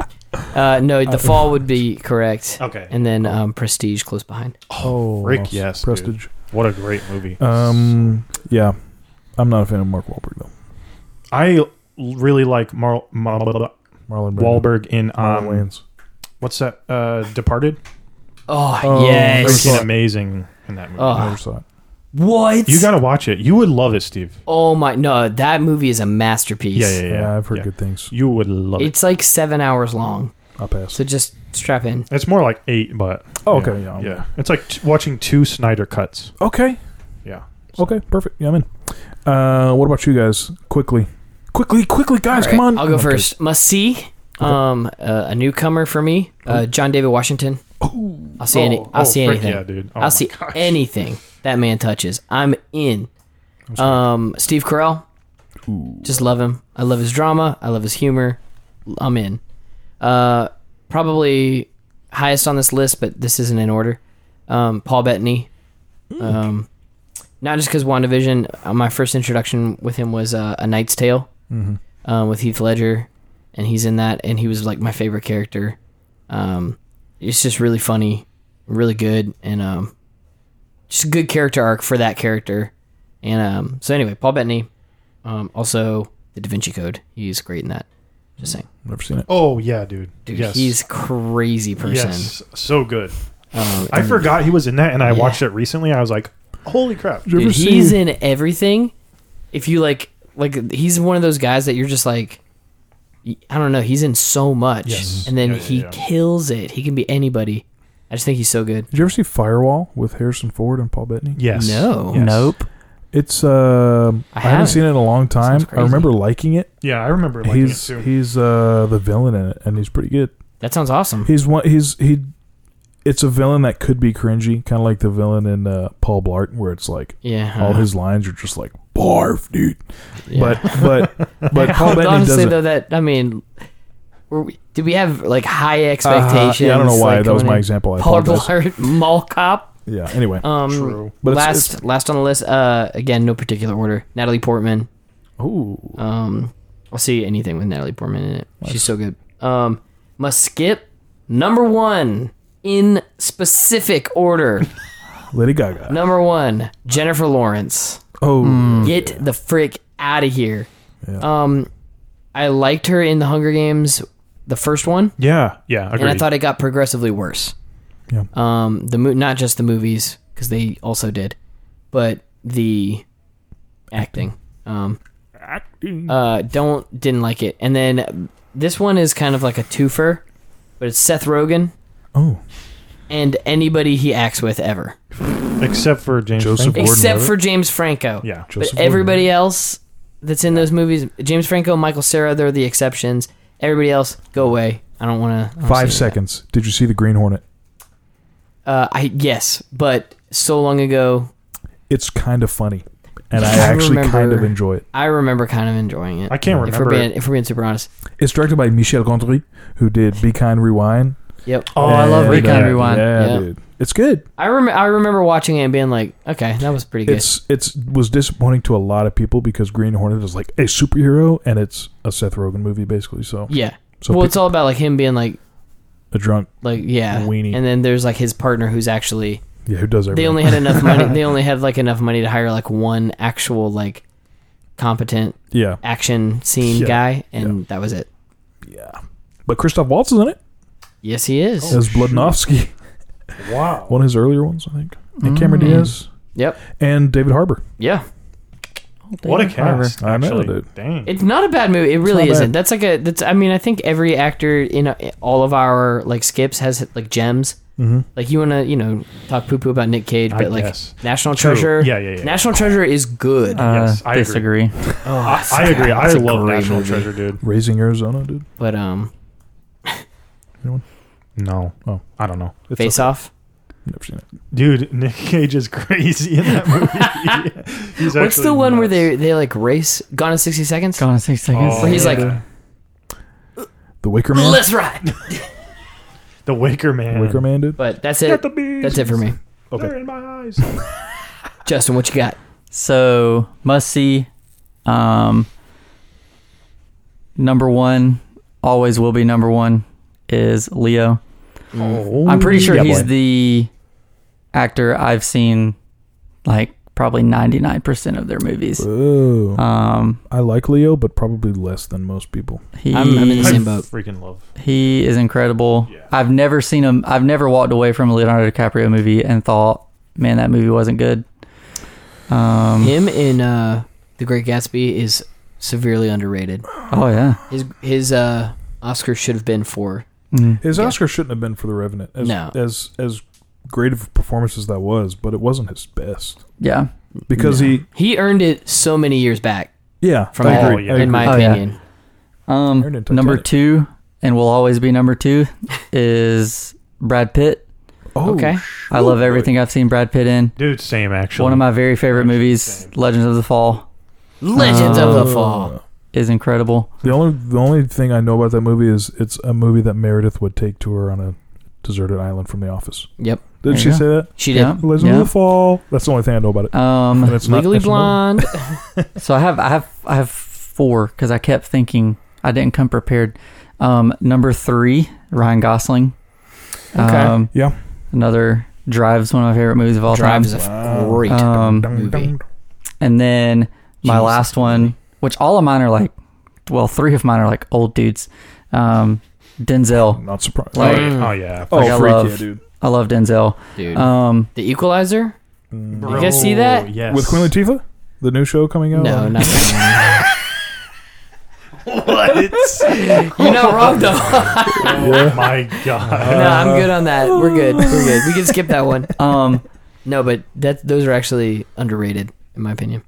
Speaker 2: uh, no. The Fall would be correct,
Speaker 3: Okay.
Speaker 2: and then um, Prestige close behind.
Speaker 1: Oh,
Speaker 3: Frick,
Speaker 1: nice.
Speaker 3: yes, dude.
Speaker 1: Prestige.
Speaker 3: what a great movie.
Speaker 1: Um, yeah. I'm not a fan of Mark Wahlberg though.
Speaker 3: I l- really like Mar- Mar-
Speaker 1: Marlon Brando.
Speaker 3: Wahlberg in
Speaker 1: Marlon
Speaker 3: um
Speaker 1: Wayans.
Speaker 3: what's that? Uh, Departed.
Speaker 2: Oh,
Speaker 1: Oh,
Speaker 2: yes.
Speaker 3: Freaking amazing in that movie.
Speaker 2: Oh.
Speaker 1: I never saw it.
Speaker 2: What?
Speaker 3: You gotta watch it. You would love it, Steve.
Speaker 2: oh my no, that movie is a masterpiece.
Speaker 3: Yeah, yeah, yeah.
Speaker 1: Yeah, I've heard
Speaker 3: yeah.
Speaker 1: good things.
Speaker 3: You would love it.
Speaker 2: It's like seven hours long,
Speaker 1: I'll pass.
Speaker 2: so just strap in.
Speaker 3: It's more like eight, but
Speaker 1: Oh, okay, yeah, I'm-
Speaker 3: yeah. It's like t- watching two Snyder cuts.
Speaker 1: Okay.
Speaker 3: Yeah.
Speaker 1: Okay, perfect. Yeah, I'm in. Uh, what about you guys? Quickly, quickly, quickly, guys,
Speaker 2: All
Speaker 1: come
Speaker 2: right,
Speaker 1: on.
Speaker 2: I'll go
Speaker 1: Okay.
Speaker 2: first. Must see. Um, uh, a newcomer for me, uh, John David Washington. I'll see any.
Speaker 3: Oh,
Speaker 2: I'll
Speaker 3: oh,
Speaker 2: see
Speaker 3: frick
Speaker 2: anything.
Speaker 3: yeah, dude. Oh my
Speaker 2: I'll see
Speaker 3: gosh.
Speaker 2: anything that man touches. I'm in. Um, Steve Carell. Just love him. I love his drama. I love his humor. I'm in. Uh, probably highest on this list, but this isn't in order. Um, Paul Bettany.
Speaker 3: Mm.
Speaker 2: Um, not just because WandaVision. Uh, my first introduction with him was uh, A Knight's Tale
Speaker 3: Mm-hmm.
Speaker 2: um, with Heath Ledger, and he's in that, and he was like my favorite character. Um, it's just really funny, really good, and um, just a good character arc for that character. And um, so anyway, Paul Bettany, um, also The Da Vinci Code, he's great in that. Just saying,
Speaker 1: Never seen it.
Speaker 3: Oh yeah, dude.
Speaker 2: dude,
Speaker 3: yes.
Speaker 2: he's crazy person.
Speaker 3: yes, so good.
Speaker 2: Um,
Speaker 3: I forgot he was in that, and I
Speaker 2: Yeah.
Speaker 3: watched it recently. I was like, holy crap!
Speaker 1: Did you
Speaker 2: dude,
Speaker 1: ever
Speaker 2: he's
Speaker 1: see?
Speaker 2: in everything. If you like, like he's one of those guys that you're just like, I don't know. He's in so much,
Speaker 3: Yes.
Speaker 2: and then
Speaker 3: Yeah, yeah,
Speaker 2: he
Speaker 3: yeah.
Speaker 2: kills it. He can be anybody. I just think he's so good.
Speaker 1: Did you ever see Firewall with Harrison Ford and Paul Bettany?
Speaker 3: Yes.
Speaker 2: No.
Speaker 3: Yes.
Speaker 4: Nope.
Speaker 1: It's uh, I, haven't
Speaker 2: haven't.
Speaker 1: seen it in a long time.
Speaker 2: Sounds
Speaker 1: I remember liking it.
Speaker 3: Yeah, I remember liking
Speaker 1: he's
Speaker 3: it too.
Speaker 1: he's uh the villain in it, and he's pretty good.
Speaker 2: That sounds awesome.
Speaker 1: He's one. He's he. It's a villain that could be cringy, kind of like the villain in uh, Paul Blart, where it's like
Speaker 2: Yeah.
Speaker 1: all his lines are just like barf, dude.
Speaker 2: yeah.
Speaker 1: But
Speaker 2: *laughs*
Speaker 1: but but Paul Bettany does
Speaker 2: honestly
Speaker 1: it.
Speaker 2: though that I mean, were we, did we have like high
Speaker 1: Uh-huh.
Speaker 2: expectations?
Speaker 1: Yeah, I don't know why
Speaker 2: like,
Speaker 1: that was
Speaker 2: when
Speaker 1: my
Speaker 2: it-
Speaker 1: example. I
Speaker 2: Paul
Speaker 1: apologize.
Speaker 2: Blart, *laughs* Mall Cop.
Speaker 1: Yeah. Anyway.
Speaker 2: Um,
Speaker 3: True.
Speaker 1: But it's-
Speaker 2: last last on the list. Uh, again, no particular order. Natalie Portman.
Speaker 1: Ooh.
Speaker 2: Um, I'll see anything with Natalie Portman in it. She's so good. Um, must skip number one in specific order. *laughs*
Speaker 1: Lady Gaga.
Speaker 2: number one, Jennifer Lawrence.
Speaker 1: Oh.
Speaker 2: Get the frick out of here.
Speaker 1: Yeah.
Speaker 2: Um, I liked her in the Hunger Games, the first one,
Speaker 1: Yeah.
Speaker 3: Yeah,
Speaker 2: and
Speaker 3: agreed.
Speaker 2: I thought it got progressively worse.
Speaker 1: Yeah.
Speaker 2: Um, the mo- not just the movies because they also did, but the acting. Um,
Speaker 1: Acting.
Speaker 2: uh, don't didn't like it. And then this one is kind of like a twofer, but it's Seth Rogen
Speaker 1: oh.
Speaker 2: and anybody he acts with ever,
Speaker 3: except for James
Speaker 1: Joseph
Speaker 3: Franco.
Speaker 1: Gordon
Speaker 2: except
Speaker 1: Levitt?
Speaker 2: for James Franco.
Speaker 3: Yeah,
Speaker 1: Joseph
Speaker 2: but
Speaker 1: Gordon.
Speaker 2: everybody else that's in those movies, James Franco, Michael Cera, they're the exceptions. Everybody else, go away. I don't want to.
Speaker 1: Five seconds. Did you see the Green Hornet?
Speaker 2: Uh, I yes, but so long ago,
Speaker 1: It's kind of funny, and I
Speaker 2: I
Speaker 1: actually kind
Speaker 2: remember-
Speaker 1: of enjoy it.
Speaker 2: I remember kind of enjoying it.
Speaker 3: I can't
Speaker 2: if we're
Speaker 3: remember.
Speaker 2: being
Speaker 3: it.
Speaker 2: if we're being super honest.
Speaker 1: It's directed by Michel Gondry, who did Be Kind, Rewind.
Speaker 2: Yep.
Speaker 4: Oh, I love
Speaker 1: And,
Speaker 4: Be Kind,
Speaker 1: uh,
Speaker 4: Rewind.
Speaker 1: Yeah,
Speaker 2: Yeah.
Speaker 1: dude. It's good.
Speaker 2: I remember I remember watching it and being like, okay, that was pretty good.
Speaker 1: It's it's was disappointing to a lot of people because Green Hornet is like a superhero and it's a Seth Rogen movie basically. So
Speaker 2: yeah.
Speaker 1: so
Speaker 2: well,
Speaker 1: pick
Speaker 2: it's all about like him being like
Speaker 1: a drunk
Speaker 2: like yeah
Speaker 1: Weenie.
Speaker 2: and then there's like his partner who's actually
Speaker 1: yeah who does everything.
Speaker 2: they only had enough money they only had like enough money to hire like one actual like competent
Speaker 1: *laughs* yeah
Speaker 2: action scene
Speaker 1: Yeah.
Speaker 2: guy and that was it
Speaker 1: yeah. But Christoph Waltz is in it
Speaker 2: yes he is
Speaker 3: Oh.
Speaker 1: as Bludnovsky,
Speaker 3: Wow.
Speaker 1: one of his earlier ones I think, and Cameron Diaz
Speaker 2: yep
Speaker 1: and David Harbour.
Speaker 2: yeah
Speaker 3: What a cast.
Speaker 1: I know,
Speaker 3: actually.
Speaker 1: dude.
Speaker 3: Dang.
Speaker 2: it's not a bad movie it really
Speaker 1: not
Speaker 2: isn't
Speaker 1: bad.
Speaker 2: that's like a that's i mean i think every actor in uh, all of our like skips has like gems
Speaker 1: Mm-hmm.
Speaker 2: like you want to you know talk poo poo about nick cage
Speaker 3: I
Speaker 2: but like
Speaker 3: guess.
Speaker 2: national
Speaker 3: True.
Speaker 2: treasure
Speaker 3: Yeah, yeah, yeah.
Speaker 2: national treasure is good
Speaker 4: Uh,
Speaker 3: Yes, I agree.
Speaker 4: disagree.
Speaker 3: Oh, I, I agree. I
Speaker 2: That's a
Speaker 3: love
Speaker 2: great
Speaker 3: National
Speaker 2: movie.
Speaker 3: Treasure, dude.
Speaker 1: Raising Arizona, dude.
Speaker 2: but um
Speaker 3: No.
Speaker 1: Oh.
Speaker 3: I don't know.
Speaker 1: It's
Speaker 2: face off
Speaker 1: Never seen it.
Speaker 3: Dude, Nick Cage is crazy in
Speaker 2: *laughs*
Speaker 3: that movie. He's
Speaker 2: what's the
Speaker 3: actually
Speaker 2: one where
Speaker 3: nuts.
Speaker 2: they they like race gone in 60 seconds
Speaker 4: Gone in six seconds.
Speaker 3: Oh,
Speaker 2: where he's like
Speaker 1: The Wicker Man.
Speaker 2: let's ride
Speaker 3: The Wicker Man.
Speaker 1: Wicker Man, dude.
Speaker 2: but that's
Speaker 3: Get
Speaker 2: it
Speaker 3: the bees.
Speaker 2: that's it for me
Speaker 3: They're in my eyes.
Speaker 2: justin what you got
Speaker 4: So must see. Um, number one, always will be number one, is Leo.
Speaker 3: Oh,
Speaker 4: I'm pretty sure
Speaker 3: yeah,
Speaker 4: he's
Speaker 3: boy.
Speaker 4: the actor I've seen like probably 99% of their movies.
Speaker 1: Oh,
Speaker 2: Uh,
Speaker 4: Um,
Speaker 1: I like Leo, but probably less than most people.
Speaker 4: he
Speaker 2: I'm- I'm in the
Speaker 3: I
Speaker 2: same boat.
Speaker 3: freaking love.
Speaker 4: he is incredible.
Speaker 3: Yeah.
Speaker 4: I've never seen him. I've never walked away from a Leonardo DiCaprio movie and thought, man, that movie wasn't good. Um,
Speaker 2: Him in uh, The Great Gatsby is severely underrated.
Speaker 4: Oh yeah.
Speaker 2: His his uh, Oscar should have been for
Speaker 4: Mm.
Speaker 1: His
Speaker 2: Yeah.
Speaker 1: Oscar shouldn't have been for The Revenant. As,
Speaker 2: No.
Speaker 1: as as great of a performance as that was, but it wasn't his best
Speaker 4: Yeah.
Speaker 1: because he.
Speaker 2: he earned it so many years back.
Speaker 1: Yeah,
Speaker 2: From
Speaker 1: I
Speaker 3: all-
Speaker 1: agree.
Speaker 3: yeah.
Speaker 1: I
Speaker 2: in my
Speaker 4: Oh, yeah.
Speaker 2: opinion,
Speaker 1: Iron
Speaker 4: Um,
Speaker 1: and
Speaker 4: number
Speaker 1: Titanic.
Speaker 4: two, and will always be number two, is Brad Pitt.
Speaker 1: agree. Oh,
Speaker 2: okay.
Speaker 4: I love everything I've seen Brad Pitt in.
Speaker 3: Dude, same actually.
Speaker 4: One of my very favorite movies,
Speaker 3: Same.
Speaker 4: Legends of the Fall,
Speaker 2: Legends of the
Speaker 1: Uh,
Speaker 2: Fall.
Speaker 4: is incredible.
Speaker 1: The only the only thing I know about that movie is it's a movie that Meredith would take to her on a deserted island from The Office.
Speaker 2: Yep,
Speaker 1: Did
Speaker 4: There
Speaker 1: she
Speaker 4: you
Speaker 1: say that?
Speaker 2: she did.
Speaker 4: Yeah.
Speaker 1: Legend of the Fall. That's the only thing I know about it. And *laughs*
Speaker 4: Um,
Speaker 1: it's not-
Speaker 2: Legally
Speaker 1: it's not-
Speaker 2: Blonde.
Speaker 4: so I have I have I have four because I kept thinking I didn't come prepared. Um, number three, Ryan Gosling.
Speaker 2: Okay.
Speaker 4: Um,
Speaker 1: Yeah.
Speaker 4: another Drives, one of my favorite movies of all
Speaker 2: Drive is
Speaker 4: time.
Speaker 2: a
Speaker 1: Wow.
Speaker 2: great.
Speaker 1: Dun,
Speaker 4: Um,
Speaker 1: dun,
Speaker 2: movie.
Speaker 4: And then my
Speaker 2: Jesus.
Speaker 4: last one, which all of mine are like, well, three of mine are like old dudes. Um, Denzel.
Speaker 1: Not surprised.
Speaker 3: Oh,
Speaker 4: Like-
Speaker 3: yeah. Oh, yeah.
Speaker 1: oh,
Speaker 4: like, I
Speaker 1: freak
Speaker 4: love-
Speaker 1: yeah, dude.
Speaker 4: I love Denzel.
Speaker 1: uh,
Speaker 2: Dude,
Speaker 4: Um,
Speaker 2: The Equalizer.
Speaker 1: Mm.
Speaker 3: Bro,
Speaker 2: guys see that?
Speaker 3: Yes.
Speaker 1: With Queen Latifah, the new show coming out. Uh,
Speaker 2: No,
Speaker 1: on-
Speaker 2: not that
Speaker 3: *laughs* What?
Speaker 2: one. You're not wrong
Speaker 1: *laughs*
Speaker 2: though. *laughs*
Speaker 3: oh my god.
Speaker 2: no, I'm good on that. We're good. We're good. We can skip that one.
Speaker 4: um,
Speaker 2: No, but that those are actually underrated in my opinion.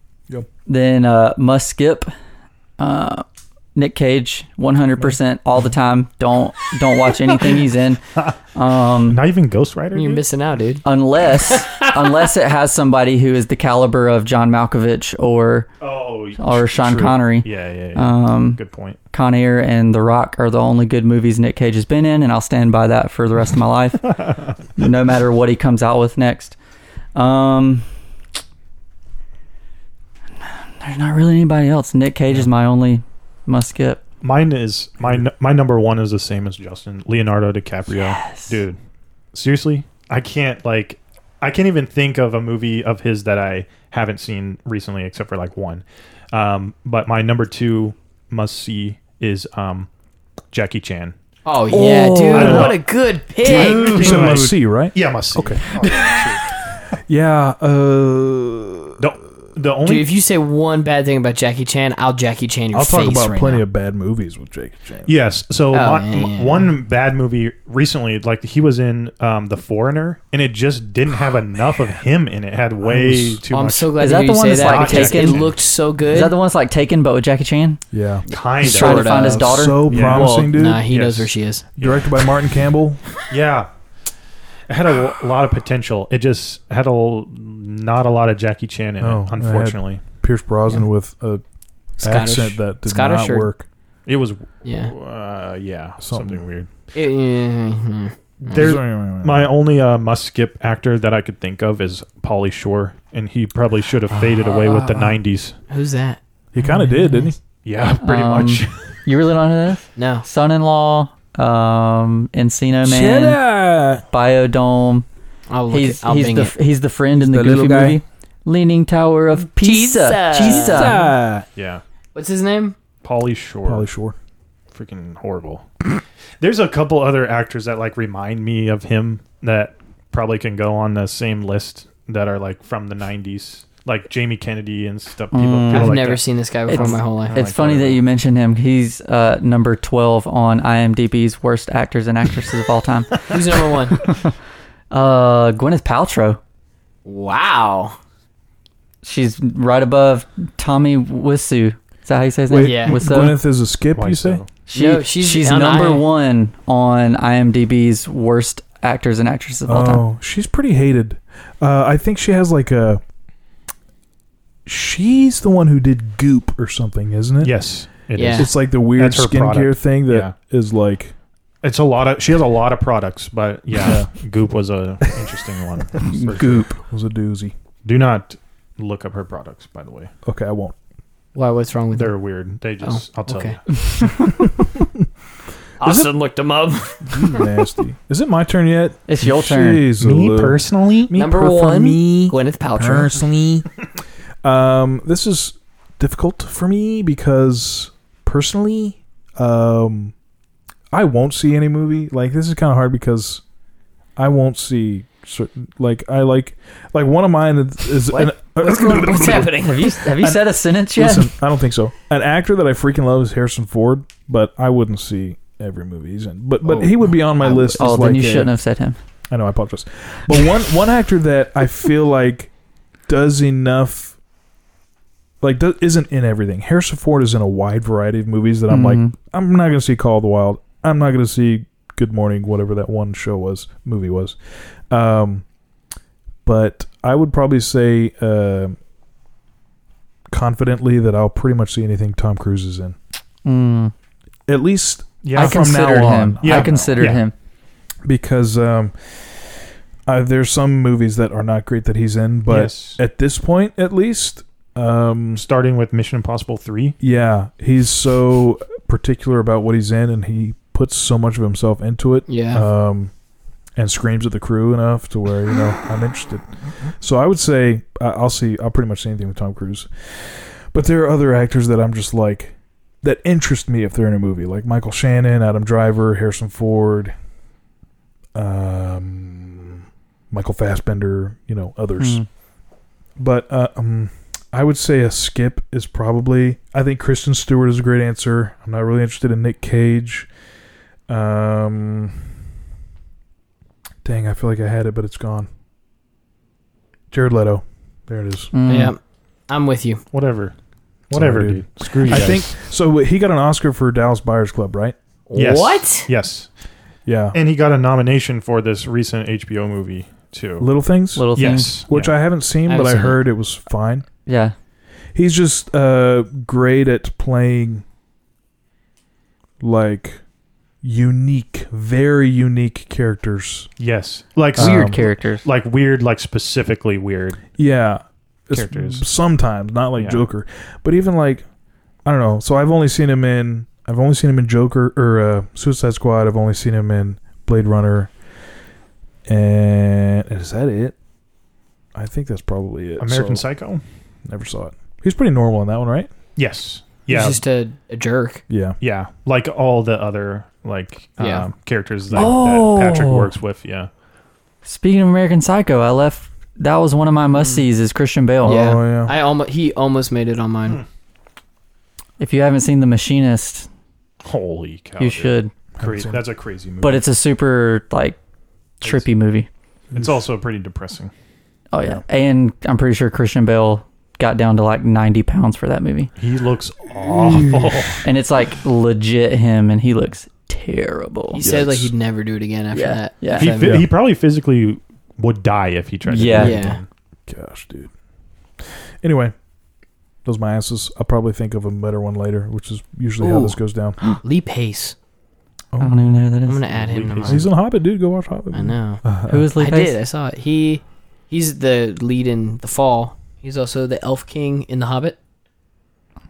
Speaker 4: Then uh, must skip. Uh, Nick Cage, one hundred percent all the time. Don't don't watch anything he's in, um,
Speaker 3: Not even Ghost Rider.
Speaker 2: You're
Speaker 3: dude?
Speaker 2: missing out, dude.
Speaker 4: unless unless it has somebody who is the caliber of John Malkovich or
Speaker 3: Oh,
Speaker 4: or Sean
Speaker 3: true.
Speaker 4: Connery.
Speaker 3: Yeah, yeah. yeah.
Speaker 4: Um,
Speaker 3: good point.
Speaker 4: Con Air and The Rock are the only good movies
Speaker 1: *laughs*
Speaker 4: Nick Cage has been in, and I'll stand by that for the rest of my life, no matter what he comes out with next. Um, there's not really anybody else. Nick Cage is my only must skip.
Speaker 3: Mine is my n- my number one is the same as Justin Leonardo DiCaprio, dude. Seriously, I can't like I can't even think of a movie of his that I haven't seen recently, except for like one. Um, but my number two must see is um, Jackie Chan.
Speaker 2: Oh yeah, dude!
Speaker 3: I don't know.
Speaker 2: What a good pick.
Speaker 1: You said must see, right?
Speaker 3: Yeah, must see.
Speaker 1: Okay.
Speaker 3: Oh, yeah,
Speaker 1: Yeah. Uh,
Speaker 3: shoot. the the only
Speaker 2: Dude, if you say one bad thing about Jackie Chan, I'll Jackie Chan your
Speaker 1: I'll talk
Speaker 2: face
Speaker 1: about
Speaker 2: right
Speaker 1: plenty
Speaker 2: now.
Speaker 1: of bad movies with Jackie Chan.
Speaker 3: Yes.
Speaker 2: Oh,
Speaker 3: So my-
Speaker 2: yeah, yeah,
Speaker 3: m-
Speaker 2: yeah.
Speaker 3: one bad movie recently, like he was in um, The Foreigner, and it just didn't have enough of him in it. Had way
Speaker 1: was-
Speaker 3: too
Speaker 2: Oh, I'm
Speaker 3: much.
Speaker 2: so glad
Speaker 4: Is
Speaker 2: to
Speaker 4: that
Speaker 2: hear
Speaker 4: the
Speaker 2: you
Speaker 4: one
Speaker 2: say
Speaker 4: that's
Speaker 2: that
Speaker 4: like
Speaker 2: because it
Speaker 4: taken?
Speaker 2: looked so good.
Speaker 4: Is that the one that's like Taken but with Jackie Chan?
Speaker 1: Yeah. Uh,
Speaker 3: kind
Speaker 4: He's trying
Speaker 3: of.
Speaker 4: to find his
Speaker 2: of.
Speaker 4: daughter.
Speaker 1: So promising, dude.
Speaker 2: Nah, he
Speaker 3: Yes.
Speaker 2: knows where she is.
Speaker 1: Directed by Martin Campbell.
Speaker 3: Yeah. It had a *sighs* lo- lot of potential. It just had a l- not a lot of Jackie Chan in
Speaker 1: No, it
Speaker 3: it,
Speaker 1: had-
Speaker 3: unfortunately.
Speaker 1: Pierce Brosnan with a
Speaker 2: Scottish.
Speaker 1: accent that did
Speaker 2: Scottish
Speaker 1: not
Speaker 2: or-
Speaker 1: work.
Speaker 3: It, was
Speaker 2: Yeah.
Speaker 3: uh, yeah,
Speaker 1: Something.
Speaker 3: something, weird.
Speaker 2: Eh, mhm.
Speaker 3: There my only uh, must skip actor that I could think of is Polly Shore, and he probably should have faded away with the 90s.
Speaker 2: Who's that?
Speaker 1: he kind of did, didn't he?
Speaker 3: Ah. Yeah, pretty
Speaker 4: Um,
Speaker 3: much.
Speaker 4: You really don't know this?
Speaker 2: No.
Speaker 4: Son-in-law, um, Encino Man,
Speaker 1: Shit, uh,
Speaker 4: Biodome.
Speaker 2: I'll look
Speaker 4: He's
Speaker 2: it. I'll
Speaker 4: he's
Speaker 2: bing
Speaker 4: the
Speaker 2: it.
Speaker 4: he's the friend in the,
Speaker 1: the little
Speaker 4: Goofy
Speaker 1: guy.
Speaker 4: movie. Leaning Tower of Pisa.
Speaker 2: Jesus.
Speaker 4: Pisa.
Speaker 1: uh,
Speaker 3: *laughs* yeah.
Speaker 2: What's his name?
Speaker 3: Polly Shore.
Speaker 1: Polly Shore.
Speaker 3: freaking horrible. *coughs* There's a couple other actors that like remind me of him that probably can go on the same list that are like from the 90s, like Jamie Kennedy and stuff. People,
Speaker 4: Mm.
Speaker 3: people
Speaker 2: I've
Speaker 3: like
Speaker 2: never
Speaker 3: that.
Speaker 2: seen this guy before in my whole life.
Speaker 4: It's funny that you mentioned him. He's uh, number 12 on IMDb's worst actors and actresses of all time. *laughs*
Speaker 2: Who's number
Speaker 3: *laughs*
Speaker 2: one?
Speaker 4: Uh, Gwyneth Paltrow.
Speaker 2: Wow.
Speaker 4: She's right above Tommy Wiseau. Is that how you say his name?
Speaker 1: Wait,
Speaker 2: Yeah.
Speaker 4: Wiseau.
Speaker 1: Gwyneth is a skip,
Speaker 3: Why
Speaker 1: you say?
Speaker 3: so?
Speaker 4: She,
Speaker 2: No, she's
Speaker 4: she's she's
Speaker 2: on
Speaker 4: number
Speaker 2: I-
Speaker 4: one on IMDb's worst actors and actresses of all time.
Speaker 1: Oh, she's pretty hated. Uh, I think she has like a. She's the one who did Goop or something, isn't it?
Speaker 3: Yes, it is.
Speaker 2: Yeah.
Speaker 1: It's like the weird
Speaker 3: That's her
Speaker 1: skincare
Speaker 3: product.
Speaker 1: thing that is like.
Speaker 3: It's a lot of. She has a lot of products, but yeah, Goop was a interesting one. for sure.
Speaker 1: Goop was a doozy.
Speaker 3: Do not look up her products, by the way.
Speaker 1: Okay, I won't.
Speaker 2: Why? What's wrong with
Speaker 3: They're weird. They just. I'll tell
Speaker 2: okay.
Speaker 3: you.
Speaker 2: Austin looked him up.
Speaker 4: *laughs*
Speaker 1: You nasty. Is it my turn yet?
Speaker 4: It's your turn.
Speaker 1: Jeez, Lou.
Speaker 3: personally,
Speaker 1: Me
Speaker 2: Number
Speaker 1: per- for
Speaker 2: one,
Speaker 1: me
Speaker 2: Gwyneth Paltrow.
Speaker 1: personally. um, this is difficult for me because personally, um, I won't see any movie. Like this is kind of hard because I won't see certain. Like I like like one of mine is. is
Speaker 2: What?
Speaker 1: an- *laughs*
Speaker 2: What's, going, what's
Speaker 4: *laughs*
Speaker 3: *laughs*
Speaker 2: happening?
Speaker 4: Have you have you
Speaker 1: And-
Speaker 4: said a sentence yet?
Speaker 1: Listen, I don't think so. An actor that I freaking love is Harrison Ford, but I wouldn't see every movie he's in. But but
Speaker 2: Oh,
Speaker 1: he would be on my
Speaker 2: I would-
Speaker 1: list.
Speaker 4: oh,
Speaker 1: as
Speaker 4: then
Speaker 1: like
Speaker 4: you
Speaker 1: a-
Speaker 4: shouldn't have said him.
Speaker 1: I know, I apologize. But one one actor that I feel like does enough, like do, isn't in everything. Harrison Ford is in a wide variety of movies that I'm like,
Speaker 4: Mhm.
Speaker 1: I'm not going to see Call of the Wild. I'm not going to see Good Morning, whatever that one show was, movie was. Um, but I would probably say uh, confidently that I'll pretty much see anything Tom Cruise is in.
Speaker 4: Mm.
Speaker 1: At least
Speaker 3: yeah,
Speaker 4: I
Speaker 1: from now
Speaker 4: considered
Speaker 1: on.
Speaker 4: him.
Speaker 3: Yeah.
Speaker 4: I considered
Speaker 3: Yeah.
Speaker 4: him.
Speaker 1: because um, uh, there's some movies that are not great that he's in, but
Speaker 3: yes.
Speaker 1: at this point at least um
Speaker 3: starting with Mission Impossible Three.
Speaker 1: yeah he's so particular about what he's in and he puts so much of himself into it
Speaker 2: Yeah.
Speaker 1: um and screams at the crew enough to where you know i'm interested so i would say I- i'll see i'll pretty much see anything with tom cruise but there are other actors that i'm just like that interest me if they're in a movie like michael shannon adam driver harrison ford um michael fassbender you know others
Speaker 4: Mm.
Speaker 1: but uh, um, I would say a skip is probably. I think Kristen Stewart is a great answer. I'm not really interested in Nick Cage. Um, dang, I feel like I had it, but it's gone. Jared Leto, there it is.
Speaker 3: Um,
Speaker 4: Mm.
Speaker 2: Yeah. I'm with you.
Speaker 3: Whatever. Whatever,
Speaker 1: dude.
Speaker 3: dude. Screw you.
Speaker 1: I
Speaker 3: guys.
Speaker 1: think so. He got an Oscar for Dallas Buyers Club, right?
Speaker 3: Yes.
Speaker 2: What?
Speaker 3: Yes.
Speaker 1: Yeah,
Speaker 3: And he got a nomination for this recent HBO movie too.
Speaker 1: Little Things,
Speaker 4: Little things.
Speaker 3: yes.
Speaker 1: which I haven't seen,
Speaker 2: I
Speaker 1: but I
Speaker 2: haven't seen
Speaker 1: heard it was fine.
Speaker 4: Yeah.
Speaker 1: He's just uh, great at playing like unique, very unique characters.
Speaker 3: Yes, like
Speaker 1: Uh,
Speaker 4: Weird
Speaker 1: Um,
Speaker 4: characters.
Speaker 3: like weird, like specifically weird.
Speaker 1: Yeah. It's
Speaker 3: Characters.
Speaker 1: Sometimes, not like
Speaker 3: Yeah.
Speaker 1: Joker. But even like I don't know. So I've only seen him in I've only seen him in Joker or uh, Suicide Squad. I've only seen him in Blade Runner. And is that it? I think that's probably it.
Speaker 3: American
Speaker 1: So,
Speaker 3: Psycho.
Speaker 1: never saw it. He's pretty normal in that one, right?
Speaker 3: Yes.
Speaker 2: He's
Speaker 3: Yeah.
Speaker 2: just a, a jerk.
Speaker 1: Yeah.
Speaker 3: yeah. Like all the other like um,
Speaker 2: Yeah.
Speaker 3: characters that,
Speaker 4: Oh.
Speaker 3: that Patrick works with. Yeah.
Speaker 4: Speaking of American Psycho, I left. That was one of my must sees is Christian Bale.
Speaker 2: Hmm. Yeah.
Speaker 1: Oh yeah.
Speaker 2: I almost he almost made it on mine.
Speaker 3: Hmm.
Speaker 4: If you haven't seen The Machinist,
Speaker 3: Holy cow!
Speaker 4: you
Speaker 3: dude.
Speaker 4: should.
Speaker 1: Haven't
Speaker 3: Crazy.
Speaker 1: seen it.
Speaker 3: That's a crazy movie.
Speaker 4: But it's a super like trippy movie.
Speaker 3: it's also pretty depressing.
Speaker 4: Oh yeah, and I'm pretty sure Christian Bale got down to like 90 pounds for that movie,
Speaker 3: He *laughs* looks awful.
Speaker 4: and it's like legit him, and he looks terrible.
Speaker 2: He said like
Speaker 1: Yikes.
Speaker 2: he'd never do it again after
Speaker 4: Yeah,
Speaker 2: that.
Speaker 4: yeah.
Speaker 3: he,
Speaker 2: After
Speaker 3: fi-
Speaker 2: that-
Speaker 1: Yeah.
Speaker 3: he probably physically would die if he tried.
Speaker 4: Yeah.
Speaker 3: To do it
Speaker 2: Yeah.
Speaker 3: again.
Speaker 1: Gosh, dude. Anyway, those are my asses. I'll probably think of a better one later, which is usually how
Speaker 2: Ooh.
Speaker 1: this goes down.
Speaker 2: Lee Pace.
Speaker 4: I don't even know who that
Speaker 2: I'm
Speaker 4: is.
Speaker 2: gonna add him to
Speaker 3: Lee Pace.
Speaker 2: mine.
Speaker 1: He's in Hobbit, dude. Go watch Uh, Hobbit.
Speaker 2: I know.
Speaker 4: Who is Lee
Speaker 2: I
Speaker 4: Pace?
Speaker 2: did. I saw it. He he's the lead in The Fall. He's also the Elf King in The Hobbit.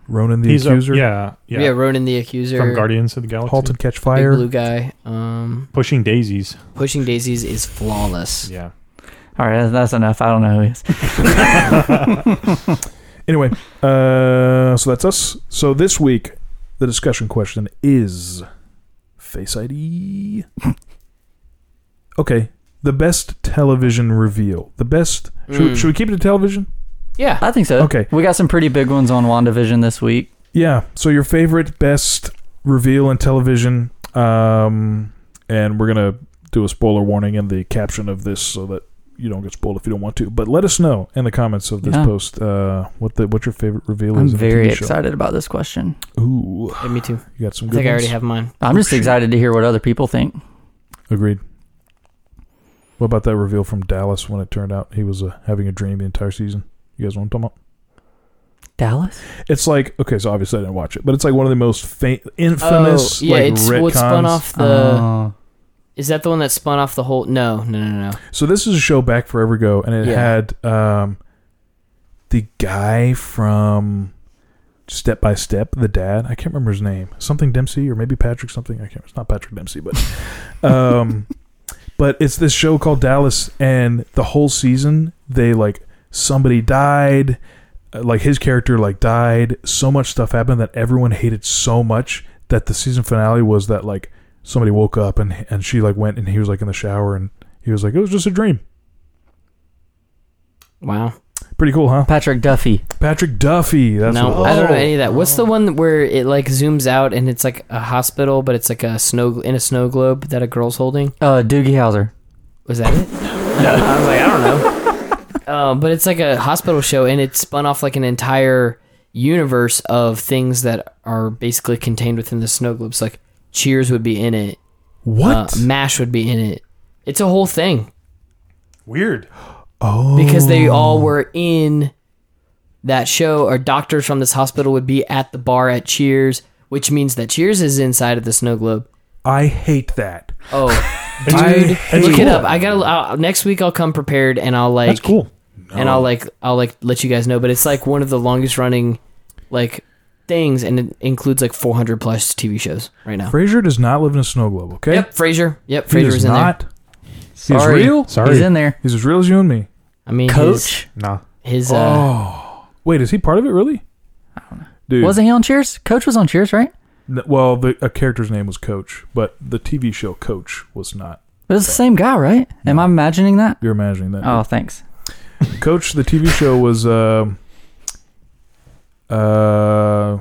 Speaker 1: Ronan the
Speaker 3: He's a-
Speaker 1: Accuser.
Speaker 3: yeah, yeah.
Speaker 2: Yeah, Ronan the Accuser.
Speaker 3: From Guardians of the Galaxy.
Speaker 1: Halt and Catch
Speaker 2: Big
Speaker 1: Fire.
Speaker 2: blue guy. Um,
Speaker 3: Pushing Daisies.
Speaker 2: Pushing Daisies is flawless.
Speaker 3: *laughs* Yeah.
Speaker 4: All right, that's enough. I don't know who he is.
Speaker 1: Anyway, uh, so that's us. So this week, the discussion question is Face ID. okay, the best television reveal. The best. Should, we-
Speaker 2: Mm.
Speaker 1: should we keep it to television?
Speaker 2: Yeah.
Speaker 4: I think so.
Speaker 1: Okay.
Speaker 4: we got some pretty big ones on Wandavision this week.
Speaker 1: Yeah. So your favorite best reveal in television, um, and we're gonna do a spoiler warning in the caption of this so that you don't get spoiled if you don't want to. But let us know in the comments of this
Speaker 4: Yeah.
Speaker 1: post uh, what the what your favorite reveal
Speaker 4: I'm
Speaker 1: is. in a
Speaker 4: very
Speaker 1: TV show.
Speaker 4: excited about this question.
Speaker 1: Ooh,
Speaker 2: Yeah, me too.
Speaker 1: you got some.
Speaker 2: I
Speaker 1: Good
Speaker 2: think I
Speaker 1: ones?
Speaker 2: already have mine.
Speaker 4: I'm just excited to hear what other people think.
Speaker 1: Agreed. What about that reveal from Dallas when it turned out he was uh, having a dream the entire season? You guys know what I'm talking about?
Speaker 4: Dallas?
Speaker 1: It's like okay, so obviously I didn't watch it, but it's like one of the most fa- infamous
Speaker 2: Oh, yeah,
Speaker 1: like
Speaker 2: it's
Speaker 1: retcons.
Speaker 2: what spun off the.
Speaker 1: Uh,
Speaker 4: Oh.
Speaker 2: Is that the one that spun off the whole? No, no, no, no.
Speaker 1: So this is a show back forever ago, and it
Speaker 2: Yeah.
Speaker 1: had um, the guy from Step by Step, the dad. I can't remember his name. Something Dempsey, or maybe Patrick something. I can't. It's not Patrick Dempsey, but um, but it's this show called Dallas, and the whole season they like somebody died. uh, Like his character, like died. So much stuff happened that everyone hated so much that the season finale was that like somebody woke up and and she like went and he was like in the shower and he was like, it was just a dream.
Speaker 2: Wow.
Speaker 1: Pretty cool, huh?
Speaker 4: Patrick Duffy.
Speaker 1: Patrick Duffy. That's
Speaker 2: no,
Speaker 1: what Oh.
Speaker 2: I
Speaker 1: it
Speaker 2: don't
Speaker 1: was.
Speaker 2: know any of that. What's the one where it like zooms out and it's like a hospital, but it's like a snow in a snow globe that a girl's holding?
Speaker 4: Uh, Doogie Howser.
Speaker 2: Was that it? no, *laughs* I was like, I don't *laughs* know. Uh, but it's like a hospital show, and it spun off like an entire universe of things that are basically contained within the snow globes. Like Cheers would be in it, uh,
Speaker 1: What?
Speaker 2: Mash would be in it. It's a whole thing
Speaker 3: Weird.
Speaker 1: oh,
Speaker 2: because they all were in that show, or doctors from this hospital would be at the bar at Cheers, which means that Cheers is inside of the snow globe.
Speaker 1: I hate that.
Speaker 2: *laughs* Oh,
Speaker 1: Dude,
Speaker 2: look it up. I gotta I'll, next week. I'll come prepared, and I'll like
Speaker 3: That's cool.
Speaker 2: and
Speaker 1: Oh.
Speaker 2: I'll like I'll like let you guys know. But it's like one of the longest running like things, and it includes like 400 plus TV shows right now.
Speaker 1: Frasier does not live in a snow globe. Okay.
Speaker 2: Yep, Frasier. Yep,
Speaker 1: He
Speaker 2: Frasier
Speaker 1: does
Speaker 2: was in there.
Speaker 1: not.
Speaker 4: Sorry.
Speaker 1: He's real.
Speaker 3: Sorry.
Speaker 4: He's in there.
Speaker 1: He's as real as you and me.
Speaker 2: I mean,
Speaker 4: Coach?
Speaker 3: Nah.
Speaker 2: His, his
Speaker 1: Oh.
Speaker 2: uh,
Speaker 1: Wait, is he part of it really? Dude.
Speaker 4: Wasn't he on Cheers? Coach was on Cheers, right?
Speaker 1: n- well, the a character's name was Coach, but the TV show Coach was not.
Speaker 4: It was the same guy, right? Am I imagining that?
Speaker 1: You're imagining that.
Speaker 4: Oh, thanks.
Speaker 1: Coach, the TV show was um uh,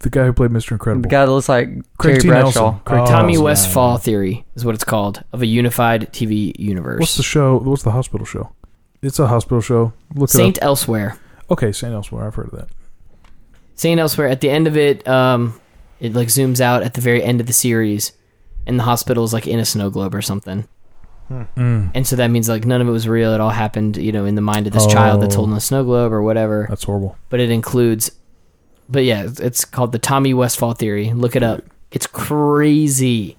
Speaker 1: the guy who played Mr. Incredible.
Speaker 4: The guy that looks like
Speaker 1: Craig
Speaker 4: Terry
Speaker 1: T.
Speaker 4: Bradshaw.
Speaker 1: Nelson. Oh, Craig T.
Speaker 2: Tommy
Speaker 1: Nelson.
Speaker 2: Westfall theory is what it's called of a unified TV universe.
Speaker 1: What's the show? What's the hospital show? It's a hospital show. Look
Speaker 2: Saint
Speaker 1: it
Speaker 2: Elsewhere.
Speaker 1: up. Okay, Saint Elsewhere. I've heard of that.
Speaker 2: Saint Elsewhere. At the end of it, um, it like zooms out at the very end of the series, and the hospital's like in a snow globe or something.
Speaker 1: Mm,
Speaker 2: And so that means like none of it was real. It all happened, you know, in the mind of this child that's
Speaker 1: Oh.
Speaker 2: holding a snow globe or whatever.
Speaker 1: that's horrible.
Speaker 2: but it includes but yeah it's- it's called the tommy westfall theory look it up it's crazy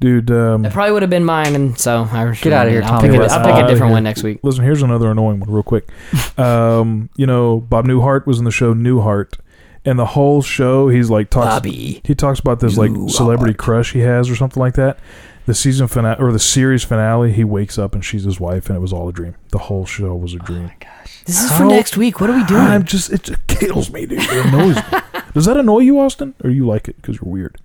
Speaker 1: Dude, um,
Speaker 2: That probably would have been mine, and so I
Speaker 4: Get outta here,
Speaker 2: I'll
Speaker 4: Tommy Oh,
Speaker 2: pick, a,
Speaker 4: West.
Speaker 2: I'll pick
Speaker 1: Outta
Speaker 2: a different
Speaker 1: here.
Speaker 2: one next week.
Speaker 1: listen, here's another annoying one, real
Speaker 2: *laughs*
Speaker 1: quick. Um, you know, Bob Newhart was in the show Newhart, and the whole show he's like talks.
Speaker 2: Bobby.
Speaker 1: He talks about this like celebrity crush he has or something like that. The season finale or the series finale, he wakes up and she's his wife, and it was all a dream. The whole show was
Speaker 2: Oh
Speaker 1: a dream.
Speaker 2: This is for
Speaker 4: Oh.
Speaker 2: next week. What are we doing?
Speaker 1: I'm just it just kills me, dude. It annoys
Speaker 2: *laughs*
Speaker 1: me. Does that annoy you, Austin, or you like it because you're weird?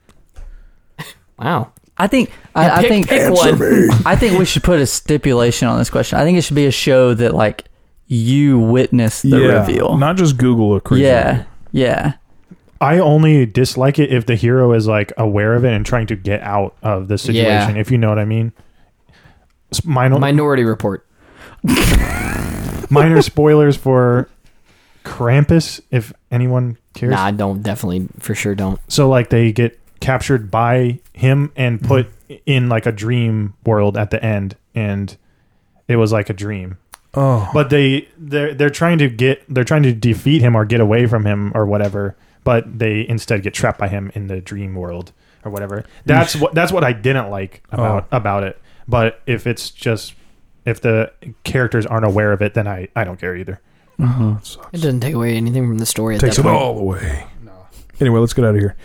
Speaker 2: wow.
Speaker 4: I think I,
Speaker 2: Yeah,
Speaker 4: I
Speaker 2: pick-
Speaker 4: think
Speaker 2: pick one.
Speaker 4: *laughs* I think we should put a stipulation on this question. I think it should be a show that like you witness the reveal.
Speaker 1: not just Google a crazy.
Speaker 4: yeah, yeah.
Speaker 3: I only dislike it if the hero is like aware of it and trying to get out of the situation. If you know what I mean. S- Minor,
Speaker 2: Minority Report.
Speaker 3: *laughs* minor spoilers for Krampus, if anyone cares.
Speaker 2: Nah, I don't. Definitely, for sure, don't.
Speaker 3: So like they get captured by him and put in like a dream world at the end, and it was like a dream.
Speaker 1: Oh,
Speaker 3: But they they're they're trying to get they're trying to defeat him or get away from him or whatever. But they instead get trapped by him in the dream world or whatever. That's what that's what I didn't like about about it. But if it's just if the characters aren't aware of it, then I, I don't care either.
Speaker 1: that sucks.
Speaker 2: It doesn't take away anything from the story. At
Speaker 1: takes it
Speaker 2: that point.
Speaker 1: all away. Anyway, let's get out of here.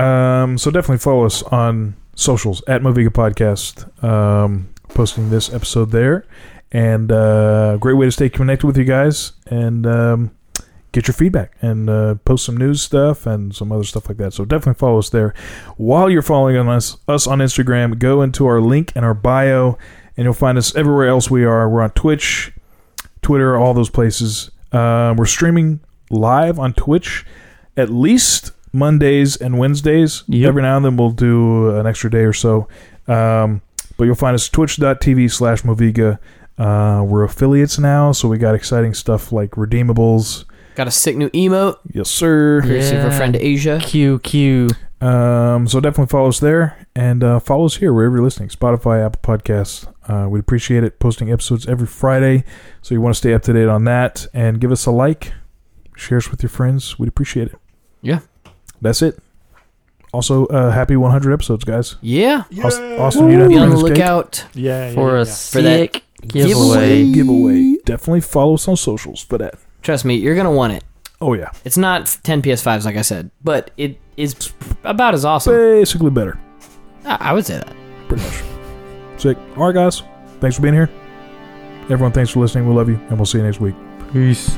Speaker 1: Um, so definitely follow us on socials at Moviga Podcast. Um, posting this episode there, and uh, great way to stay connected with you guys and um, get your feedback and uh, post some news stuff and some other stuff like that. So definitely follow us there. While you're following on us, us on Instagram, go into our link and our bio, and you'll find us everywhere else we are. We're on Twitch, Twitter, all those places. Uh, we're streaming live on Twitch at least Mondays and Wednesdays.
Speaker 4: Yep.
Speaker 1: Every now and then we'll do an extra day or so. Um, but you'll find us twitch.tv slash Moviga. Uh, we're affiliates now, so we got exciting stuff like redeemables.
Speaker 2: Got a sick new emote.
Speaker 1: Yes, sir.
Speaker 2: Courtesy of our
Speaker 4: Yeah.
Speaker 2: friend Asia.
Speaker 4: Q Q.
Speaker 1: Um, so definitely follow us there and uh, follow us here wherever you're listening Spotify, Apple Podcasts. Uh, we'd appreciate it. Posting episodes every Friday. So you want to stay up to date on that and give us a like, share us with your friends. We'd appreciate it.
Speaker 2: Yeah.
Speaker 1: That's it. Also, uh, happy 100 episodes, guys.
Speaker 2: Yeah.
Speaker 1: Aus- Austin, you don't
Speaker 2: Be on
Speaker 1: have
Speaker 2: the
Speaker 1: to bring this cake?
Speaker 2: lookout.
Speaker 3: Yeah,
Speaker 4: for a
Speaker 2: For that
Speaker 4: sick
Speaker 2: giveaway.
Speaker 4: giveaway.
Speaker 1: Giveaway. Definitely follow us on socials for that.
Speaker 2: Trust me, you're gonna want it.
Speaker 1: Oh, yeah.
Speaker 2: It's not 10 PS5s, like I said, but it is about as awesome.
Speaker 1: Basically better.
Speaker 2: I I would say that.
Speaker 1: Pretty much. Sick. All right, guys. Thanks for being here. Everyone, thanks for listening. We love you, and we'll see you next week.
Speaker 4: Peace.